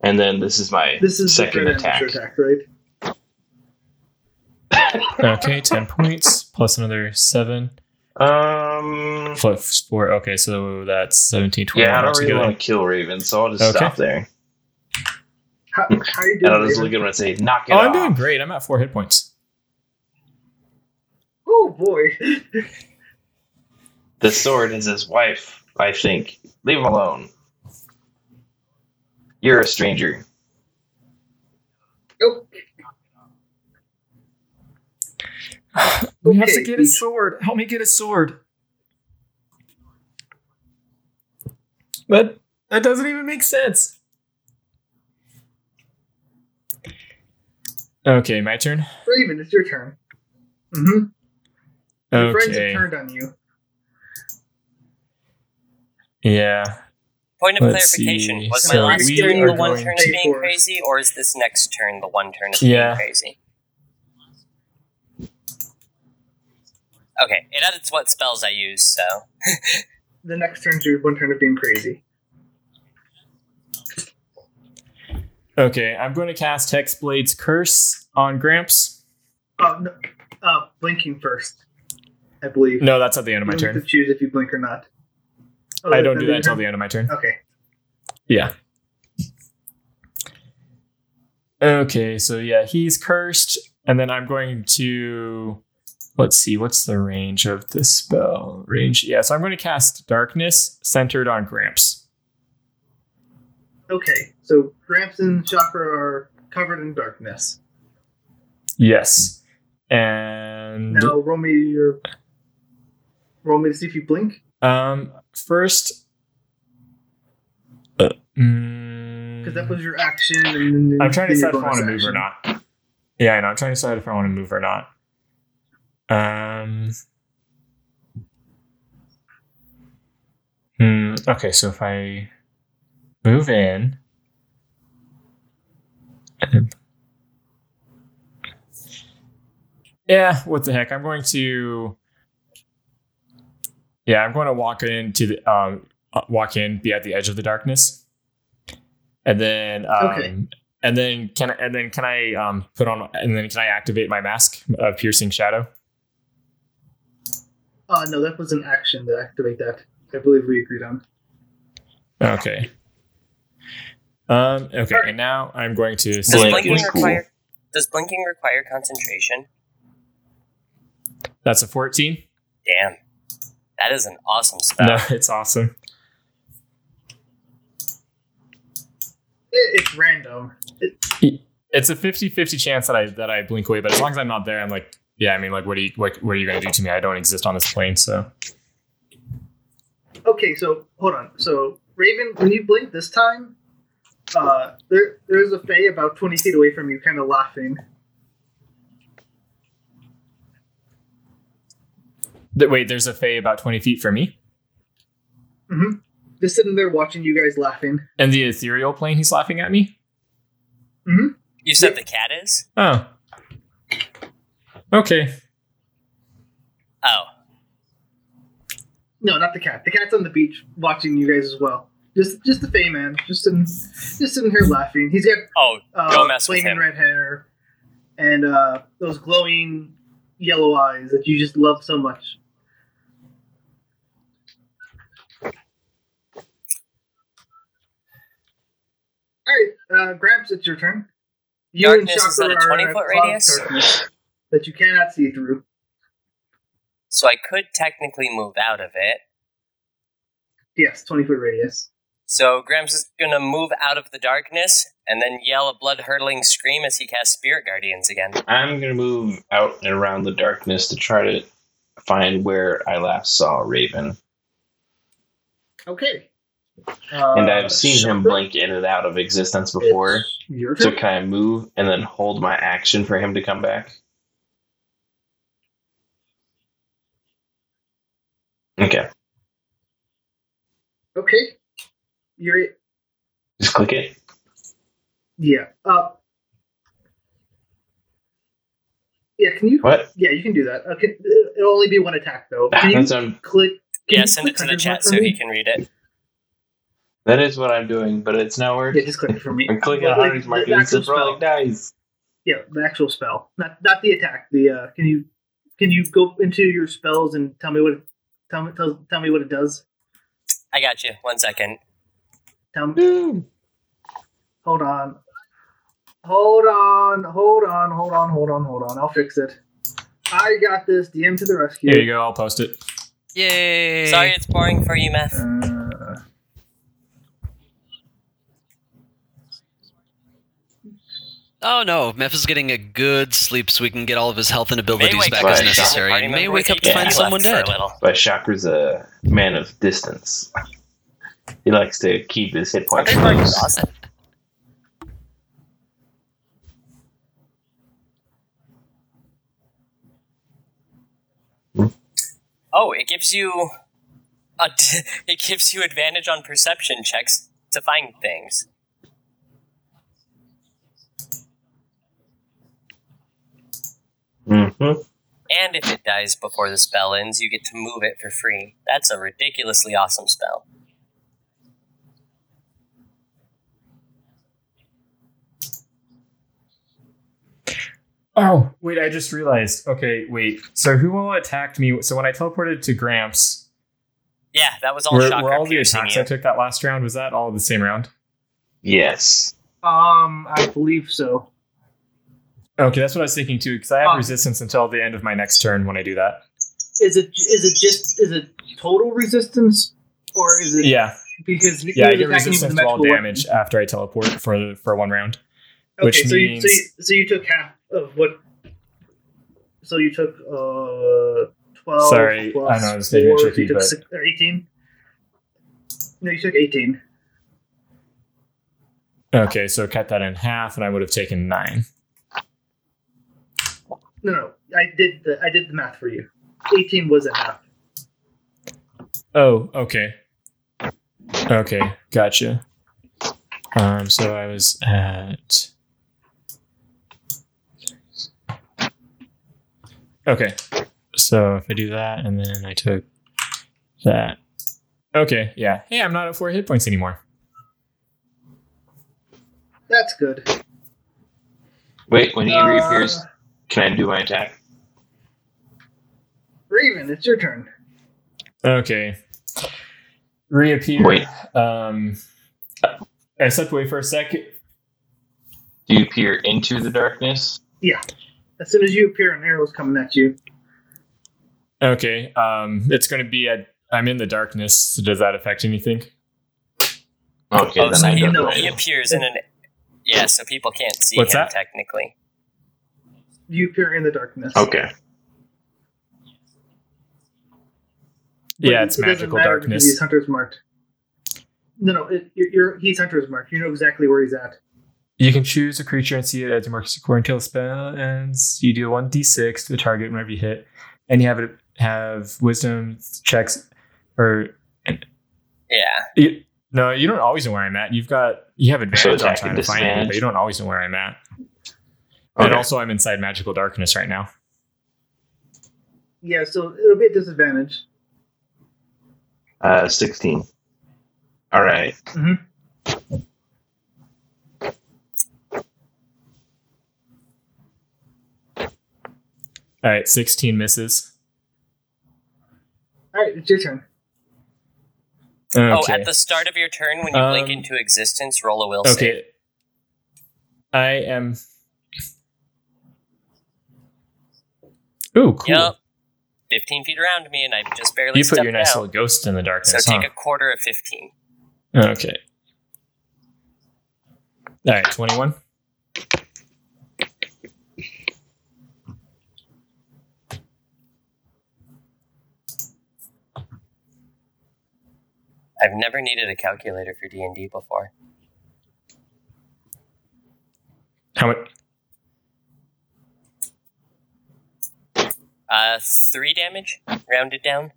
And then this is my
This is the
second
third
attack.
amateur attack, right?
Okay, 10 points plus another 7.
Um,
Plus 4. Okay, so that's 17, 20
yeah, I don't really
altogether.
want to kill Raven, so I'll just
Okay.
stop there.
How, how are you
And
doing?
I'll just
Raven?
look at him and say, knock it
Oh,
off.
I'm doing great. I'm at 4 hit points.
Oh boy. <laughs>
The sword is his wife, I think. Leave him alone. You're a stranger.
Oh,
We have to
Okay,
get his
each-
sword. Help me get his sword.
But
That doesn't even make sense.
okay, my turn.
Raven, it's your turn. Mm-hmm. Your friends have
Okay.
turned on you.
Yeah.
Point of
Let's
clarification:
see.
was
So
my last
we
turn
are
the one
going
turn of
to-
being crazy, or is this next turn the one turn of
Yeah.
being crazy? Okay, it edits what spells I use, so
The next turn's your one turn of being crazy.
Okay, I'm going to cast Hexblade's Curse on Gramps.
Oh, no, uh, blinking first, I believe.
No, that's at the end of my
You have
turn.
to choose if you blink or not. Oh,
I
that's
don't
not
do
your
that until
turn?
the end of my turn.
Okay.
Yeah. Okay, so yeah, he's cursed, and then I'm going to let's see, what's the range of this spell? Range, yeah. So I'm going to cast darkness centered on Gramps.
Okay. So Gramps and Chakra are covered in darkness.
Yes, and
Now roll me your roll me to see if you blink.
um, first, uh, mm,
Because that was your action and then
I'm trying to
your
decide if I
bonus
want to move or
action.
not. Yeah, I know. I'm trying to decide if I want to move or not. Um. Hmm. Okay, so if I move in. Yeah, what the heck? I'm going to. Yeah, I'm going to walk into the um, uh, walk in, be at the edge of the darkness, and then um,
Okay.
and then can I, and then can I um put on and then can I activate my mask of piercing shadow?
Uh, no, that was an action to activate that. I believe we agreed on.
Okay. Um. Okay. And now I'm going to
does
Blink
select.
blinking
is cool.
require does blinking require concentration?
That's a 14.
Damn, that is an awesome spell.
No, <laughs> it's awesome.
It, it's random.
It's a 50-50 chance that I that I blink away, but as long as I'm not there, I'm like, yeah. I mean, like, what are you what, what are you gonna do to me? I don't exist on this plane, so.
Okay, so hold on. So Raven, when you blink this time, uh, there there's a Fae about twenty feet away from you, kind of laughing.
Th- wait, there's a Fae about 20 feet from me,
hmm Just sitting there watching you guys laughing.
and the ethereal plane. He's laughing at me.
You said the cat is?
Oh. Okay.
Oh,
No, not the cat. The cat's on the beach watching you guys as well. Just just the Fae man, just sitting just sitting here laughing. He's got
oh,
uh,
Don't mess with
flaming
him.
red hair and uh, those glowing yellow eyes that you just love so much. All right, uh, Gramps, it's your turn. You and
Darkness, is
Chakra
that a
are
20
at
foot
cloud
radius?
darkness That you cannot see through.
so I could technically move out of it.
Yes, twenty foot radius.
So Gramps is gonna move out of the darkness and then yell a blood hurtling scream as he casts Spirit Guardians again.
I'm going to move out and around the darkness to try to find where I last saw Raven.
Okay.
And
Uh,
I've seen him
Chakra,
blink in and out of existence before.
it's Your
So
turn.
can I move and then hold my action for him to come back? Okay.
Okay. You're
Just click it.
yeah. Uh, yeah. Can you?
What?
Yeah, you can do that. Okay. it- It'll only be one attack
<laughs>
though.
Ah,
Can you
that's on,
click? Can
Yeah,
you
send it
click
to the
hundred
chat
mark for
so he
me?
can read it.
that is what I'm doing, but it's not
Yeah,
working.
just click it for me.
I'm clicking
Like,
on Hunter's
the
Mark and it's
actual
just rolling
spell.
dice.
Yeah, the actual spell, not not the attack. The uh, can you can you go into your spells and tell me what tell me tell, tell me what it does?
I got you. One second.
Tell me.
Hmm.
Hold on. Hold on, hold on, hold on, hold on, hold on. I'll fix it. I got this. DM to the rescue.
Here you go. I'll post it.
Yay!
Sorry, it's boring for you, Meth.
Uh,
Oh no, Meph is getting a good sleep so we can get all of his health and abilities
wake
back
up
as
to shuffle
necessary.
party
And may
member
wake up to
HP
find
left
someone
for a
dead.
little.
But Shakra's a man of distance. He likes to keep his hit points.
Hunter's Mark
low.
is awesome. Oh, it gives you a <laughs> d- it gives you advantage on perception checks to find things.
Mhm.
And if it dies before the spell ends, you get to move it for free. That's a ridiculously awesome spell.
Oh, wait, I just realized. Okay, wait. So who all attacked me? So when I teleported to Gramps,
Yeah, that was all
were,
shocker
were all the
piercing
attacks
you.
I took that last round, was that all the same round?
Yes.
um, I believe so.
Okay, that's what I was thinking too, because I have
Oh.
resistance until the end of my next turn when I do that.
Is it is it just is it total resistance or is it
Yeah,
because he,
yeah, I
he
get
was attacking you with
resistance
a
to all
magical weapon?
damage after I teleport for for one round.
Okay, so
which
you, so you
means-
so you took half of what? So you took uh twelve.
Sorry,
plus
I know this may be
four,
tricky,
you took
but-
six- or eighteen. No, you took eighteen.
Okay, so cut that in half, and I would have taken nine.
No, no, I did the I did the math for you. Eighteen was a half.
Oh, okay. Okay, gotcha. Um, so I was at. Okay, so if I do that, and then I took that. Okay, yeah. Hey, I'm not at four hit points anymore.
That's good.
Wait, when he
Uh,
reappears, can I do my attack?
Raven, it's your turn.
Okay. Reappear.
Wait.
Um, I stepped away for a second.
Do you peer into the darkness?
As soon as you appear, an arrow's coming at you.
Okay. Um, it's going to be at. I'm in the darkness. So does that affect anything?
Okay,
Oh,
then
so
I
he,
don't
know
know.
it.
he appears in an yeah, so people can't see
What's
him
that?
technically.
You appear in the darkness.
Okay.
But
yeah, it's
it doesn't
magical
matter because
darkness.
He's hunter's marked. No, no, it, you're, you're he's hunter's marked. You know exactly where he's at.
You can choose a creature and see it as your marked core until the spell ends. You deal one d6 to the target whenever you hit, and you have it have wisdom checks, or
Yeah.
you, no, you don't always know where I'm at. You've got you have advantage on
attack
trying
and
to find me,
disadvantage.
but you don't always know where I'm at. And
Okay.
also, I'm inside magical darkness right now.
Yeah, so it'll be a disadvantage.
Uh, 16. All right.
Mhm.
All right, 16 misses.
All right, it's your turn.
<laughs> Okay.
Oh, at the start of your turn, when you blink
Um,
into existence, roll a will save.
okay. I am. Ooh, cool.
Yep. 15 feet around me, and I just barely
You put
stepped
your nice
out.
little ghost in the
so
darkness. huh?
take a quarter of 15.
Okay. All right, 21.
I've never needed a calculator for D&D before.
How much?
Uh, 3 damage, rounded down.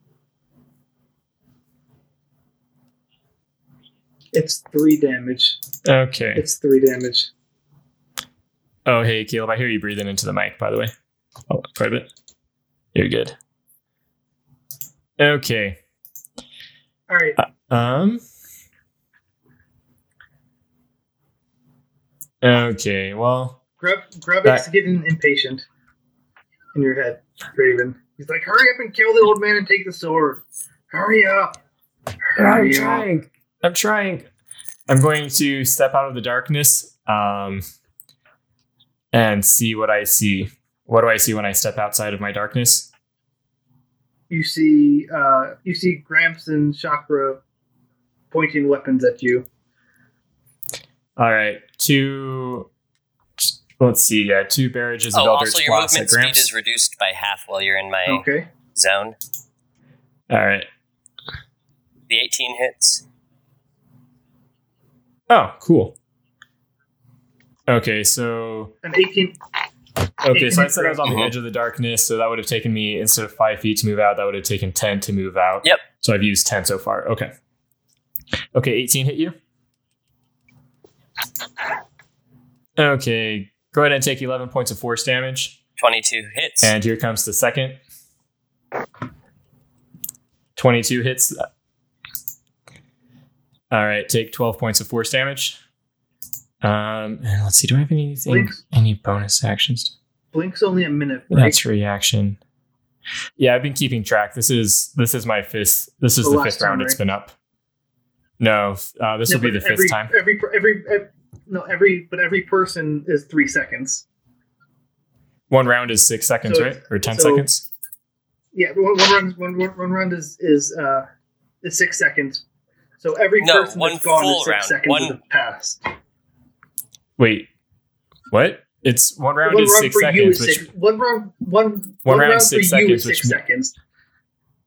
It's three damage.
Okay.
It's three damage.
Oh, hey, Caleb, I hear you breathing into the mic, by the way. Oh, quite a bit. You're good. Okay.
All right.
Um. Okay, well,
Grub Grubbeck's
Back.
getting impatient in your head, Raven. He's like, hurry up and kill the old man and take the sword. Hurry up. Hurry
I'm
up."
trying. I'm trying. I'm going to step out of the darkness um, and see what I see. What do I see when I step outside of my darkness?
You see uh you see Gramps and Chakra pointing weapons at you.
All right, two. Let's see. Yeah, two barrages of
Oh,
Eldritch
also your
Blasts
movement
at
speed
Gramps.
is reduced by half while you're in my
Okay.
zone.
All right.
The 18 hits.
Oh, cool. Okay, so
An eighteen
okay, so I said I was on the edge of the darkness, so that would have taken me instead of five feet to move out, that would have taken ten to move out.
Yep.
So I've used ten so far. Okay. Okay, eighteen hit you. Okay, go ahead and take eleven points of force damage,
22 hits.
and here comes the second. Twenty-two hits. All right, take twelve points of force damage. Um, and let's see, do I have anything,
Blinks.
any bonus actions?
blinks only a minute, right?
That's reaction. Yeah, I've been keeping track. This is this is my fifth. This is
The
the,
last
fifth round
time,
it's
right?
been up. No, uh, this
No,
will be
but
the fifth
every,
time.
Every every every no every but every person is three seconds.
One round is six seconds,
So
right,
it's-
or ten
so-
seconds?
Yeah, one, one round one, one, one round is is uh is six seconds. So every
No,
person
one
that's gone
full
is six
round.
seconds
One-
have passed.
Wait, what? It's one round
one
is
round
six
for you
seconds.
is
Which
six. One round, one, one
round
round,
is six
for you
seconds,
is six
which me-
seconds.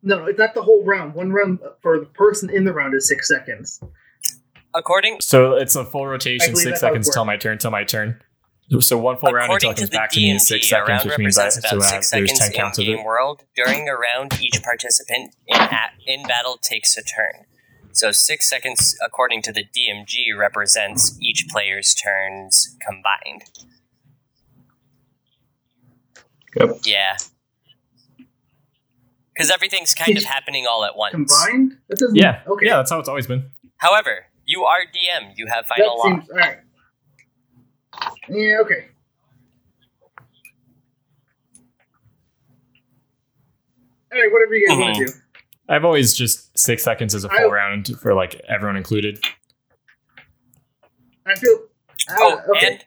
No, no, it's not the whole round. One round for the person in the round is six seconds.
According
so it's a full
I
rotation,
believe that's
six
how it
seconds till
works.
my turn, till my turn. So one full round until
According
it
to
comes
the
back to me
D&D,
in six
a
seconds,
round
which means I,
uh, represents
so
about
I have,
six
there's
seconds
ten
in
counts of it.
game world. During a round, each participant in, a- in battle takes a turn. So six seconds, according to the DMG, represents each player's turns combined.
Yep.
Yeah. Because everything's kind of happening all at once.
Combined? That doesn't.
Yeah,
Okay.
yeah, that's how it's always been.
However, you are DM. You have
that
final law.
seems all right. Yeah. Okay. All right. Whatever you guys want to
Mhm.
do.
I've always just six seconds as a
I-
full round for like everyone included.
I feel. Uh,
Oh,
okay.
and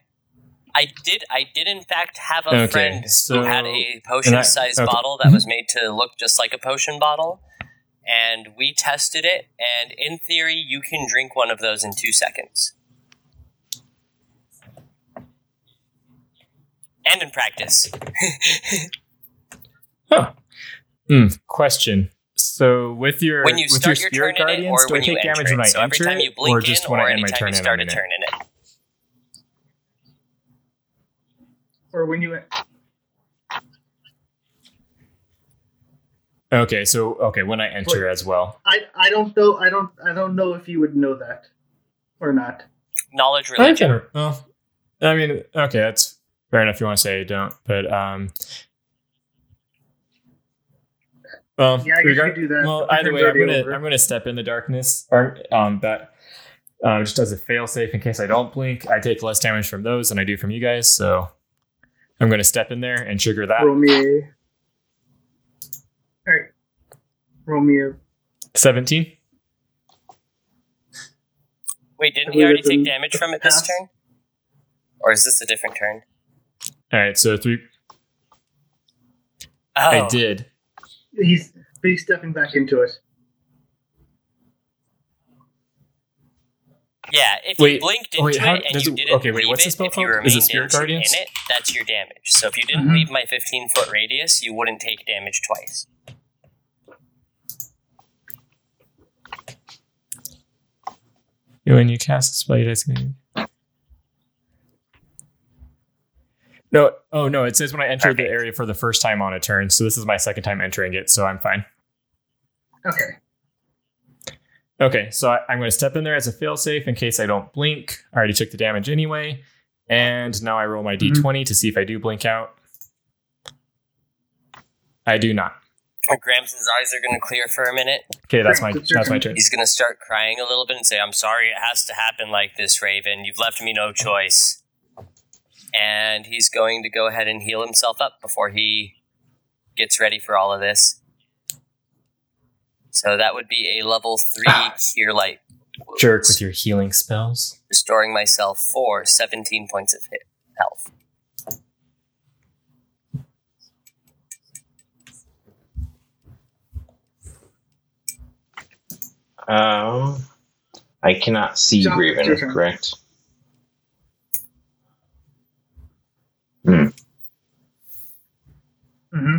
I did. I did in fact have a
Okay,
friend
so-
who had
and
a
I- Mhm.
potion-sized
okay.
bottle that was made to look just like a potion bottle, and we tested it. And in theory, you can drink one of those in two seconds. And in practice,
Hmm. Question. So with your
when you
with
start your,
your, spirit
turn in it,
guardians,
or
do I
when you
take
enter
damage
it.
when I
so every
enter
time
it,
you blink
or just
in,
when
or
I end my
anytime
turn
you
in,
start a
I'm in it?
turn in it.
Or when you
Okay, so okay, when I enter as well.
I I don't know I don't I don't know if you would know that or not.
Knowledge religion.
Oh.
Well, I mean, okay, that's fair enough. If you want to say don't, but um, well,
Yeah, I guess you
regard-
do that.
Well,
The
either
turn's
way, I'm
already
gonna
over.
I'm gonna step in the darkness, or um, that uh, just as a fail safe in case I don't blink. I take less damage from those than I do from you guys, so I'm gonna step in there and trigger that.
Roll me a. Alright. Roll me a.
Seventeen.
Wait, didn't
I
he
believe
already
it's in
take damage from it this
pass.
turn? Or is this a different turn?
All right, so three.
Oh,
I did.
He's but he's stepping back into it.
Yeah, if
Wait,
you blinked into
wait, how-
it and
does
you
it-
didn't
okay, wait,
leave
what's
it,
the spell
if you
called? Is it
remained
Spirit
in,
Guardians? Mm-hmm.
in it, that's your damage. So if you didn't
Mhm.
leave my 15 foot radius, you wouldn't take damage twice.
When you cast a spell, you designate. No, oh no, it says when I enter the
Perfect.
area for the first time on a turn. So this is my second time entering it, so I'm fine.
Okay.
Okay, so I, I'm going to step in there as a failsafe in case I don't blink. I already took the damage anyway, and now I roll my
Mhm.
d20 to see if I do blink out. I do not.
Gramson's eyes are going to clear for a minute.
Okay, that's my
Great, it's your
that's my
turn.
turn.
He's going to start crying a little bit and say, I'm sorry it has to happen like this, Raven. You've left me no choice. And he's going to go ahead and heal himself up before he gets ready for all of this. So that would be a level
<laughs>
three cure light. wounds,
Jerk with your healing spells.
Restoring myself for 17 points of hit health.
Um, I cannot see
John, it's
Raven,
your turn.
correct? Hmm.
hmm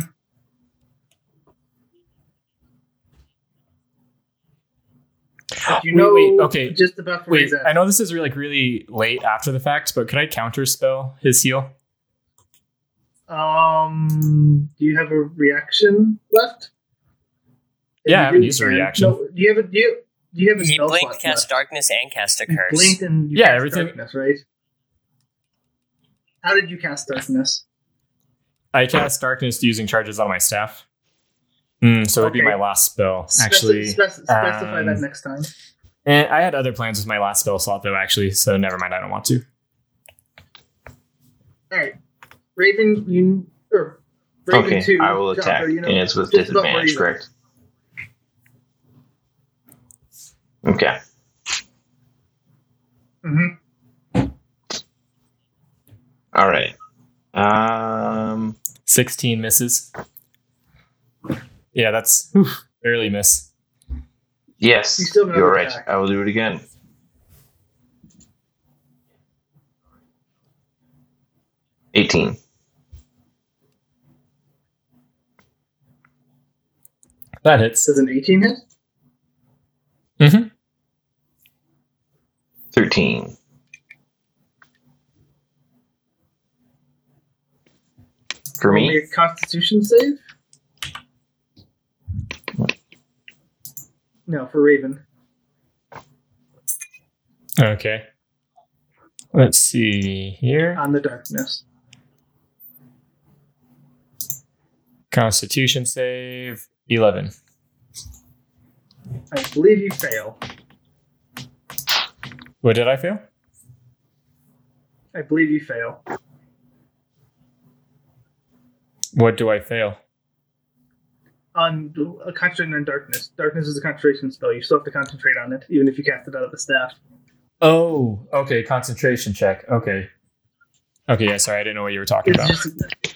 You
Wait,
know,
wait, okay.
just about where
Wait,
he's at.
I know this is really, like really late after the fact, but could I counterspell his heal?
Um, do you have a reaction left? If
Yeah,
you
I haven't
do,
used a
then-
reaction.
No, do you have a do you, do you have a
He
spell
blinked,
slot
cast
left?
darkness, and cast a
You
curse.
blinked and you
Yeah,
cast
everything-
Darkness, right? How did you cast darkness?
I cast darkness using charges on my staff. Hmm, so it'd be
Okay.
my last spell,
Speci-
actually.
spec- specify that
um,
next time.
And I had other plans with my last spell slot though, actually. So never mind. I don't want to.
All right, Raven, you or Raven
Okay,
two.
I will
Jock,
attack,
are you know-
and it's with
just about where
disadvantage,
you are.
correct? Okay.
Mhm.
All right. Um.
Sixteen misses. Yeah, that's whew, barely miss.
Yes,
You still have
you're
another
right.
attack.
I will do it again. Eighteen.
That hits.
Does an eighteen hit?
Mm-hmm.
13. For
Roll
me,
a Constitution save. No, for Raven.
Okay. Let's see here.
on the darkness.
Constitution save eleven.
I believe you fail.
What did I fail?
I believe you fail.
What do I fail?
On a concentration on darkness. Darkness is a concentration spell. You still have to concentrate on it, even if you cast it out of the staff.
Oh, okay. Concentration check. Okay. Okay. Yeah. Sorry, I didn't know what you were talking
It's
about.
<laughs> just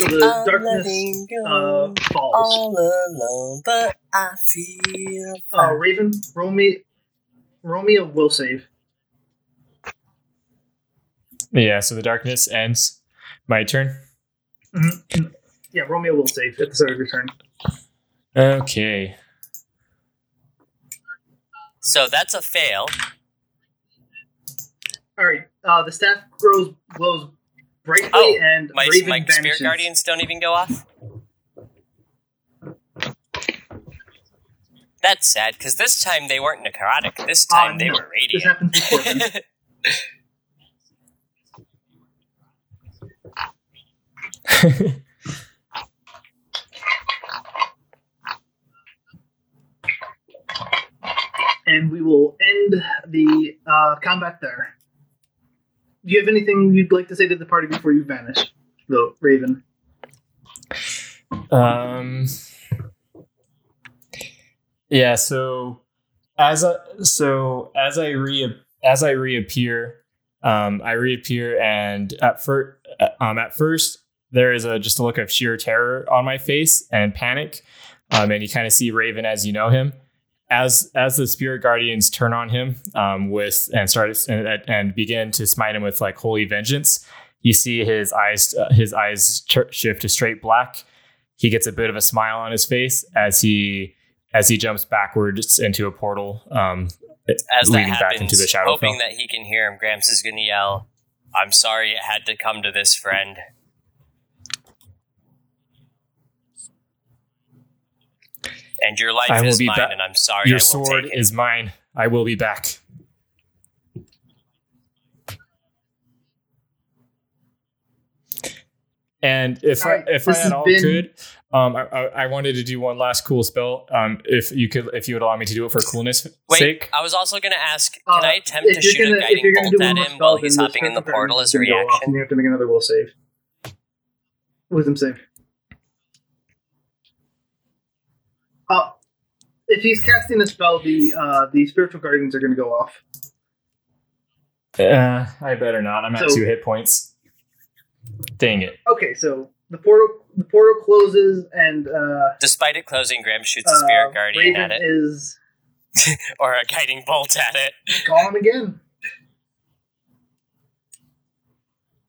so the
I'm
darkness
letting go
uh, falls.
all alone, but I feel
Uh, Raven, roll me, roll me a will save.
Yeah. So the darkness ends. My turn.
Mhm. Yeah, roll me a will save at the start of your turn.
Okay.
So that's a fail.
All right. Uh, the staff grows glows brightly,
Oh,
and
My,
Raven
my
vanishes.
spirit guardians don't even go off. That's sad because this time they weren't necrotic. This
Ah,
time they
no.
were
This
radiant.
happens
<laughs>
before. then. and we will end the uh, combat there. Do you have anything you'd like to say to the party before you vanish, though, Raven?
Um. Yeah. So as I so as I re as I reappear, um, I reappear, and at first, um, at first there is a just a look of sheer terror on my face and panic, um, and you kind of see Raven as you know him. As as the spirit guardians turn on him um, with and start and, and begin to smite him with like holy vengeance, you see his eyes uh, his eyes tur- shift to straight black, he gets a bit of a smile on his face as he as he jumps backwards into a portal um
As that
leading
happens,
back into the shadow
hoping
fell.
that he can hear him, Gramps is going to yell, "I'm sorry it had to come to this, friend." And and your life
I will
is
be
mine,
ba-
and I'm sorry. I
Your
will
sword
take it.
is mine. I will be back. And if
All right,
I, if I
this
at
has
all
been-
could, um, I, I I wanted to do one last cool spell. Um, if you could, if you would allow me to do it for coolness
Wait,
sake.
I was also going to ask: Can
Uh,
I attempt
if
to
you're
shoot a
gonna- if
guiding
you're gonna
bolt
do
at
one more
him
spell,
while he's
then
hopping in the
spell
portal as a
gonna go off,
reaction?
And you have to make another will save. Wisdom save. Uh, if he's casting a spell, the uh, the spiritual guardians are going to go off.
Uh, I better not. I'm at
So-
two hit points. Dang it!
Okay, so the portal the portal closes and uh,
Despite it closing, Grim shoots a
uh,
spirit guardian
Raven
at it,
is
or a guiding bolt at it.
gone again.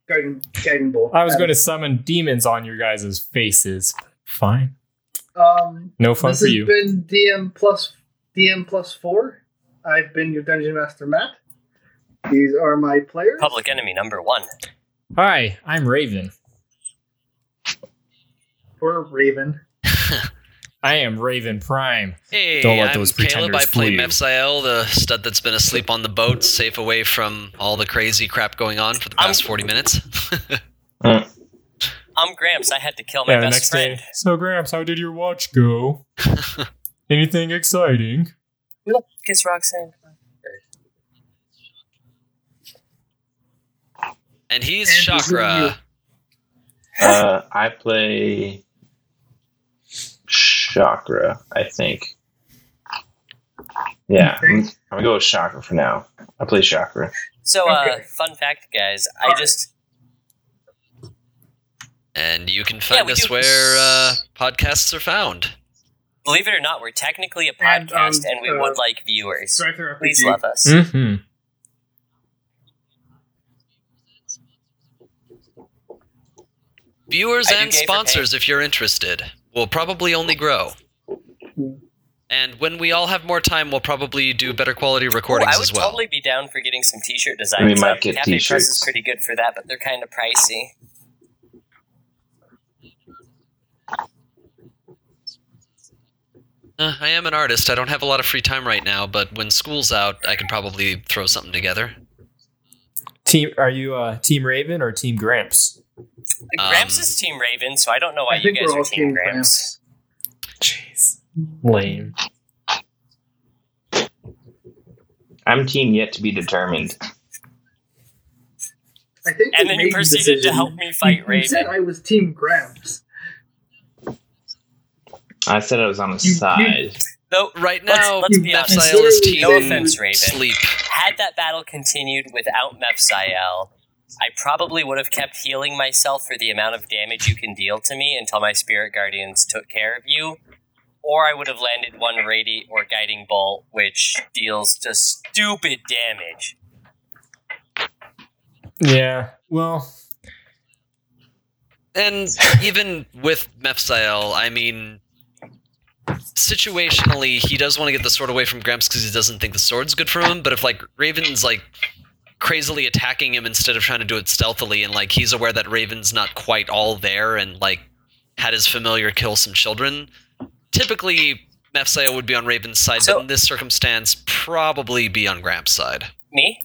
Guiding, guiding bolt.
I was going to summon demons on your guys' faces. Fine.
to. Um,
No fun
this
for
has
you.
been DM plus DM plus four. I've been your dungeon master, Matt. These are my players.
Public enemy number one.
Hi, I'm Raven.
Or Raven.
I am Raven Prime.
Hey,
Don't let
I'm
those
Caleb. I
pretenders fool
play
you.
Mephiel, the stud that's been asleep on the boat, safe away from all the crazy crap going on for the
I'm-
past 40 minutes. <laughs>
I'm Gramps. I had to kill my
the
best friend.
Day. So, Gramps, how did your watch
<laughs>
go? Anything exciting?
Look, it's Roxanne.
and he's
And he's
Chakra.
Uh, I play Chakra, I think. Yeah, I'm, I'm gonna go with Chakra for now. I play Chakra.
So, uh,
Okay.
fun fact, guys. I
Alright.
just
And you can
Yeah,
find
we
us
do-
where uh, podcasts are found.
believe it or not, we're technically a
And,
podcast, and,
um,
we
uh,
would like viewers.
Drive through
Please love us.
Mm,
Mm-hmm.
Viewers
I do
and
gay for
sponsors, if you're interested, will probably only grow. And when we all have more time, we'll probably do better quality
Ooh,
recordings
I would
as well.
totally be down for getting some T-shirt designs.
We might
up.
get
Cafe Press is
t-shirts.
pretty good for that, but they're kind of pricey.
Uh, I am an artist. I don't have a lot of free time right now, but when school's out, I can probably throw something together.
Team, are you uh, Team Raven or Team Gramps?
Um,
Gramps is Team Raven, so I don't know
I
why you
think
guys
we're
are
all
Team
Team
Gramps.
Jeez, lame.
I'm team yet to be determined.
I think we
And then
made
you
the
proceeded to
decision.
help me fight
<laughs> You said
Raven.
I was Team Gramps.
I said I was on the
You-
side.
Though,
Right
Let's-
now,
let's be honest.
Mephiel is team
No offense, Raven.
sleep.
had that battle continued without Mepsiel, I probably would have kept healing myself for the amount of damage you can deal to me until my spirit guardians took care of you. Or I would have landed one radiant or guiding bolt, which deals just stupid damage.
Yeah. Well,
And even with Mephiel, I mean, situationally, he does want to get the sword away from Gramps because he doesn't think the sword's good for him. But if like Raven's like crazily attacking him instead of trying to do it stealthily, and like he's aware that Raven's not quite all there, and like had his familiar kill some children, typically Mephiel would be on Raven's side,
So-
but in this circumstance, probably be on Gramps' side.
Me?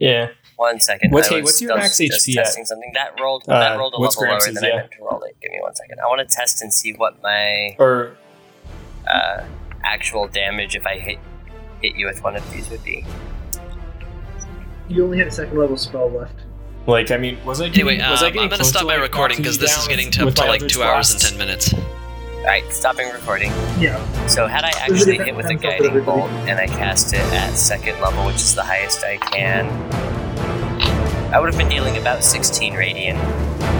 yeah.
One second.
What's-
I
hey, what's your
I
max
just
HP at?
testing something. That rolled,
Uh,
that rolled a
what's
level lower
Gramps'
than
yeah.
I meant to roll it. Give me one second. I want to test and see what my
Or
uh, actual damage if I hit hit you with one of these would be.
You only had a second level spell left.
like, I mean, was I?
Anyway,
<clears throat> was
um, I'm going to stop my recording because this is getting to up to like two hours and ten minutes.
Alright, stopping recording.
Yeah.
So had I
This is
actually
a
hit with a
different tempo for
guiding
everybody.
bolt and I cast it at second level, which is the highest I can, I would have been dealing about 16 radiant.